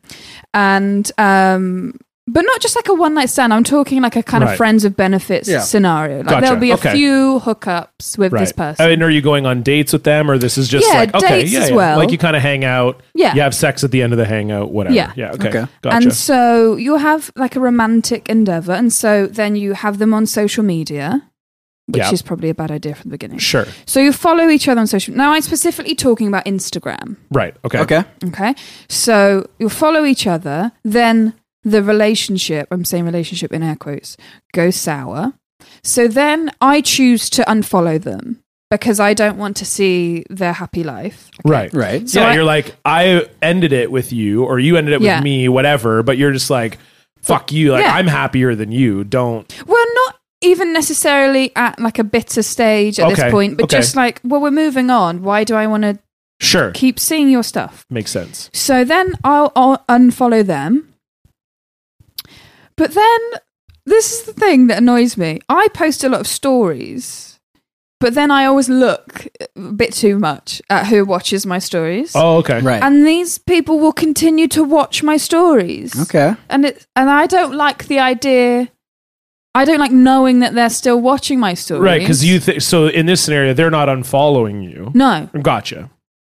Speaker 3: and um, but not just like a one night stand. I'm talking like a kind
Speaker 2: Right.
Speaker 3: of friends with benefits
Speaker 1: Yeah.
Speaker 3: scenario. Like
Speaker 2: Gotcha.
Speaker 3: there'll be a
Speaker 2: Okay.
Speaker 3: few hookups with
Speaker 2: Right.
Speaker 3: this person.
Speaker 2: And are you going on dates with them, or this is just
Speaker 3: Yeah,
Speaker 2: like okay,
Speaker 3: dates
Speaker 2: yeah,
Speaker 3: as
Speaker 2: yeah.
Speaker 3: well.
Speaker 2: like you kind of hang out.
Speaker 3: Yeah.
Speaker 2: You have sex at the end of the hangout. Whatever.
Speaker 3: Yeah.
Speaker 2: Yeah. Okay.
Speaker 1: Okay.
Speaker 2: Gotcha.
Speaker 3: And so you'll have like a romantic endeavor, and so then you have them on social media, which
Speaker 2: Yeah.
Speaker 3: is probably a bad idea from the beginning.
Speaker 2: sure.
Speaker 3: So you follow each other on social. Now I'm specifically talking about Instagram.
Speaker 2: Right. Okay.
Speaker 1: Okay.
Speaker 3: Okay. So you'll follow each other, then the relationship, I'm saying relationship in air quotes, goes sour. So then I choose to unfollow them because I don't want to see their happy life.
Speaker 2: Right.
Speaker 1: Right.
Speaker 2: So
Speaker 3: So I-
Speaker 2: you're like, I ended it with you, or you ended it with
Speaker 3: Yeah.
Speaker 2: me, whatever. But you're just like, fuck you. Like
Speaker 3: Yeah.
Speaker 2: I'm happier than you. Don't.
Speaker 3: Well, not even necessarily at like a bitter stage at
Speaker 2: Okay,
Speaker 3: this point, but
Speaker 2: okay.
Speaker 3: just like, well, we're moving on. Why do I want to
Speaker 2: Sure.
Speaker 3: keep seeing your stuff?
Speaker 2: Makes sense.
Speaker 3: So then I'll, I'll unfollow them. But then this is the thing that annoys me. I post a lot of stories, but then I always look a bit too much at who watches my stories.
Speaker 2: Oh, okay.
Speaker 1: Right.
Speaker 3: And these people will continue to watch my stories.
Speaker 1: okay.
Speaker 3: And it and I don't like the idea I don't like knowing that they're still watching my stories.
Speaker 2: Right. Because you. Th- so in this scenario, they're not unfollowing you.
Speaker 3: No,
Speaker 2: Gotcha.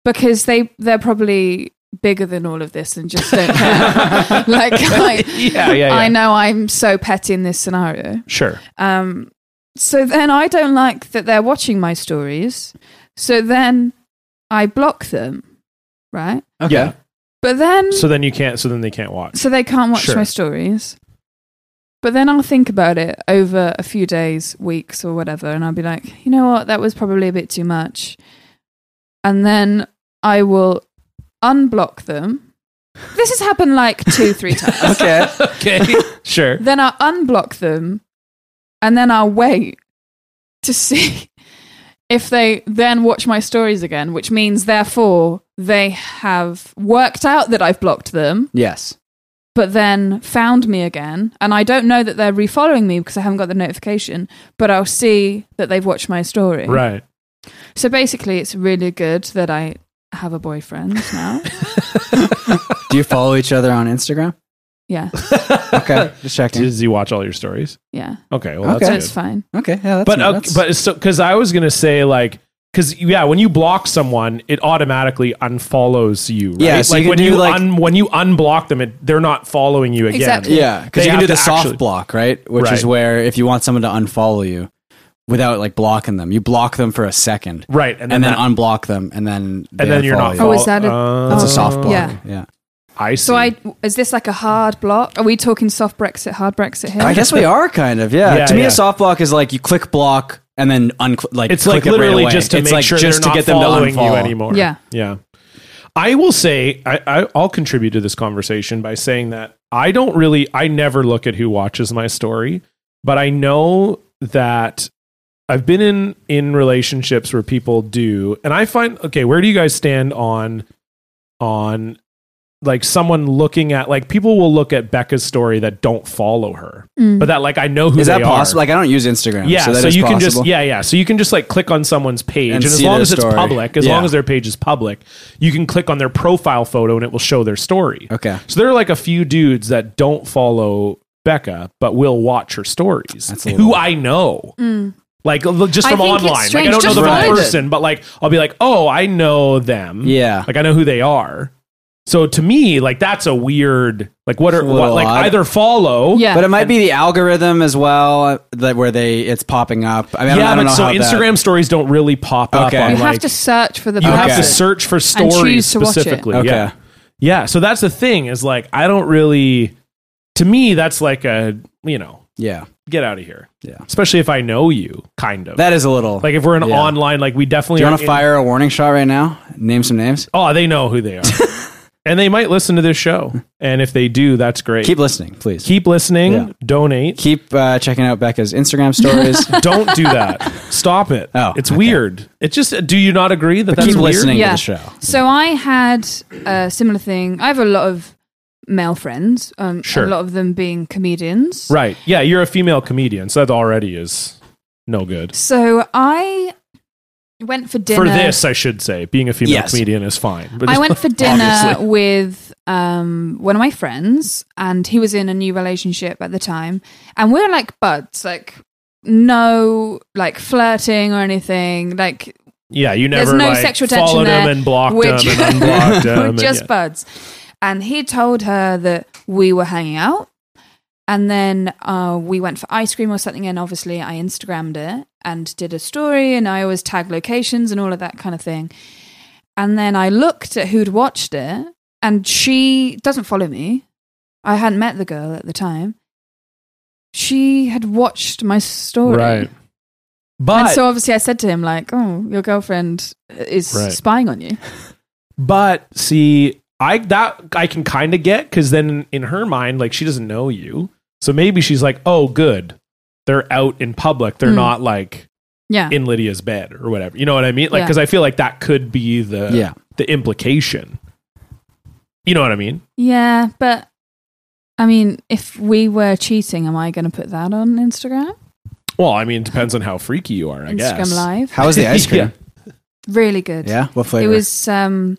Speaker 3: because they they're probably bigger than all of this and just don't
Speaker 2: *laughs*
Speaker 3: care. *laughs* like I,
Speaker 2: Yeah, yeah, yeah.
Speaker 3: I know I'm so petty in this scenario.
Speaker 2: Sure.
Speaker 3: Um, so then I don't like that they're watching my stories. So then I block them, right?
Speaker 1: Okay.
Speaker 2: Yeah.
Speaker 3: But then so,
Speaker 2: So then you can't. So then they can't watch.
Speaker 3: they can't watch
Speaker 2: Sure.
Speaker 3: my stories. But then I'll think about it over a few days, weeks, or whatever, and I'll be like, you know what, that was probably a bit too much. And then I will unblock them. This has happened like two, three times.
Speaker 1: Okay.
Speaker 2: *laughs* Okay. *laughs* sure.
Speaker 3: then I'll unblock them and then I'll wait to see *laughs* if they then watch my stories again, which means therefore they have worked out that I've blocked them,
Speaker 1: yes.
Speaker 3: but then found me again. And I don't know that they're refollowing me because I haven't got the notification, but I'll see that they've watched my story.
Speaker 2: Right.
Speaker 3: So basically, it's really good that I have
Speaker 2: *laughs*
Speaker 3: a boyfriend now.
Speaker 1: Do you follow each other on Instagram?
Speaker 3: yeah,
Speaker 2: *laughs*
Speaker 1: Okay. Just checking.
Speaker 2: Does he watch all your stories?
Speaker 3: yeah.
Speaker 2: Okay. Well,
Speaker 1: Okay.
Speaker 3: So
Speaker 2: that's
Speaker 3: it's
Speaker 2: good.
Speaker 3: fine.
Speaker 1: Okay. Yeah. That's
Speaker 2: but
Speaker 1: not-
Speaker 2: uh,
Speaker 1: that's-
Speaker 2: but so because I was gonna say like because yeah, when you block someone, it automatically unfollows you. Right?
Speaker 1: Yeah, so you
Speaker 2: like
Speaker 1: can
Speaker 2: when
Speaker 1: do,
Speaker 2: you
Speaker 1: like-
Speaker 2: un, when you unblock them, it, they're not following you again.
Speaker 3: Exactly.
Speaker 1: yeah, because
Speaker 2: They
Speaker 1: you can
Speaker 2: have
Speaker 1: do the
Speaker 2: to
Speaker 1: soft
Speaker 2: actually-
Speaker 1: block, right? Which
Speaker 2: Right.
Speaker 1: is where if you want someone to unfollow you without like blocking them, you block them for a second,
Speaker 2: Right,
Speaker 1: and, then, unblock them, and then they
Speaker 2: and then you're
Speaker 1: unfollow
Speaker 2: not.
Speaker 1: you.
Speaker 3: Oh, is that a-
Speaker 2: follow-
Speaker 1: That's a soft block.
Speaker 3: Yeah.
Speaker 2: *laughs*
Speaker 1: yeah.
Speaker 2: I see.
Speaker 3: So I is this like a hard block? Are we talking soft Brexit, hard Brexit here?
Speaker 1: I guess we are kind of. Yeah.
Speaker 2: Yeah,
Speaker 1: to me,
Speaker 2: yeah.
Speaker 1: a soft block is like you click block and then unclick. Like
Speaker 2: it's
Speaker 1: click
Speaker 2: like
Speaker 1: it right
Speaker 2: literally
Speaker 1: away.
Speaker 2: just to
Speaker 1: It's
Speaker 2: make
Speaker 1: like
Speaker 2: sure
Speaker 1: just
Speaker 2: they're
Speaker 1: to
Speaker 2: not
Speaker 1: get them to
Speaker 2: following you
Speaker 1: unfollow.
Speaker 2: anymore.
Speaker 3: Yeah.
Speaker 2: yeah. I will say I, I, I'll contribute to this conversation by saying that I don't really, I never look at who watches my story, but I know that I've been in in relationships where people do, and I find okay. Where do you guys stand on on like someone looking at like people will look at Becca's story that don't follow her, but that like I know who
Speaker 1: Is that
Speaker 2: they
Speaker 1: possible?
Speaker 2: Are.
Speaker 1: Like I don't use Instagram.
Speaker 2: Yeah,
Speaker 1: Um, So,
Speaker 2: so,
Speaker 1: that is
Speaker 2: you
Speaker 1: possible.
Speaker 2: can just yeah, yeah. So you can just like click on someone's page,
Speaker 1: And
Speaker 2: and, as
Speaker 1: see
Speaker 2: long
Speaker 1: their
Speaker 2: as it's
Speaker 1: story.
Speaker 2: public, as
Speaker 1: Yeah.
Speaker 2: long as their page is public, you can click on their profile photo and it will show their story.
Speaker 1: Okay.
Speaker 2: So there are like a few dudes that don't follow Becca but will watch her stories,
Speaker 1: That's a
Speaker 2: who
Speaker 1: little-
Speaker 2: I know. Like l- just
Speaker 3: Mm. I
Speaker 2: from
Speaker 3: think it's
Speaker 2: online, like I
Speaker 3: strange.
Speaker 2: don't know
Speaker 3: Just
Speaker 2: the
Speaker 1: follow them.
Speaker 2: person, but like I'll be like, oh, I know them.
Speaker 1: Yeah.
Speaker 2: like I know who they are. So to me, like that's a weird, like what are
Speaker 1: a little
Speaker 2: what, like
Speaker 1: odd.
Speaker 2: either follow,
Speaker 3: Yeah.
Speaker 1: But it might be the algorithm as well uh, that where they it's popping up. I mean, I don't, I
Speaker 2: yeah,
Speaker 1: don't
Speaker 2: but
Speaker 1: know
Speaker 2: so
Speaker 1: how that-
Speaker 2: Instagram stories don't really pop up.
Speaker 1: Okay.
Speaker 2: on,
Speaker 3: You
Speaker 2: like,
Speaker 3: have to search for the
Speaker 2: you have
Speaker 1: Okay.
Speaker 2: to search for
Speaker 3: choose
Speaker 2: stories
Speaker 3: to watch it.
Speaker 2: specifically.
Speaker 1: Okay.
Speaker 2: Yeah. Yeah, so that's the thing is like I don't really to me that's like a, you know,
Speaker 1: Yeah.
Speaker 2: get out of here.
Speaker 1: Yeah.
Speaker 2: Especially if I know you kind of.
Speaker 1: That is a little
Speaker 2: like if we're an
Speaker 1: yeah.
Speaker 2: online like we definitely
Speaker 1: Do you
Speaker 2: are
Speaker 1: want to
Speaker 2: in-
Speaker 1: fire a warning shot right now? Name some names.
Speaker 2: Oh, they know who
Speaker 1: *laughs*
Speaker 2: they are. and they might listen to this show. And if they do, that's great.
Speaker 1: Keep listening, please.
Speaker 2: Keep listening,
Speaker 1: Yeah.
Speaker 2: donate.
Speaker 1: Keep uh, checking out Becca's Instagram
Speaker 2: *laughs*
Speaker 1: stories.
Speaker 2: Don't do that.
Speaker 1: *laughs*
Speaker 2: Stop it.
Speaker 1: Oh,
Speaker 2: it's
Speaker 1: okay.
Speaker 2: weird. It just do you not agree that that's
Speaker 1: keep
Speaker 2: weird?
Speaker 1: listening to
Speaker 3: Yeah.
Speaker 1: the show.
Speaker 3: So I had a similar thing. I have a lot of male friends. Um,
Speaker 2: Sure.
Speaker 3: A lot of them being comedians.
Speaker 2: Right. Yeah, you're a female comedian, so that already is no good.
Speaker 3: So I went for dinner.
Speaker 2: For this, I should say, being a female
Speaker 1: Yes.
Speaker 2: comedian is fine. But
Speaker 3: I
Speaker 2: just-
Speaker 3: went for dinner
Speaker 2: *laughs* obviously.
Speaker 3: with um, one of my friends, and he was in a new relationship at the time, and we are like buds, like no like flirting or anything, like
Speaker 2: Yeah, you
Speaker 3: There's
Speaker 2: never
Speaker 3: no
Speaker 2: like,
Speaker 3: sexual tension
Speaker 2: followed him
Speaker 3: there.
Speaker 2: and blocked
Speaker 3: We're
Speaker 2: him
Speaker 3: ju-
Speaker 2: and unblocked him.
Speaker 3: *laughs* we're
Speaker 2: and
Speaker 3: just
Speaker 2: yeah.
Speaker 3: buds. And he told her that we were hanging out, and then uh, we went for ice cream or something. And obviously, I Instagrammed it and did a story, and I always tag locations and all of that kind of thing. And then I looked at who'd watched it, and she doesn't follow me. I hadn't met the girl at the time. She had watched my story.
Speaker 2: right.
Speaker 3: And
Speaker 2: But
Speaker 3: so obviously I said to him like, "Oh, your girlfriend is
Speaker 2: Right.
Speaker 3: spying on you."
Speaker 2: but see, I that I can kind of get because then in her mind, like she doesn't know you, so maybe she's like, oh, good, they're out in public, they're
Speaker 3: Mm.
Speaker 2: not like
Speaker 3: Yeah.
Speaker 2: in Lydia's bed or whatever. You know what I mean? Like
Speaker 3: Yeah.
Speaker 2: because I feel like that could be the
Speaker 1: Yeah.
Speaker 2: the implication. You know what I mean?
Speaker 3: Yeah, but I mean, if we were cheating, am I going to put that on Instagram?
Speaker 2: Well, I mean, it depends on how freaky you are. I
Speaker 3: Instagram
Speaker 2: guess.
Speaker 3: Live?
Speaker 1: How was
Speaker 2: *laughs*
Speaker 1: the ice cream?
Speaker 3: Really good.
Speaker 1: yeah. What
Speaker 3: It
Speaker 1: flavor?
Speaker 3: was, um,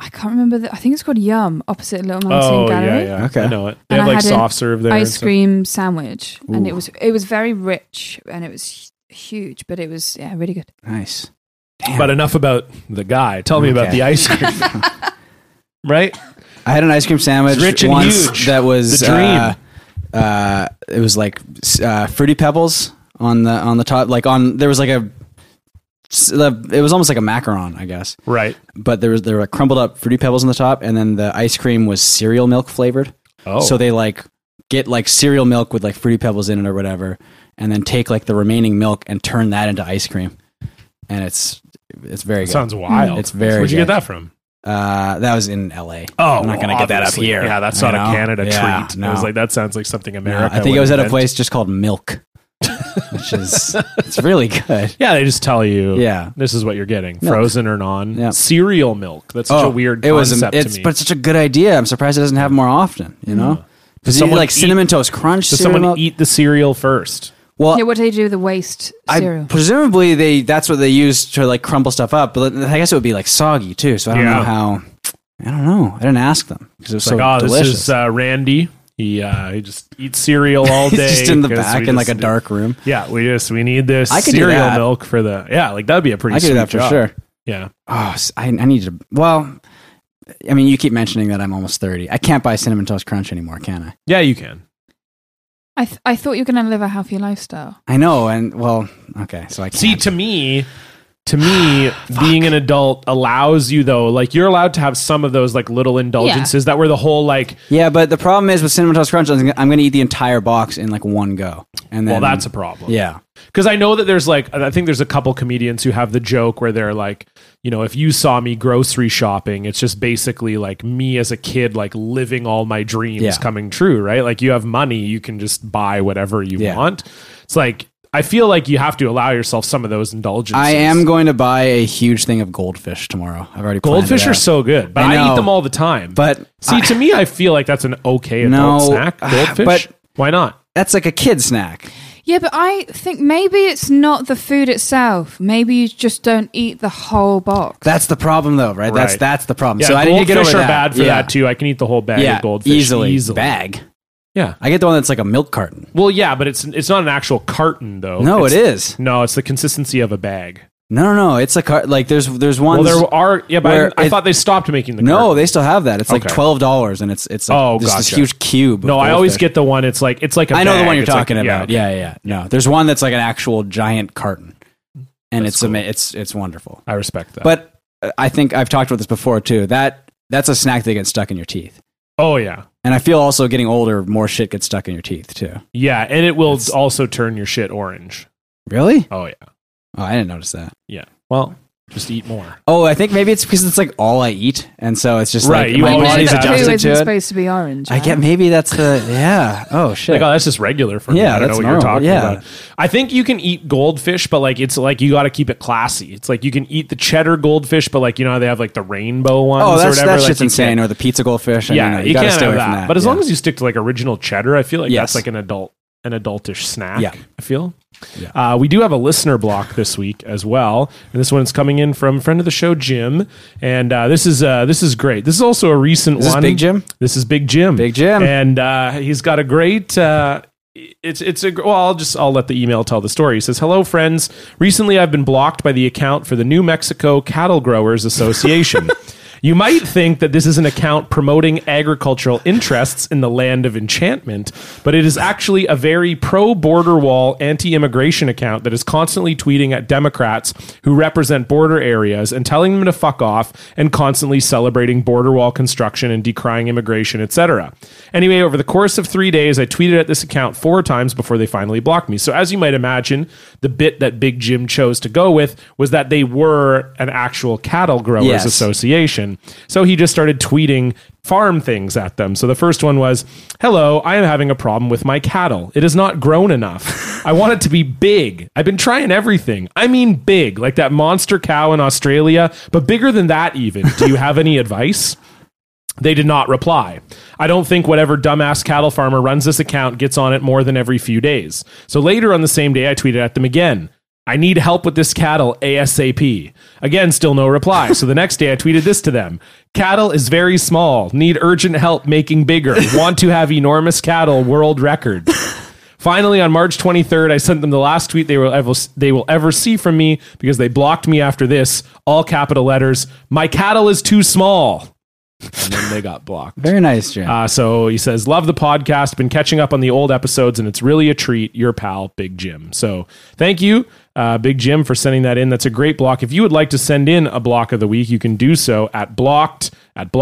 Speaker 3: I can't remember, the, I think it's called Yum, opposite Little Mountain
Speaker 2: Oh yeah,
Speaker 3: Gallery.
Speaker 2: yeah.
Speaker 1: Okay.
Speaker 2: I know it. They
Speaker 3: And
Speaker 2: have
Speaker 3: I
Speaker 2: like
Speaker 3: had an
Speaker 2: soft serve there. and
Speaker 3: Ice
Speaker 2: stuff.
Speaker 3: cream sandwich. And it
Speaker 1: Ooh.
Speaker 3: was, it was very rich and it was hu- huge, but it was, yeah, really good.
Speaker 1: nice. Damn.
Speaker 2: But enough about the guy. Tell me about
Speaker 1: Okay.
Speaker 2: the ice
Speaker 1: *laughs*
Speaker 2: cream. right?
Speaker 1: I had an ice cream sandwich
Speaker 2: It's rich and
Speaker 1: once
Speaker 2: huge.
Speaker 1: that was
Speaker 2: The dream.
Speaker 1: Uh, uh, it was like s- uh, fruity pebbles on the on the top. Like on there was like a. s- the- It was almost like a macaron, I guess.
Speaker 2: Right.
Speaker 1: But there was there were crumbled up fruity pebbles on the top, and then the ice cream was cereal milk flavored.
Speaker 2: Oh.
Speaker 1: So they like get like cereal milk with like fruity pebbles in it or whatever, and then take like the remaining milk and turn that into ice cream, and it's it's very good.
Speaker 2: sounds wild.
Speaker 1: It's very
Speaker 2: Where'd you get
Speaker 1: good.
Speaker 2: that from?
Speaker 1: uh, that was in L.A.
Speaker 2: Oh,
Speaker 1: I'm not gonna get that up
Speaker 2: obviously.
Speaker 1: here.
Speaker 2: Yeah, that's
Speaker 1: you
Speaker 2: not
Speaker 1: know?
Speaker 2: a Canada
Speaker 1: Yeah,
Speaker 2: treat.
Speaker 1: no.
Speaker 2: I was like, that sounds like something
Speaker 1: No,
Speaker 2: America.
Speaker 1: I think
Speaker 2: would
Speaker 1: it was at a
Speaker 2: invent.
Speaker 1: place just called
Speaker 2: *laughs*
Speaker 1: Milk, which is it's really good.
Speaker 2: Yeah, they just tell you.
Speaker 1: Yeah.
Speaker 2: This is what you're getting,
Speaker 1: Milk.
Speaker 2: frozen or non.
Speaker 1: Yeah.
Speaker 2: Cereal milk. That's such a weird
Speaker 1: Oh, It was.
Speaker 2: concept
Speaker 1: It's
Speaker 2: to me. Hmm.
Speaker 1: but it's such a good idea. I'm surprised it doesn't have more often. You know, because you
Speaker 2: someone
Speaker 1: like
Speaker 2: eat-
Speaker 1: cinnamon toast crunch.
Speaker 2: Does
Speaker 1: cereal
Speaker 2: someone
Speaker 1: milk.
Speaker 2: eat the cereal first?
Speaker 1: Well,
Speaker 3: yeah, what do you do with the waste
Speaker 1: I
Speaker 3: cereal?
Speaker 1: presumably they that's what they use to like crumble stuff up. But I guess it would be like soggy too. So I don't know
Speaker 2: Yeah.
Speaker 1: how. I don't know. I didn't ask them because it was
Speaker 2: It's
Speaker 1: so
Speaker 2: like, oh,
Speaker 1: delicious.
Speaker 2: this is uh, Randy. He, uh, he just eats cereal
Speaker 1: *laughs*
Speaker 2: all
Speaker 1: It's
Speaker 2: day.
Speaker 1: just in the
Speaker 2: 'cause
Speaker 1: back
Speaker 2: we
Speaker 1: in like a
Speaker 2: just-
Speaker 1: dark room.
Speaker 2: Yeah, we just we need this
Speaker 1: I could do
Speaker 2: cereal
Speaker 1: that.
Speaker 2: milk for the yeah, like that'd be a pretty.
Speaker 1: I could do
Speaker 2: sweet
Speaker 1: that for
Speaker 2: job.
Speaker 1: sure.
Speaker 2: Yeah,
Speaker 1: Oh, s- I, I need to. Well, I mean, you keep mentioning that I'm almost thirty. I can't buy cinnamon toast crunch anymore, can I?
Speaker 2: yeah, you can.
Speaker 3: I, th- I thought you were going to live a healthy lifestyle.
Speaker 1: I know, and well, okay, so I can't.
Speaker 2: See, to me,
Speaker 1: *sighs*
Speaker 2: to me, being an adult allows you though, like you're allowed to have some of those like little indulgences that were the whole like.
Speaker 1: yeah, but the problem is with cinnamon toast crunch, I'm gonna- I'm going to eat the entire box in like one go, and
Speaker 2: Well,
Speaker 1: then
Speaker 2: that's a problem.
Speaker 1: yeah,
Speaker 2: because I know that there's like I think there's a couple comedians who have the joke where they're like, you know, if you saw me grocery shopping, it's just basically like me as a kid, like living all my dreams
Speaker 1: Yeah.
Speaker 2: coming true, right? Like you have money, you can just buy whatever you
Speaker 1: Yeah.
Speaker 2: want. It's like I feel like you have to allow yourself some of those indulgences.
Speaker 1: I am going to buy a huge thing of goldfish tomorrow. I've already planned
Speaker 2: Goldfish
Speaker 1: it
Speaker 2: are
Speaker 1: out.
Speaker 2: so good, but
Speaker 1: I
Speaker 2: I,
Speaker 1: know.
Speaker 2: eat them all the time.
Speaker 1: but
Speaker 2: see,
Speaker 1: I-
Speaker 2: to me, I feel like that's an okay adult
Speaker 1: No,
Speaker 2: snack.
Speaker 1: *sighs*
Speaker 2: Goldfish,
Speaker 1: but-
Speaker 2: why not?
Speaker 1: that's like a kid snack.
Speaker 3: Yeah, but I think maybe it's not the food itself. Maybe you just don't eat the whole box.
Speaker 1: That's the problem, though, right? That's
Speaker 2: Right.
Speaker 1: that's the problem.
Speaker 2: Yeah,
Speaker 1: so I need to get over
Speaker 2: goldfish are
Speaker 1: that.
Speaker 2: bad for
Speaker 1: Yeah.
Speaker 2: that too. I can eat the whole bag
Speaker 1: Yeah,
Speaker 2: of goldfish
Speaker 1: easily.
Speaker 2: easily.
Speaker 1: bag.
Speaker 2: Yeah.
Speaker 1: I get the one that's like a milk carton.
Speaker 2: Well, yeah, but it's it's not an actual carton though.
Speaker 1: No,
Speaker 2: it's,
Speaker 1: it's,
Speaker 2: No, it's the consistency of a bag.
Speaker 1: No, no, no. It's a car. Like there's there's ones.
Speaker 2: Well, there are yeah, but I,
Speaker 1: where
Speaker 2: didn't- I
Speaker 1: it-
Speaker 2: thought they stopped making the.
Speaker 1: no,
Speaker 2: carton.
Speaker 1: they still have that. It's like
Speaker 2: Okay.
Speaker 1: twelve dollars, and it's it's like
Speaker 2: Oh,
Speaker 1: this, this
Speaker 2: gotcha.
Speaker 1: huge cube. of
Speaker 2: no, I always
Speaker 1: goldfish.
Speaker 2: get the one. It's like it's like a
Speaker 1: I know the
Speaker 2: bag.
Speaker 1: one you're
Speaker 2: It's like-
Speaker 1: talking about.
Speaker 2: okay.
Speaker 1: Yeah, yeah, No, there's one that's like an actual giant carton, and it's ama- it's it's wonderful.
Speaker 2: I respect that.
Speaker 1: But uh, I think I've talked about this before too. That that's a snack that gets stuck in your teeth.
Speaker 2: Oh yeah,
Speaker 1: And I feel also getting older, more shit gets stuck in your teeth too.
Speaker 2: yeah, and it will also turn your shit orange.
Speaker 1: Really?
Speaker 2: Oh yeah,
Speaker 1: Oh, I didn't notice that.
Speaker 2: yeah. Well, just eat more.
Speaker 1: Oh, I think maybe it's because it's like all I eat, and so it's just
Speaker 2: Right,
Speaker 1: like
Speaker 2: you
Speaker 1: my
Speaker 2: always
Speaker 1: body's
Speaker 2: eat that.
Speaker 1: adjusted
Speaker 3: Blue
Speaker 1: to
Speaker 3: isn't
Speaker 1: it.
Speaker 3: supposed to be orange.
Speaker 1: I
Speaker 3: right?
Speaker 1: get maybe that's the yeah. Oh shit.
Speaker 2: Like, oh, that's just regular for me.
Speaker 1: Yeah,
Speaker 2: I don't
Speaker 1: that's
Speaker 2: know what
Speaker 1: normal.
Speaker 2: you're talking
Speaker 1: Yeah.
Speaker 2: about. I think you can eat goldfish, but like it's like you got to keep it classy. It's like you can eat the cheddar goldfish, but like you know how they have like the rainbow ones
Speaker 1: oh,
Speaker 2: or
Speaker 1: that's
Speaker 2: whatever.
Speaker 1: that
Speaker 2: like,
Speaker 1: shit's
Speaker 2: you
Speaker 1: insane.
Speaker 2: can't-
Speaker 1: Or the pizza goldfish. I
Speaker 2: yeah,
Speaker 1: don't know.
Speaker 2: you,
Speaker 1: You, gotta
Speaker 2: can't
Speaker 1: stay
Speaker 2: have
Speaker 1: away
Speaker 2: that.
Speaker 1: from that.
Speaker 2: But as
Speaker 1: yeah.
Speaker 2: long as you stick to like original cheddar, I feel like
Speaker 1: Yes.
Speaker 2: that's like an adult, an adultish snack.
Speaker 1: Yeah.
Speaker 2: I feel. Uh, we do have a listener block this week as well, and this one's coming in from friend of the show Jim, and uh, this is uh, this is great. This is also a recent
Speaker 1: Is this
Speaker 2: one.
Speaker 1: Big Jim?
Speaker 2: This is Big Jim.
Speaker 1: Big Jim.
Speaker 2: and uh, he's got a great. Uh, it's it's a gr- well. I'll just I'll let the email tell the story. He says, "Hello, friends. Recently, I've been blocked by the account for the New Mexico Cattle Growers Association." *laughs* You might think that this is an account promoting agricultural interests in the land of enchantment, but it is actually a very pro border wall, anti immigration account that is constantly tweeting at Democrats who represent border areas and telling them to fuck off and constantly celebrating border wall construction and decrying immigration, etc. Anyway, over the course of three days, I tweeted at this account four times before they finally blocked me. So, as you might imagine, the bit that Big Jim chose to go with was that they were an actual cattle growers
Speaker 1: Yes.
Speaker 2: association association. So he just started tweeting farm things at them. So the first one was, "Hello, I am having a problem with my cattle. It is not grown enough. I want it to be big. I've been trying everything. I mean big, like that monster cow in Australia, but bigger than that even. Do you have any advice?" They did not reply. I don't think whatever dumbass cattle farmer runs this account gets on it more than every few days. So later on the same day, I tweeted at them again. I need help with this cattle ASAP. Again, still no reply. So the next day, I tweeted this to them Cattle is very small, need urgent help making bigger, want to have enormous cattle world record. Finally, on March 23rd, I sent them the last tweet they will ever they will ever see from me because they blocked me after this, all capital letters. My cattle is too small and then they got blocked.
Speaker 1: very nice, Jim.
Speaker 2: Uh, so he says, "Love the podcast. Been catching up on the old episodes, and it's really a treat." Your pal, Big Jim. So thank you, uh, Big Jim, for sending that in. That's a great block. If you would like to send in a block of the week, you can do so at blocked at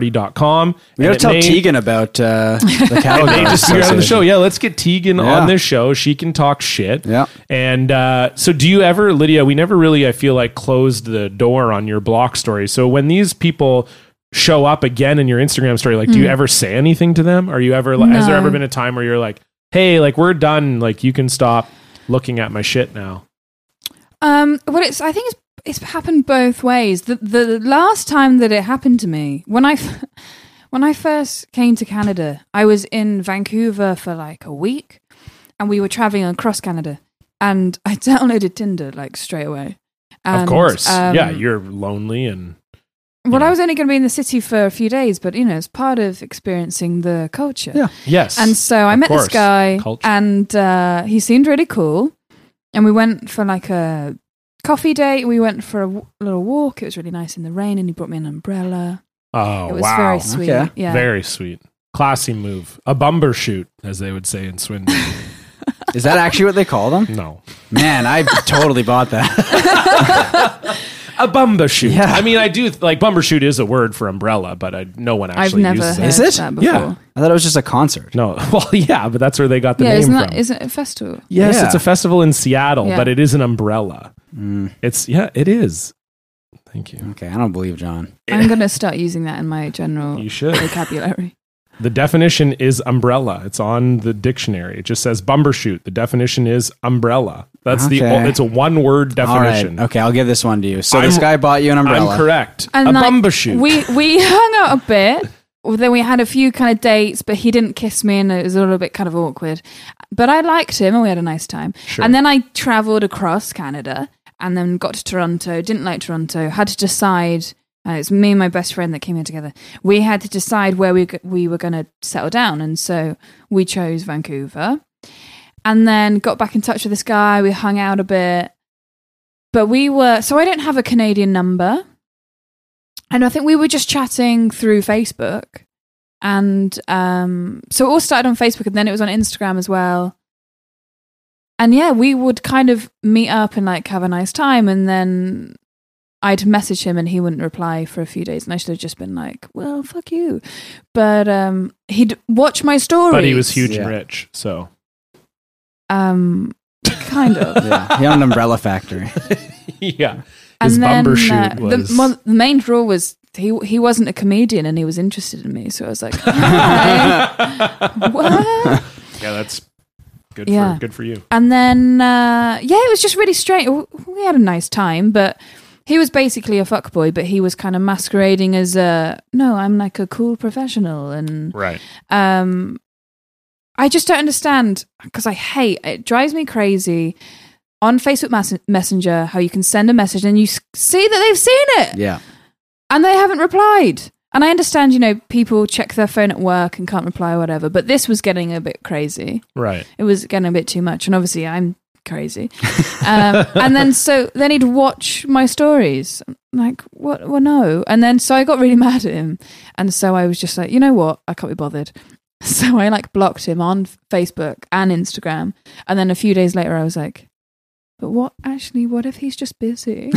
Speaker 2: blockedparty.com.
Speaker 1: we gotta tell Tegan about uh,
Speaker 2: *laughs*
Speaker 1: the cattle.
Speaker 2: Oh, They
Speaker 1: Growers
Speaker 2: just figured out on the show.
Speaker 1: Association.
Speaker 2: Yeah, let's get Tegan
Speaker 1: Yeah.
Speaker 2: on this show. She can talk shit.
Speaker 1: Yeah.
Speaker 2: And uh, so, do you ever, Lydia? We never really, I feel like, closed the door on your blog story. So when these people show up again in your Instagram story, like, do you ever say anything to them? Are you ever? Like, Has there
Speaker 3: Hmm. No.
Speaker 2: ever been a time where you're like, "Hey, like we're done. Like you can stop looking at my shit now."
Speaker 3: Um, well, it's. I think it's. It's happened both ways. The the last time that it happened to me, when I, *laughs* f- when I first came to Canada, I was in Vancouver for like a week, and we were traveling across Canada, and *laughs* I downloaded Tinder like straight away.
Speaker 2: of
Speaker 3: And,
Speaker 2: course.
Speaker 3: um,
Speaker 2: yeah, you're lonely and
Speaker 3: Well,
Speaker 2: yeah.
Speaker 3: I was only going to be in the city for a few days, but you know, it's part of experiencing the culture.
Speaker 1: Yeah.
Speaker 2: yes.
Speaker 3: And so I
Speaker 2: Of
Speaker 3: met
Speaker 2: course.
Speaker 3: this guy,
Speaker 2: Culture.
Speaker 3: and uh, he seemed really cool. And we went for like a coffee date. We went for a w- little walk. It was really nice in the rain, and he brought me an umbrella.
Speaker 2: oh
Speaker 3: it was
Speaker 2: wow,
Speaker 3: very sweet.
Speaker 1: Okay.
Speaker 3: Yeah,
Speaker 2: very sweet, classy move, a bumper shoot, as they would say in Swindon.
Speaker 3: *laughs*
Speaker 1: Is that actually what they call
Speaker 2: *laughs*
Speaker 1: them?
Speaker 2: no.
Speaker 1: Man, I totally bought that. *laughs*
Speaker 2: a bumper shoot.
Speaker 1: Yeah.
Speaker 2: I mean, I do like bumper shoot is a word for umbrella, but I, no one
Speaker 3: I've
Speaker 2: actually
Speaker 3: never
Speaker 2: uses
Speaker 3: heard
Speaker 2: it.
Speaker 1: Is it?
Speaker 3: that before.
Speaker 2: Yeah.
Speaker 1: I thought it was just a concert.
Speaker 2: No, *laughs* well, yeah, but that's where they got the
Speaker 3: yeah,
Speaker 2: name
Speaker 3: isn't that
Speaker 2: from.
Speaker 3: isn't it a festival?
Speaker 2: yes,
Speaker 1: Yeah.
Speaker 2: it's a festival in Seattle,
Speaker 3: Yeah.
Speaker 2: but it is an umbrella.
Speaker 1: Mm.
Speaker 2: It's yeah, it is. Thank you.
Speaker 1: Okay, I don't believe John.
Speaker 3: I'm gonna start using that in
Speaker 2: *laughs*
Speaker 3: my general
Speaker 2: You should.
Speaker 3: vocabulary.
Speaker 2: The definition is umbrella. It's on the dictionary. It just says bumper shoot. The definition is umbrella. That's the
Speaker 1: Okay.
Speaker 2: the. It's a one word
Speaker 1: All right.
Speaker 2: definition.
Speaker 1: Okay, I'll give this one to you. So this
Speaker 2: I'm-
Speaker 1: guy bought you an umbrella.
Speaker 2: I'm correct.
Speaker 3: And
Speaker 2: a
Speaker 3: like,
Speaker 2: bumper shoot.
Speaker 3: We we *laughs* hung out a bit. Well, Then we had a few kind of dates, but he didn't kiss me, and it was a little bit kind of awkward. But I liked him, and we had a nice time.
Speaker 2: Sure.
Speaker 3: And then I travelled across Canada, and then got to Toronto. Didn't like Toronto. Had to decide. Uh, it's me and my best friend that came here together. We had to decide where we g- we were going to settle down, and so we chose Vancouver. And then got back in touch with this guy. We hung out a bit, but we were so I don't have a Canadian number. And I think we were just chatting through Facebook. And um, so it all started on Facebook and then it was on Instagram as well. And yeah, we would kind of meet up and like have a nice time. And then I'd message him and he wouldn't reply for a few days, and I should have just been like, "Well, fuck you," but um, he'd watch my stories.
Speaker 2: But he was huge and
Speaker 1: Yeah.
Speaker 2: rich,
Speaker 3: *laughs*
Speaker 2: so
Speaker 3: Um, kind of.
Speaker 1: yeah, he owned Umbrella Factory.
Speaker 2: *laughs* yeah. His bumper shoot
Speaker 3: uh,
Speaker 2: was
Speaker 3: the, mo- the main draw was he he wasn't a comedian and he was interested in me, so I
Speaker 2: *laughs*
Speaker 3: was like, "Okay, what?
Speaker 2: yeah. That's good.
Speaker 3: Yeah.
Speaker 2: for good for you.
Speaker 3: And then, uh, yeah, it was just really strange. W- We had a nice time, but he was basically a fuckboy, but he was kind of masquerading as a no, I'm like a cool professional. And
Speaker 2: Right.
Speaker 3: um, I just don't understand because I hate it, drives me crazy on Facebook Mas- Messenger how you can send a message and you s- see that they've seen it
Speaker 1: Yeah,
Speaker 3: and they haven't replied. And I understand, you know, people check their phone at work and can't reply or whatever, but this was getting a bit crazy *laughs*
Speaker 2: Right.
Speaker 3: it was getting a bit too much and obviously i'm crazy um, and then so then he'd watch my stories I'm like what well no and then so i got really *laughs* mad at him and so i was just like you know what i can't be bothered *laughs* so i like blocked him on facebook and instagram and then a few days later i was like but what actually what if he's just busy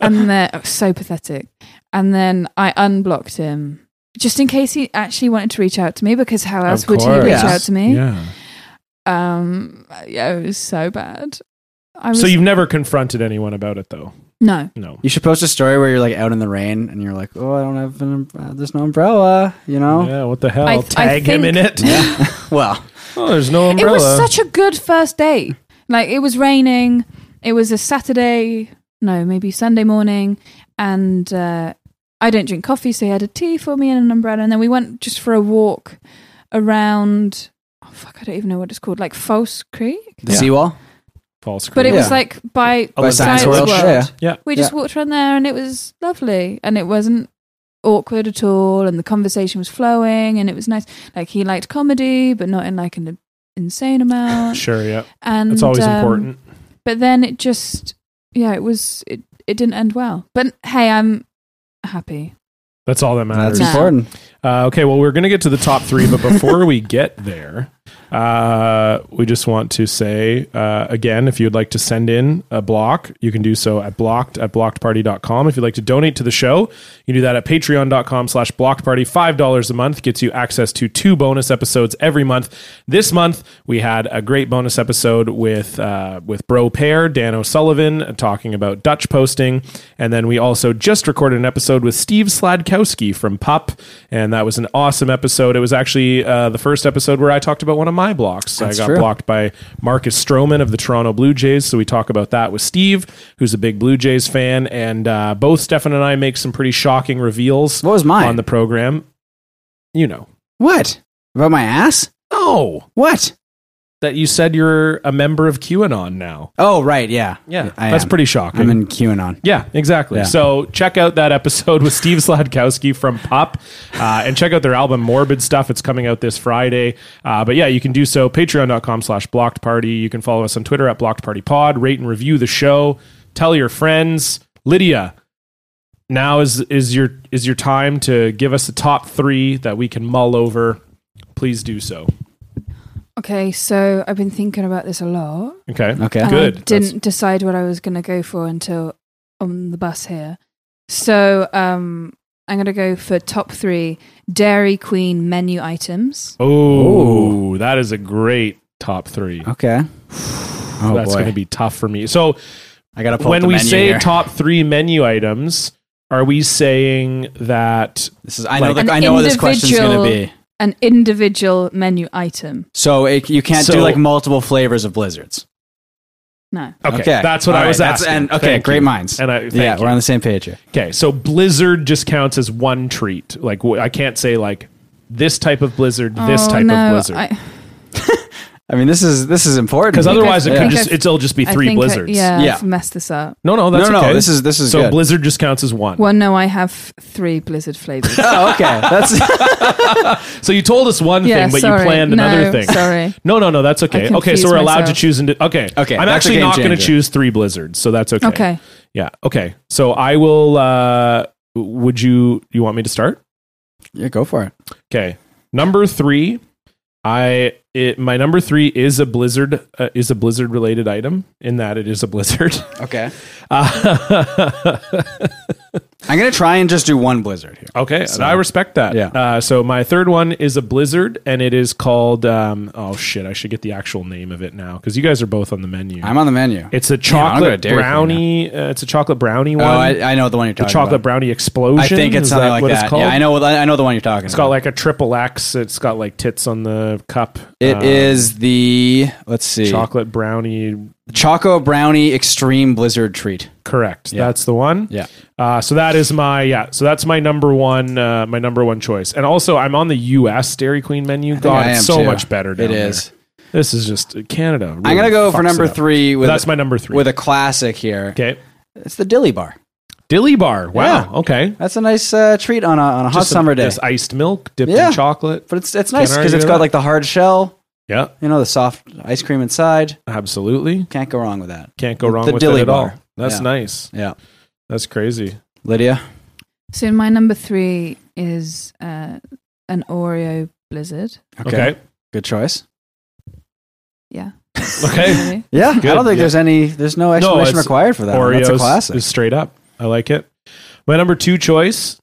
Speaker 3: and then oh, so pathetic and then i unblocked him just in case he actually wanted to reach out to me because how else would he
Speaker 2: course.
Speaker 3: reach
Speaker 1: Yeah.
Speaker 3: out to me
Speaker 2: Yeah.
Speaker 3: um, yeah, it was so bad. I was
Speaker 2: So you've never confronted anyone about it, though.
Speaker 3: no,
Speaker 2: No.
Speaker 1: you should post a story where you're like out in the rain and you're like, "Oh, I don't have an um- there's no umbrella," you know.
Speaker 2: Yeah. What the hell?
Speaker 3: I- I
Speaker 2: Tag him in it.
Speaker 1: *laughs* Well,
Speaker 2: *laughs* Oh, there's no
Speaker 3: it
Speaker 2: umbrella.
Speaker 3: was such a good first day. Like it was raining. It was a Saturday, no, maybe Sunday morning, and uh, I don't drink coffee, so he had a tea for me and an umbrella, and then we went just for a walk around. Oh fuck, I don't even know what it's called, like False Creek,
Speaker 1: the
Speaker 2: Yeah.
Speaker 1: seawall.
Speaker 2: false.
Speaker 3: but it
Speaker 2: criticism.
Speaker 1: Yeah.
Speaker 3: was like by
Speaker 1: By Science World. Yeah.
Speaker 2: Yeah.
Speaker 3: We just walked around there and it was lovely and it wasn't awkward at all and the conversation was flowing and it was nice. Like he liked comedy, but not in like an insane amount.
Speaker 2: Sure. Yeah.
Speaker 3: And
Speaker 2: That's always
Speaker 3: um,
Speaker 2: important.
Speaker 3: But then it just yeah, it was it, it didn't end well. But hey, I'm happy.
Speaker 2: That's all that
Speaker 1: That's
Speaker 2: matters.
Speaker 3: Yeah.
Speaker 1: important.
Speaker 2: Uh, okay, well, we're going to get to the top three, but before we get there, uh, we just want to say uh, again if you'd like to send in a block, you can do so at blocked at blockedparty.com. If you'd like to donate to the show, you can do that at patreon.com slash blockedparty. $5 a month gets you access to two bonus episodes every month. This month, we had a great bonus episode with, uh, with Bro Pair, Dan O'Sullivan, talking about Dutch posting. And then we also just recorded an episode with Steve Sladkowski from Pup, and that was an awesome episode. It was actually uh, the first episode where I talked about one of my blocks.
Speaker 1: That's
Speaker 2: I got
Speaker 1: true.
Speaker 2: blocked by Marcus Stroman of the Toronto Blue Jays, so we talk about that with Steve, who's a big Blue Jays fan, and uh, both Stefan and I make some pretty shocking reveals
Speaker 1: What was mine?
Speaker 2: on the program. You know,
Speaker 1: What about my ass?
Speaker 2: oh,
Speaker 1: What?
Speaker 2: that you said you're a member of QAnon now.
Speaker 1: Oh, right. Yeah. I
Speaker 2: that's
Speaker 1: am.
Speaker 2: pretty shocking.
Speaker 1: I'm in QAnon.
Speaker 2: Yeah, exactly.
Speaker 1: Yeah.
Speaker 2: So check out that episode *laughs* with Steve Sladkowski from Pop, uh, and check out their album Morbid Stuff. It's coming out this Friday. Uh, but yeah, you can do so. Patreon.com slash Blocked Party. You can follow us on Twitter at Blocked Party Pod. Rate and review the show. Tell your friends. Lydia, now is is your is your time to give us the top three that we can mull over. Please do so.
Speaker 3: Okay, so I've been thinking about this a lot.
Speaker 2: Okay.
Speaker 1: Okay.
Speaker 3: and
Speaker 2: Good.
Speaker 3: I
Speaker 2: That's-
Speaker 3: didn't decide what I was going to go for until on the bus here. So um, I'm going to go for top three Dairy Queen menu items.
Speaker 2: Oh, that is a great top three.
Speaker 1: Okay. Oh
Speaker 2: That's
Speaker 1: boy.
Speaker 2: going to be tough for me. So
Speaker 1: I gotta pull up
Speaker 2: when
Speaker 1: the
Speaker 2: we
Speaker 1: menu
Speaker 2: say
Speaker 1: here.
Speaker 2: top three menu items, are we saying that?
Speaker 1: this is I know
Speaker 2: like-
Speaker 1: the, I know what this question's gonna
Speaker 3: individual-
Speaker 1: be.
Speaker 3: An individual menu item.
Speaker 1: So it, you can't
Speaker 2: So-
Speaker 1: do like multiple flavors of blizzards.
Speaker 3: No.
Speaker 2: Okay,
Speaker 1: Okay.
Speaker 2: that's what
Speaker 1: All
Speaker 2: I
Speaker 1: right,
Speaker 2: was
Speaker 1: that's-
Speaker 2: asking.
Speaker 1: and- okay,
Speaker 2: Thank
Speaker 1: great
Speaker 2: you.
Speaker 1: minds.
Speaker 2: And I, thank
Speaker 1: yeah,
Speaker 2: you.
Speaker 1: we're on the same page here.
Speaker 2: okay, so Blizzard just counts as one treat. Like wh- I can't say like this type of Blizzard, this
Speaker 3: Oh,
Speaker 2: type
Speaker 3: no,
Speaker 2: of Blizzard,
Speaker 3: I-
Speaker 1: I mean, this is this is important
Speaker 2: because
Speaker 1: Yeah.
Speaker 2: otherwise it
Speaker 3: I
Speaker 2: could
Speaker 1: yeah.
Speaker 3: think
Speaker 2: just
Speaker 3: I've-
Speaker 2: it'll just be
Speaker 3: I
Speaker 2: three
Speaker 3: think I-
Speaker 2: Blizzards.
Speaker 3: yeah,
Speaker 1: Yeah.
Speaker 3: I've messed this up.
Speaker 2: No, no, that's
Speaker 1: No, no,
Speaker 2: okay.
Speaker 1: this is- this is
Speaker 2: so
Speaker 1: good.
Speaker 2: Blizzard just counts as one.
Speaker 3: Well, no, I have three
Speaker 2: *laughs*
Speaker 3: Blizzard flavors.
Speaker 1: Oh, okay. That's
Speaker 2: So you told us one
Speaker 3: Yeah,
Speaker 2: thing, but
Speaker 3: sorry.
Speaker 2: you planned
Speaker 3: No,
Speaker 2: another thing.
Speaker 3: sorry.
Speaker 2: No, no, no. That's okay. Okay,
Speaker 3: confused
Speaker 2: so we're allowed to
Speaker 3: myself.
Speaker 2: choose. Into, okay,
Speaker 1: Okay,
Speaker 2: I'm
Speaker 1: that's a
Speaker 2: actually
Speaker 1: game
Speaker 2: not going to
Speaker 1: changer.
Speaker 2: choose three blizzards, so that's okay.
Speaker 3: Okay.
Speaker 2: Yeah. Okay. So I will. uh Would you? You want me to start?
Speaker 1: yeah. Go for it.
Speaker 2: Okay. Number three, I it, my number three is a blizzard uh, is a blizzard related item in that it is
Speaker 1: *laughs*
Speaker 2: a blizzard.
Speaker 1: Okay.
Speaker 2: Uh, *laughs*
Speaker 1: I'm gonna try and just do one blizzard here.
Speaker 2: Okay, I respect that.
Speaker 1: Yeah.
Speaker 2: Uh, so my third one is a blizzard, and it is called. Um, oh shit! I should get the actual name of it now because you guys are both on the menu.
Speaker 1: I'm on the menu.
Speaker 2: it's a
Speaker 1: I'll go to
Speaker 2: chocolate
Speaker 1: Dairy Queen
Speaker 2: brownie. Uh, it's a chocolate brownie
Speaker 1: oh,
Speaker 2: one.
Speaker 1: I, I know the one you're
Speaker 2: the
Speaker 1: talking
Speaker 2: chocolate
Speaker 1: about.
Speaker 2: brownie explosion.
Speaker 1: I think it's
Speaker 2: is
Speaker 1: something
Speaker 2: that
Speaker 1: like
Speaker 2: what
Speaker 1: that.
Speaker 2: It's called?
Speaker 1: Yeah, I know. I know the one you're talking
Speaker 2: It's
Speaker 1: about.
Speaker 2: got like a triple X. It's got like tits on the cup.
Speaker 1: It
Speaker 2: Um,
Speaker 1: is the let's see,
Speaker 2: chocolate brownie.
Speaker 1: Choco Brownie Extreme Blizzard Treat.
Speaker 2: Correct.
Speaker 1: Yeah.
Speaker 2: That's the one.
Speaker 1: Yeah.
Speaker 2: Uh, so that is my yeah. So that's my number one. Uh, my number one choice. And also, I'm on the U.S. Dairy Queen menu. God,
Speaker 1: I
Speaker 2: it's
Speaker 1: am
Speaker 2: so
Speaker 1: too.
Speaker 2: much better.
Speaker 1: It
Speaker 2: Down
Speaker 1: is.
Speaker 2: there. This is just Canada.
Speaker 1: I'm gonna
Speaker 2: really
Speaker 1: go for
Speaker 2: fucks
Speaker 1: number
Speaker 2: it up.
Speaker 1: three. With
Speaker 2: That's my number three.
Speaker 1: with a classic here.
Speaker 2: okay.
Speaker 1: It's the Dilly Bar.
Speaker 2: Dilly bar. Wow.
Speaker 1: Yeah.
Speaker 2: Okay.
Speaker 1: That's a nice uh, treat on a on a hot
Speaker 2: Just some-
Speaker 1: summer day.
Speaker 2: Just iced milk dipped
Speaker 1: Yeah.
Speaker 2: in chocolate.
Speaker 1: but it's it's nice
Speaker 2: Can't
Speaker 1: because
Speaker 2: argue
Speaker 1: it's
Speaker 2: with
Speaker 1: got
Speaker 2: that.
Speaker 1: like the hard shell,
Speaker 2: Yeah.
Speaker 1: you know, the soft ice cream inside.
Speaker 2: Absolutely.
Speaker 1: Can't go wrong with that.
Speaker 2: Can't go
Speaker 1: The-
Speaker 2: wrong
Speaker 1: the
Speaker 2: with
Speaker 1: dilly
Speaker 2: it at
Speaker 1: bar.
Speaker 2: all. That's
Speaker 1: Yeah.
Speaker 2: nice.
Speaker 1: Yeah,
Speaker 2: That's crazy.
Speaker 1: Lydia.
Speaker 3: So my number three is uh, an Oreo blizzard.
Speaker 1: *laughs*
Speaker 2: Okay.
Speaker 1: good choice.
Speaker 3: Yeah.
Speaker 2: Okay.
Speaker 3: Really?
Speaker 1: Yeah, I don't think
Speaker 2: yeah.
Speaker 1: there's any. There's no explanation
Speaker 2: it's
Speaker 1: required for that. one. That's a
Speaker 2: Oreos
Speaker 1: classic.
Speaker 2: is straight up. I like it. My number two choice,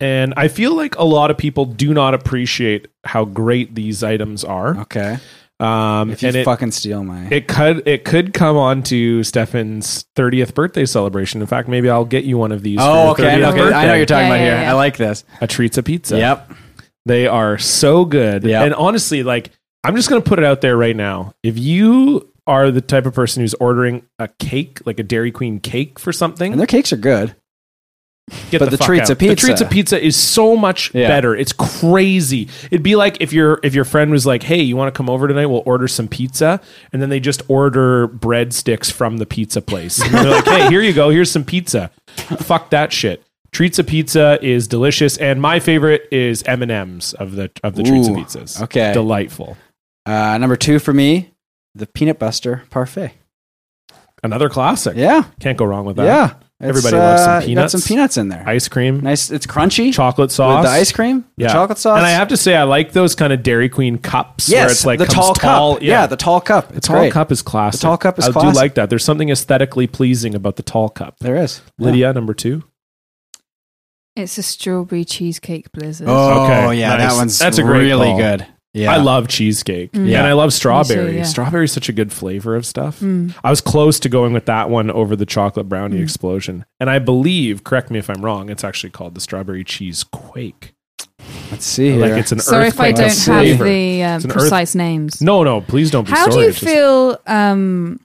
Speaker 2: and I feel like a lot of people do not appreciate how great these items are.
Speaker 1: okay,
Speaker 2: Um,
Speaker 1: Uh, if you
Speaker 2: and it,
Speaker 1: fucking steal my,
Speaker 2: it could it could come on to Stefan's 30th birthday celebration. In fact, maybe I'll get you one of these.
Speaker 1: oh,
Speaker 2: for your
Speaker 1: okay, I know,
Speaker 2: 30th
Speaker 1: okay, I know what
Speaker 2: birthday.
Speaker 1: you're talking
Speaker 3: Yeah,
Speaker 1: about
Speaker 3: yeah,
Speaker 1: here.
Speaker 3: yeah.
Speaker 1: I like this.
Speaker 2: a treats of pizza.
Speaker 1: Yep,
Speaker 2: They are so good.
Speaker 1: Yep.
Speaker 2: And honestly, like I'm just gonna put it out there right now. If you are the type of person who's ordering a cake, like a Dairy Queen cake for something,
Speaker 1: and their cakes are good.
Speaker 2: Get
Speaker 1: But the
Speaker 2: fuck
Speaker 1: treats
Speaker 2: out.
Speaker 1: of
Speaker 2: The
Speaker 1: pizza.
Speaker 2: treats of pizza is so much
Speaker 1: Yeah.
Speaker 2: better. It's crazy. It'd be like if your if your friend was like, "Hey, you want to come over tonight? We'll order some pizza," and then they just order breadsticks from the pizza place. And they're like, "Hey, here you go. Here's some pizza." fuck that shit. Treats of pizza is delicious, and my favorite is M and M's of the of the treats of
Speaker 1: Ooh,
Speaker 2: pizzas.
Speaker 1: okay.
Speaker 2: delightful.
Speaker 1: Uh, number two for me, the peanut buster parfait.
Speaker 2: Another classic.
Speaker 1: Yeah,
Speaker 2: Can't go wrong with that.
Speaker 1: yeah. uh,
Speaker 2: Everybody loves some
Speaker 1: you got
Speaker 2: peanuts.
Speaker 1: some peanuts in there.
Speaker 2: ice cream,
Speaker 1: nice. It's crunchy
Speaker 2: chocolate sauce,
Speaker 1: with the ice cream. the chocolate sauce.
Speaker 2: And I have to say, I like those kind of Dairy Queen cups
Speaker 1: yes,
Speaker 2: where it's like
Speaker 1: the
Speaker 2: comes
Speaker 1: tall
Speaker 2: tall-
Speaker 1: cup. Yeah. the tall cup.
Speaker 2: The
Speaker 1: It's
Speaker 2: tall
Speaker 1: great.
Speaker 2: cup is classic.
Speaker 1: The tall cup is
Speaker 2: I
Speaker 1: classic.
Speaker 2: do like that. There's something aesthetically pleasing about the tall cup.
Speaker 1: There is
Speaker 2: Lydia, number two.
Speaker 3: It's a strawberry cheesecake blizzard.
Speaker 1: Oh
Speaker 2: Okay,
Speaker 1: yeah,
Speaker 2: nice.
Speaker 1: that one's
Speaker 2: That's a great
Speaker 1: really
Speaker 2: call.
Speaker 1: good. Yeah,
Speaker 2: I love cheesecake.
Speaker 3: Mm.
Speaker 1: Yeah.
Speaker 2: And I love strawberry.
Speaker 3: yeah.
Speaker 2: Strawberry is such a good flavor of stuff.
Speaker 3: Mm.
Speaker 2: I was close to going with that one over the chocolate brownie explosion. And I believe, correct me if I'm wrong, it's actually called the strawberry cheese quake.
Speaker 1: Let's see here.
Speaker 2: Like it's an
Speaker 3: Sorry if I
Speaker 2: earthquake
Speaker 3: don't
Speaker 2: of
Speaker 3: have
Speaker 2: flavor.
Speaker 3: the uh,
Speaker 2: It's an earth-
Speaker 3: precise names.
Speaker 2: No, no, please don't be
Speaker 3: How do
Speaker 2: sorry.
Speaker 3: you
Speaker 2: It's just-
Speaker 3: feel um,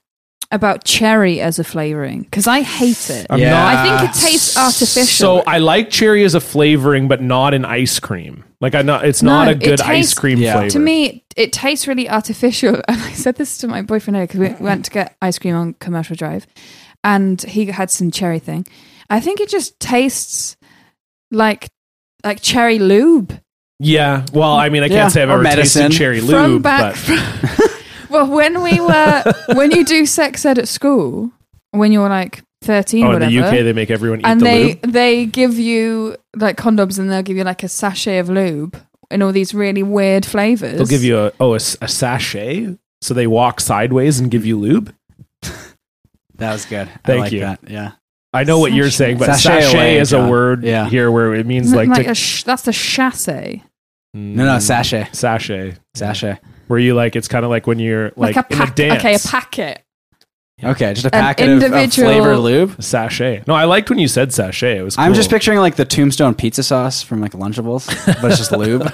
Speaker 3: about cherry as a flavoring? Because I hate it.
Speaker 2: I'm
Speaker 1: Yeah.
Speaker 2: not
Speaker 3: I think it tastes artificial.
Speaker 2: So I like cherry as a flavoring, but not in ice cream. Like I not, it's not
Speaker 3: No,
Speaker 2: a
Speaker 3: it
Speaker 2: good ice
Speaker 3: tastes-
Speaker 2: cream
Speaker 1: Yeah.
Speaker 2: flavor.
Speaker 3: to me, it tastes really artificial. *laughs* And I said this to my boyfriend because we went to get ice cream on Commercial Drive, and he had some cherry thing. I think it just tastes like like cherry lube
Speaker 2: yeah. Well, I mean, I can't
Speaker 1: Yeah.
Speaker 2: say I've
Speaker 1: Or
Speaker 2: ever
Speaker 1: medicine.
Speaker 2: tasted cherry lube,
Speaker 3: from back.
Speaker 2: but oh, *laughs*
Speaker 3: From, well, when we were when you do sex ed at school, when you're like thirteen,
Speaker 2: oh, in
Speaker 3: whatever.
Speaker 2: the UK they make everyone eat
Speaker 3: and
Speaker 2: the
Speaker 3: they
Speaker 2: lube.
Speaker 3: they give you like condoms and they'll give you like a sachet of lube in all these really weird flavors
Speaker 2: They'll give you a oh a, s- a sachet, so they walk sideways and give you lube.
Speaker 1: that was good. I
Speaker 2: Thank
Speaker 1: like
Speaker 2: you.
Speaker 1: that. Yeah,
Speaker 2: I know what you're
Speaker 3: Sachet.
Speaker 2: saying, but
Speaker 1: Sachet
Speaker 2: sachet,
Speaker 1: away,
Speaker 2: is
Speaker 1: John.
Speaker 2: a word
Speaker 1: Yeah.
Speaker 2: here where it means
Speaker 3: Isn't
Speaker 2: like,
Speaker 3: it like
Speaker 2: to,
Speaker 3: a sh- that's a chassis
Speaker 1: no, no, sachet,
Speaker 2: Mm, sachet,
Speaker 1: sachet.
Speaker 2: where you like it's kind of like when you're like,
Speaker 3: like, a
Speaker 2: in a
Speaker 3: packet
Speaker 2: dance.
Speaker 3: okay a packet
Speaker 1: Okay, just a
Speaker 3: An
Speaker 1: packet of, of
Speaker 3: individual-
Speaker 1: flavored lube.
Speaker 2: sachet. No, I liked when you said sachet. It was.
Speaker 1: I'm
Speaker 2: cool.
Speaker 1: just picturing like the Tombstone pizza sauce from like Lunchables, but it's just
Speaker 2: *laughs*
Speaker 1: lube. *laughs*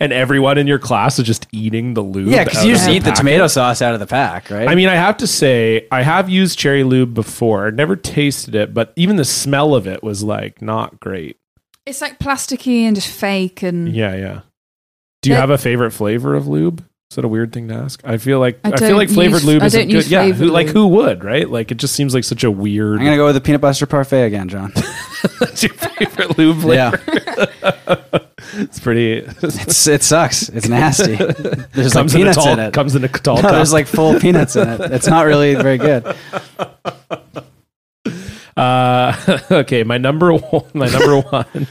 Speaker 2: and everyone in your class is just eating the lube.
Speaker 1: yeah, because you
Speaker 2: out
Speaker 1: just
Speaker 2: of
Speaker 1: eat the
Speaker 2: packet.
Speaker 1: tomato sauce out of the pack, right?
Speaker 2: I mean, I have to say, I have used cherry lube before. Never tasted it, but even the smell of it was like not great.
Speaker 3: it's like plasticky and just fake
Speaker 1: Mm.
Speaker 3: and
Speaker 2: Yeah, yeah. Do you
Speaker 3: That-
Speaker 2: have a favorite flavor of lube? Is that a weird thing to ask? I feel like
Speaker 3: I
Speaker 2: I, feel
Speaker 3: don't
Speaker 2: like flavored
Speaker 3: use-
Speaker 2: lube
Speaker 3: I
Speaker 2: is a
Speaker 3: don't use
Speaker 2: good. Yeah,
Speaker 3: flavored
Speaker 2: who, like
Speaker 3: lube.
Speaker 2: who would right? Like it just seems like such a weird.
Speaker 1: I'm gonna go with the peanut butter parfait again, John.
Speaker 2: *laughs* That's *laughs* your favorite lube flavor.
Speaker 1: yeah,
Speaker 2: It's pretty.
Speaker 1: it's, it sucks. It's
Speaker 2: *laughs*
Speaker 1: nasty. There's like
Speaker 2: comes in a
Speaker 1: peanuts
Speaker 2: tall.
Speaker 1: in it.
Speaker 2: Comes in a
Speaker 1: *laughs*
Speaker 2: tall.
Speaker 1: no,
Speaker 2: cup.
Speaker 1: there's like full peanuts in it. It's not really very good.
Speaker 2: Uh, *laughs*
Speaker 1: *laughs*
Speaker 2: okay, my number one, my number one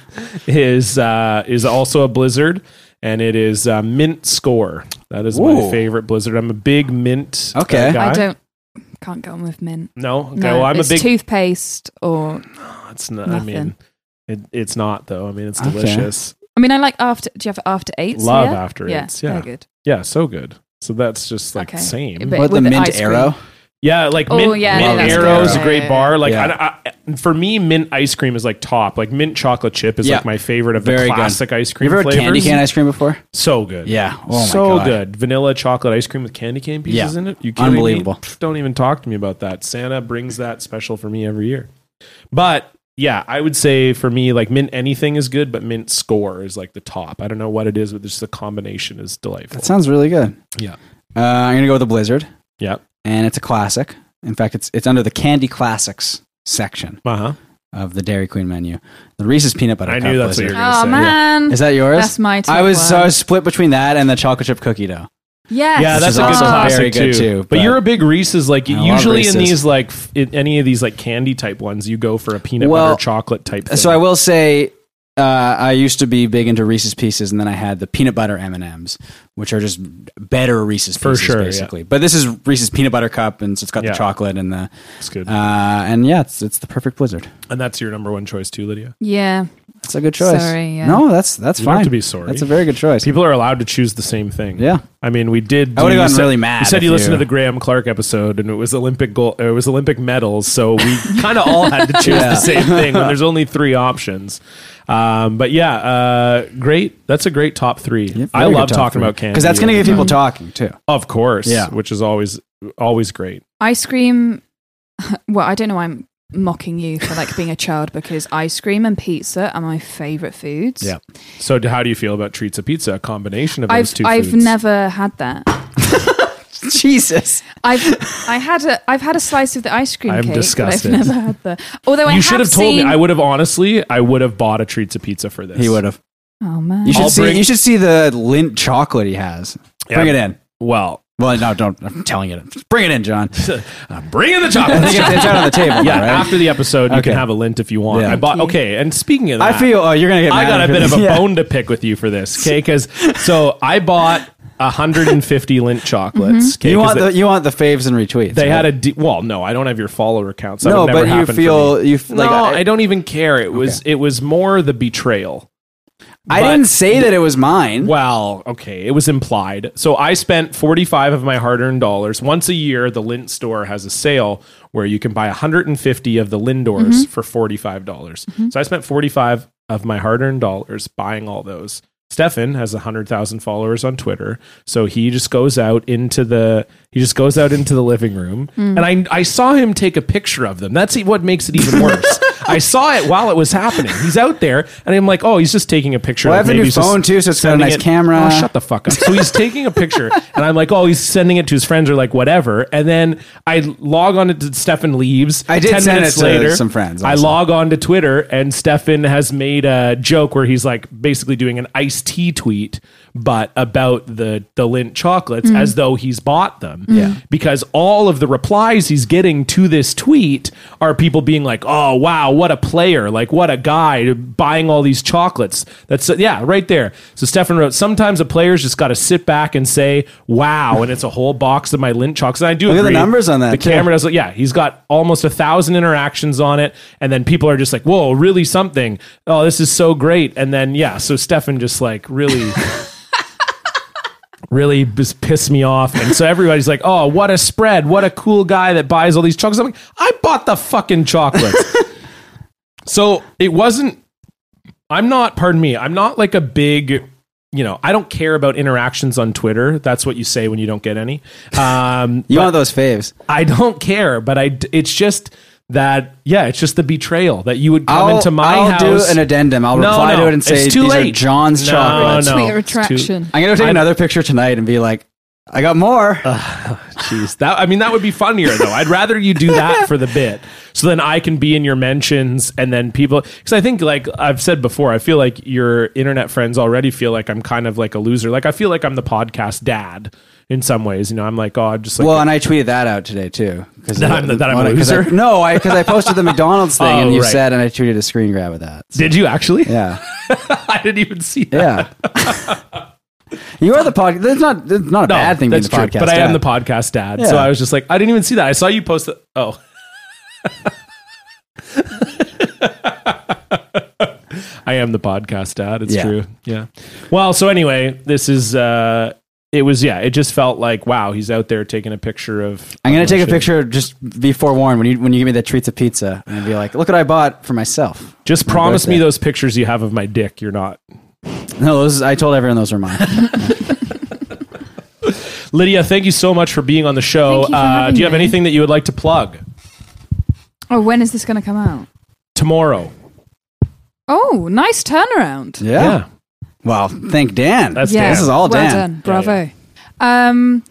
Speaker 2: is uh, is also a blizzard, and it is uh, mint score. That is my
Speaker 1: Ooh.
Speaker 2: favorite Blizzard. I'm a big mint. uh,
Speaker 1: Okay.
Speaker 2: guy.
Speaker 3: I don't can't get on with mint.
Speaker 2: No, okay.
Speaker 3: No,
Speaker 2: well, I'm a
Speaker 3: it's
Speaker 2: big.
Speaker 3: toothpaste or
Speaker 2: it's not. I mean,
Speaker 3: Nothing.
Speaker 2: it, it's not though. I mean, it's
Speaker 1: Okay.
Speaker 2: delicious.
Speaker 3: I mean, I like after. Do you have after eights?
Speaker 2: Love
Speaker 3: here?
Speaker 2: after
Speaker 3: yeah,
Speaker 2: eights. Yeah,
Speaker 3: very good.
Speaker 2: yeah, so good. So that's just like
Speaker 3: Okay.
Speaker 2: same.
Speaker 3: But
Speaker 1: What the
Speaker 3: with
Speaker 1: mint
Speaker 3: ice cream.
Speaker 1: arrow?
Speaker 2: Yeah, like
Speaker 3: Oh,
Speaker 2: mint,
Speaker 3: yeah,
Speaker 1: no,
Speaker 2: mint
Speaker 1: that's
Speaker 2: arrow
Speaker 1: good.
Speaker 2: is a
Speaker 1: Yeah,
Speaker 2: great
Speaker 3: yeah,
Speaker 2: bar. Like
Speaker 1: yeah.
Speaker 2: I, I, for me, mint ice cream is like top. Like mint chocolate chip is
Speaker 1: Yeah.
Speaker 2: like my favorite of
Speaker 1: Very
Speaker 2: the
Speaker 1: good.
Speaker 2: classic ice cream
Speaker 1: You ever
Speaker 2: flavors.
Speaker 1: had candy cane ice cream before?
Speaker 2: so good.
Speaker 1: Yeah. Oh my
Speaker 2: so
Speaker 1: God.
Speaker 2: good. Vanilla chocolate ice cream with candy cane pieces
Speaker 1: Yeah.
Speaker 2: in it. You kidding me?
Speaker 1: Unbelievable.
Speaker 2: Pff, Don't even talk to me about that. Santa brings that special for me every year. But yeah, I would say for me, like mint anything is good, but mint score is like the top. I don't know what it is, but just the combination is delightful.
Speaker 1: That sounds really good.
Speaker 2: Yeah.
Speaker 1: Uh, I'm gonna go with the Blizzard,
Speaker 2: yeah.
Speaker 1: and it's a classic. In fact, it's it's under the candy classics section
Speaker 2: Uh huh.
Speaker 1: of the Dairy Queen menu. The Reese's peanut butter.
Speaker 2: I
Speaker 1: Cup
Speaker 2: knew that's what
Speaker 1: Blizzard.
Speaker 2: you were gonna
Speaker 3: Oh
Speaker 2: say.
Speaker 3: man,
Speaker 1: Is that yours?
Speaker 3: that's my. Top
Speaker 1: I was
Speaker 3: one.
Speaker 1: so I was split between that and the chocolate chip cookie dough.
Speaker 3: yes.
Speaker 2: Yeah,
Speaker 1: Which
Speaker 2: that's
Speaker 1: is
Speaker 2: a good
Speaker 1: also
Speaker 2: classic
Speaker 1: very
Speaker 2: too.
Speaker 1: good too,
Speaker 2: but,
Speaker 1: but-
Speaker 2: you're a big Reese's. Like
Speaker 1: I love
Speaker 2: usually
Speaker 1: Reese's.
Speaker 2: in these, like f- in any of these like candy type ones, you go for a peanut
Speaker 1: Well,
Speaker 2: butter chocolate type. Thing.
Speaker 1: So I will say, uh, I used to be big into Reese's Pieces, and then I had the peanut butter M and M's, which are just better Reese's
Speaker 2: For
Speaker 1: Pieces,
Speaker 2: sure, yeah.
Speaker 1: basically. But this is Reese's peanut butter cup, and so it's got
Speaker 2: Yeah.
Speaker 1: the chocolate and the
Speaker 2: That's good,
Speaker 1: uh, and yeah, it's it's the perfect Blizzard.
Speaker 2: and that's your number one choice too, Lydia.
Speaker 3: Yeah,
Speaker 1: That's a good choice.
Speaker 3: Sorry, yeah.
Speaker 1: No, that's that's
Speaker 2: You don't
Speaker 1: fine.
Speaker 2: have to be sorry.
Speaker 1: That's a very good choice.
Speaker 2: People are allowed to choose the same thing.
Speaker 1: Yeah.
Speaker 2: I mean, we did.
Speaker 1: I would've
Speaker 2: you
Speaker 1: gotten
Speaker 2: said-
Speaker 1: really mad
Speaker 2: You said
Speaker 1: if
Speaker 2: you listened
Speaker 1: you-
Speaker 2: to the Graham Clark episode, and it was Olympic gold. It was Olympic medals,
Speaker 1: *laughs*
Speaker 2: so we kind of all had to choose
Speaker 1: Yeah.
Speaker 2: the same thing
Speaker 1: *laughs*
Speaker 2: when there's only three options. Um, but yeah, uh, great. That's a great top three.
Speaker 1: Yeah,
Speaker 2: I
Speaker 1: very
Speaker 2: love
Speaker 1: good top
Speaker 2: talking
Speaker 1: three.
Speaker 2: about candy
Speaker 1: because that's going to
Speaker 2: all
Speaker 1: get
Speaker 2: the
Speaker 1: people
Speaker 2: time.
Speaker 1: talking too.
Speaker 2: of course,
Speaker 1: Yeah.
Speaker 2: which is always always great.
Speaker 3: ice cream. *laughs* Well, I don't know. why I'm mocking you for like being a child because ice cream and pizza are my favorite foods.
Speaker 1: Yeah.
Speaker 2: So, d- how do you feel about treats of pizza? A combination of those
Speaker 3: I've
Speaker 2: two
Speaker 3: I've
Speaker 2: foods.
Speaker 3: never had that.
Speaker 1: Jesus,
Speaker 3: I've I had a I've had a slice of the ice cream
Speaker 2: I'm
Speaker 3: cake.
Speaker 2: disgusted.
Speaker 3: But I've never had the. Although I
Speaker 2: you should have told
Speaker 3: seen-
Speaker 2: me. I would have honestly. I would have bought a treats of pizza for this.
Speaker 1: he would have.
Speaker 3: oh man,
Speaker 1: You should
Speaker 2: I'll
Speaker 1: see.
Speaker 2: bring-
Speaker 1: you should see the lint chocolate he has.
Speaker 2: Yeah.
Speaker 1: Bring it in.
Speaker 2: Well,
Speaker 1: Well, no, don't. I'm telling you, to- bring it in,
Speaker 2: *laughs*
Speaker 1: John.
Speaker 2: bring in
Speaker 1: *laughs*
Speaker 2: the
Speaker 1: I
Speaker 2: chocolate.
Speaker 1: think it's it's out on the table.
Speaker 2: yeah.
Speaker 1: though, right?
Speaker 2: After the episode, you
Speaker 1: Okay.
Speaker 2: can have a lint if you want.
Speaker 1: Yeah.
Speaker 2: I bought.
Speaker 3: Thank you.
Speaker 2: Okay. And speaking of that,
Speaker 1: I feel. Oh, you're gonna get.
Speaker 2: I
Speaker 1: mad
Speaker 2: got a
Speaker 1: *laughs* because-
Speaker 2: bit of a
Speaker 1: Yeah.
Speaker 2: bone to pick with you for this. Okay. Because so I bought 150 lint chocolates.
Speaker 1: Mm-hmm.
Speaker 2: 'kay,
Speaker 1: You
Speaker 2: 'cause
Speaker 1: want
Speaker 2: they-
Speaker 1: the you want the faves and retweets.
Speaker 2: They
Speaker 1: right?
Speaker 2: had a d- well. No, I don't have your follower counts. That
Speaker 1: no,
Speaker 2: would never
Speaker 1: but you
Speaker 2: happen for me.
Speaker 1: feel you f- like
Speaker 2: no,
Speaker 1: I,
Speaker 2: I, don't even care. It was it was more the betrayal.
Speaker 1: I
Speaker 2: but-
Speaker 1: didn't say that it was mine.
Speaker 2: Well, okay, it was implied. So I spent 45 of my hard-earned dollars. Once a year, the Lint store has a sale where you can buy 150 of the Lindors for $45. dollars So I spent 45 of my hard-earned dollars buying all those. Stefan has 100,000 followers on Twitter. So he just goes out into the he just goes out into the living room and I I saw him take a picture of them. That's what makes it even worse. I saw it while it was happening. He's out there and I'm like, "Oh, he's just taking a picture
Speaker 1: Well, I
Speaker 2: of
Speaker 1: have a
Speaker 2: maybe
Speaker 1: new
Speaker 2: he's just
Speaker 1: phone, too, so it's got a
Speaker 2: sending
Speaker 1: nice
Speaker 2: it-
Speaker 1: camera.
Speaker 2: Oh, shut the fuck up. So
Speaker 1: *laughs*
Speaker 2: he's taking a picture, and I'm like, oh, he's sending it to his friends or like whatever. And then I log on to Stefan leaves.
Speaker 1: I did send it to some friends
Speaker 2: I
Speaker 1: also.
Speaker 2: log on to Twitter, and Stefan has made a joke where he's like basically doing an iced tea tweet, but about the the lint chocolates
Speaker 1: Mm-hmm.
Speaker 2: as though he's bought them. Yeah, because all of the replies he's getting to this tweet are people being like, "Oh wow, what a player! Like what a guy buying all these chocolates." That's uh, yeah, right there. So Stefan wrote, "Sometimes a player's just got to sit back and say, wow,' and it's a whole box of my lint chocolates." And I do
Speaker 1: Look at the
Speaker 2: agree,
Speaker 1: numbers on that,
Speaker 2: The
Speaker 1: too.
Speaker 2: camera does. Yeah, he's got almost a thousand interactions on it, and then people are just like, "Whoa, really something? Oh, this is so great!" And then yeah, so Stefan just like really. Really just pissed me off, and so everybody's like, "Oh, what a spread! What a cool guy that buys all these chocolates." I'm like, "I bought the fucking chocolates." so it wasn't. I'm not. Pardon me. I'm not like a big you know, I don't care about interactions on Twitter. That's what you say when you don't get any. Um,
Speaker 1: You want those faves?
Speaker 2: I don't care, but I. d- It's just that. Yeah, it's just the betrayal that you would come into my
Speaker 1: I'll
Speaker 2: house.
Speaker 1: do an addendum. I'll
Speaker 2: No,
Speaker 1: reply
Speaker 2: no,
Speaker 1: to it and say
Speaker 2: it's too
Speaker 1: these
Speaker 2: late.
Speaker 1: are John's
Speaker 2: No,
Speaker 1: chocolates.
Speaker 2: no.
Speaker 3: sweet
Speaker 2: it's too-
Speaker 3: retraction.
Speaker 1: I'm gonna take
Speaker 2: I- Uh,
Speaker 1: another picture tonight and be like, I got more.
Speaker 2: Jeez, that I mean that would be funnier though. I'd rather you do that for the bit, so then I can be in your mentions, and then people because I think like I've said before, I feel like your internet friends already feel like I'm kind of like a loser. Like I feel like I'm the podcast dad in some ways. You know, I'm like oh, I'm just like
Speaker 1: well, and I tweeted that out today too. Cause
Speaker 2: That
Speaker 1: of
Speaker 2: I'm the- that I'm a
Speaker 1: what I- *laughs* 'cause I-
Speaker 2: loser? *laughs*
Speaker 1: no, I because I posted the McDonald's thing
Speaker 2: Oh,
Speaker 1: and you
Speaker 2: right.
Speaker 1: said, and I
Speaker 2: *laughs*
Speaker 1: tweeted a screen grab of that.
Speaker 2: did you actually?
Speaker 1: Yeah, *laughs*
Speaker 2: I didn't even see that.
Speaker 1: yeah. You are the podcast. That's not. That's not a bad thing. Being the podcast,
Speaker 2: But I
Speaker 1: dad.
Speaker 2: am the podcast dad, so
Speaker 1: Yeah.
Speaker 2: I was just like, I didn't even see that. I saw you post the. Oh. *laughs* I am the podcast dad. It's
Speaker 1: Yeah.
Speaker 2: true. Yeah. Well, so anyway, this is. uh It was yeah. It just felt like wow, he's out there taking a picture of.
Speaker 1: I'm gonna
Speaker 2: of
Speaker 1: take a
Speaker 2: shit.
Speaker 1: picture. Just be forewarned when you when you give me that treats of pizza, and be like, "Look what I bought for myself."
Speaker 2: Just
Speaker 1: My
Speaker 2: promise me
Speaker 1: birthday.
Speaker 2: those pictures you have of my dick. You're not
Speaker 1: No, those I told everyone those were
Speaker 2: *laughs*
Speaker 1: mine.
Speaker 2: Lydia. Thank you so much for being on the show.
Speaker 3: Thank you for
Speaker 2: uh,
Speaker 3: having
Speaker 2: do you have
Speaker 3: me.
Speaker 2: anything that you would like to plug
Speaker 3: Oh, when is this going to come out?
Speaker 2: tomorrow?
Speaker 3: Oh, nice turnaround.
Speaker 1: yeah. Well, thank Dan.
Speaker 2: That's
Speaker 3: Yeah.
Speaker 2: Dan.
Speaker 1: This is all
Speaker 3: well
Speaker 1: Dan.
Speaker 3: done. Bravo. Um,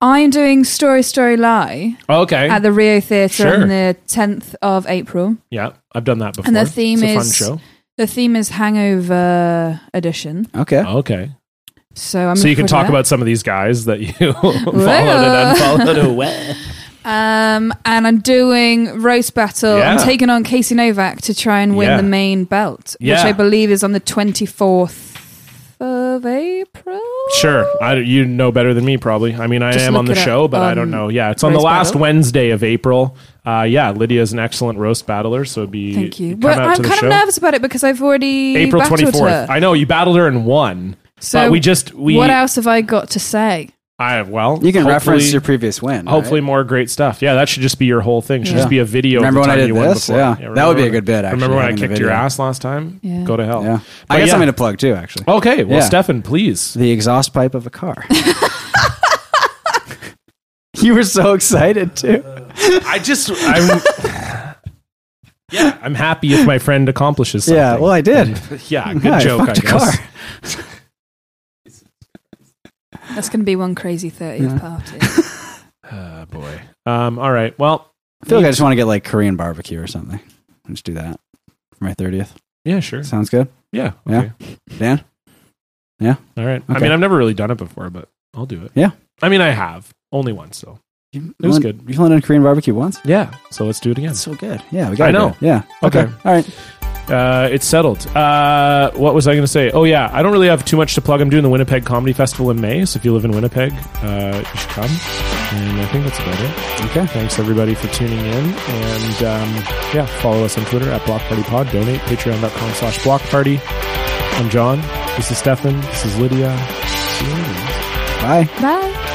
Speaker 3: I'm doing Story Story Lie
Speaker 2: Okay.
Speaker 3: at the Rio Theatre
Speaker 2: Sure.
Speaker 3: on the 10th of April.
Speaker 2: yeah, I've done that before.
Speaker 3: And the theme
Speaker 2: it's a
Speaker 3: is-
Speaker 2: fun show.
Speaker 3: The theme is Hangover Edition.
Speaker 1: Okay.
Speaker 2: Okay.
Speaker 3: So I'm
Speaker 2: so you
Speaker 3: looking
Speaker 2: can
Speaker 3: forward
Speaker 2: talk
Speaker 3: to that.
Speaker 2: about some of these guys that you *laughs* followed and *laughs* unfollowed away.
Speaker 3: Um, and I'm doing roast battle.
Speaker 2: Yeah.
Speaker 3: I'm taking on Casey Novak to try and win
Speaker 2: Yeah.
Speaker 3: the main belt,
Speaker 2: Yeah.
Speaker 3: which I believe is on the 24th of April.
Speaker 2: Sure. I, you know better than me, probably. I mean, I
Speaker 3: Just
Speaker 2: am on the
Speaker 3: look it up
Speaker 2: show, but I
Speaker 3: on
Speaker 2: don't know. Yeah, it's on the
Speaker 3: Roast
Speaker 2: last
Speaker 3: Battle.
Speaker 2: Wednesday of April. Uh, yeah, Lydia's an excellent roast battler, so it'd be
Speaker 3: Thank you.
Speaker 2: come
Speaker 3: Well,
Speaker 2: out
Speaker 3: I'm
Speaker 2: to the
Speaker 3: kind
Speaker 2: show.
Speaker 3: of nervous about it because I've already
Speaker 2: April
Speaker 3: battled
Speaker 2: 24th.
Speaker 3: her.
Speaker 2: I know you battled her and won.
Speaker 3: So
Speaker 2: but we just we
Speaker 3: what else have I got to say? *laughs*
Speaker 2: I well
Speaker 1: You can reference
Speaker 2: hopefully-
Speaker 1: your previous win.
Speaker 2: Hopefully more great stuff. Yeah, that should just be your whole thing. Should just
Speaker 1: Yeah.
Speaker 2: be a video.
Speaker 1: Remember
Speaker 2: of the
Speaker 1: when I
Speaker 2: time
Speaker 1: did
Speaker 2: you won
Speaker 1: this?
Speaker 2: before.
Speaker 1: Yeah. That
Speaker 2: remember
Speaker 1: would be a
Speaker 2: when-
Speaker 1: good bit, actually,
Speaker 2: remember when I
Speaker 1: having the
Speaker 2: kicked your
Speaker 1: video.
Speaker 2: ass last time?
Speaker 3: Yeah.
Speaker 2: Go to hell.
Speaker 1: right? Yeah.
Speaker 2: But
Speaker 1: I got
Speaker 2: yeah.
Speaker 1: something to plug too, actually.
Speaker 2: Okay, well,
Speaker 1: Yeah.
Speaker 2: Stefan, please.
Speaker 1: The exhaust pipe of a car. *laughs* you were so excited too.
Speaker 2: I *laughs* just, I'm, yeah, I'm happy if my friend accomplishes something.
Speaker 1: Yeah. Well, I did.
Speaker 2: yeah, good
Speaker 1: Yeah, I
Speaker 2: joke. I
Speaker 1: fucked a
Speaker 2: guess.
Speaker 1: car.
Speaker 3: That's going to be one crazy 30th
Speaker 1: Yeah.
Speaker 3: party.
Speaker 2: Oh, boy. Um, all right. Well,
Speaker 1: I feel like I just want to get like Korean barbecue or something. Let's do that for my thirtieth.
Speaker 2: yeah, sure.
Speaker 1: Sounds good,
Speaker 2: Yeah.
Speaker 1: Yeah.
Speaker 2: Okay.
Speaker 1: Dan.
Speaker 2: All right. I
Speaker 1: Okay.
Speaker 2: mean, I've never really done it before, but I'll do it.
Speaker 1: Yeah.
Speaker 2: I mean, I have only once, so
Speaker 1: You
Speaker 2: It was
Speaker 1: only-
Speaker 2: good.
Speaker 1: You've only done Korean barbecue once.
Speaker 2: yeah. So let's do it again.
Speaker 1: That's so good. Yeah, we got.
Speaker 2: I know.
Speaker 1: Yeah.
Speaker 2: Okay.
Speaker 1: Okay. All right.
Speaker 2: Uh, it's settled. Uh, what was I going to say? Oh yeah, I don't really have too much to plug. I'm doing the Winnipeg Comedy Festival in May, so if you live in Winnipeg, uh, you should come. And I think that's about it.
Speaker 1: Okay.
Speaker 2: Thanks everybody for tuning in, and um, yeah, follow us on Twitter at Block Party Pod. Donate Patreon.com/slash Block Party. I'm John. This is Stefan. This is Lydia. See you later.
Speaker 1: Bye.
Speaker 3: Bye.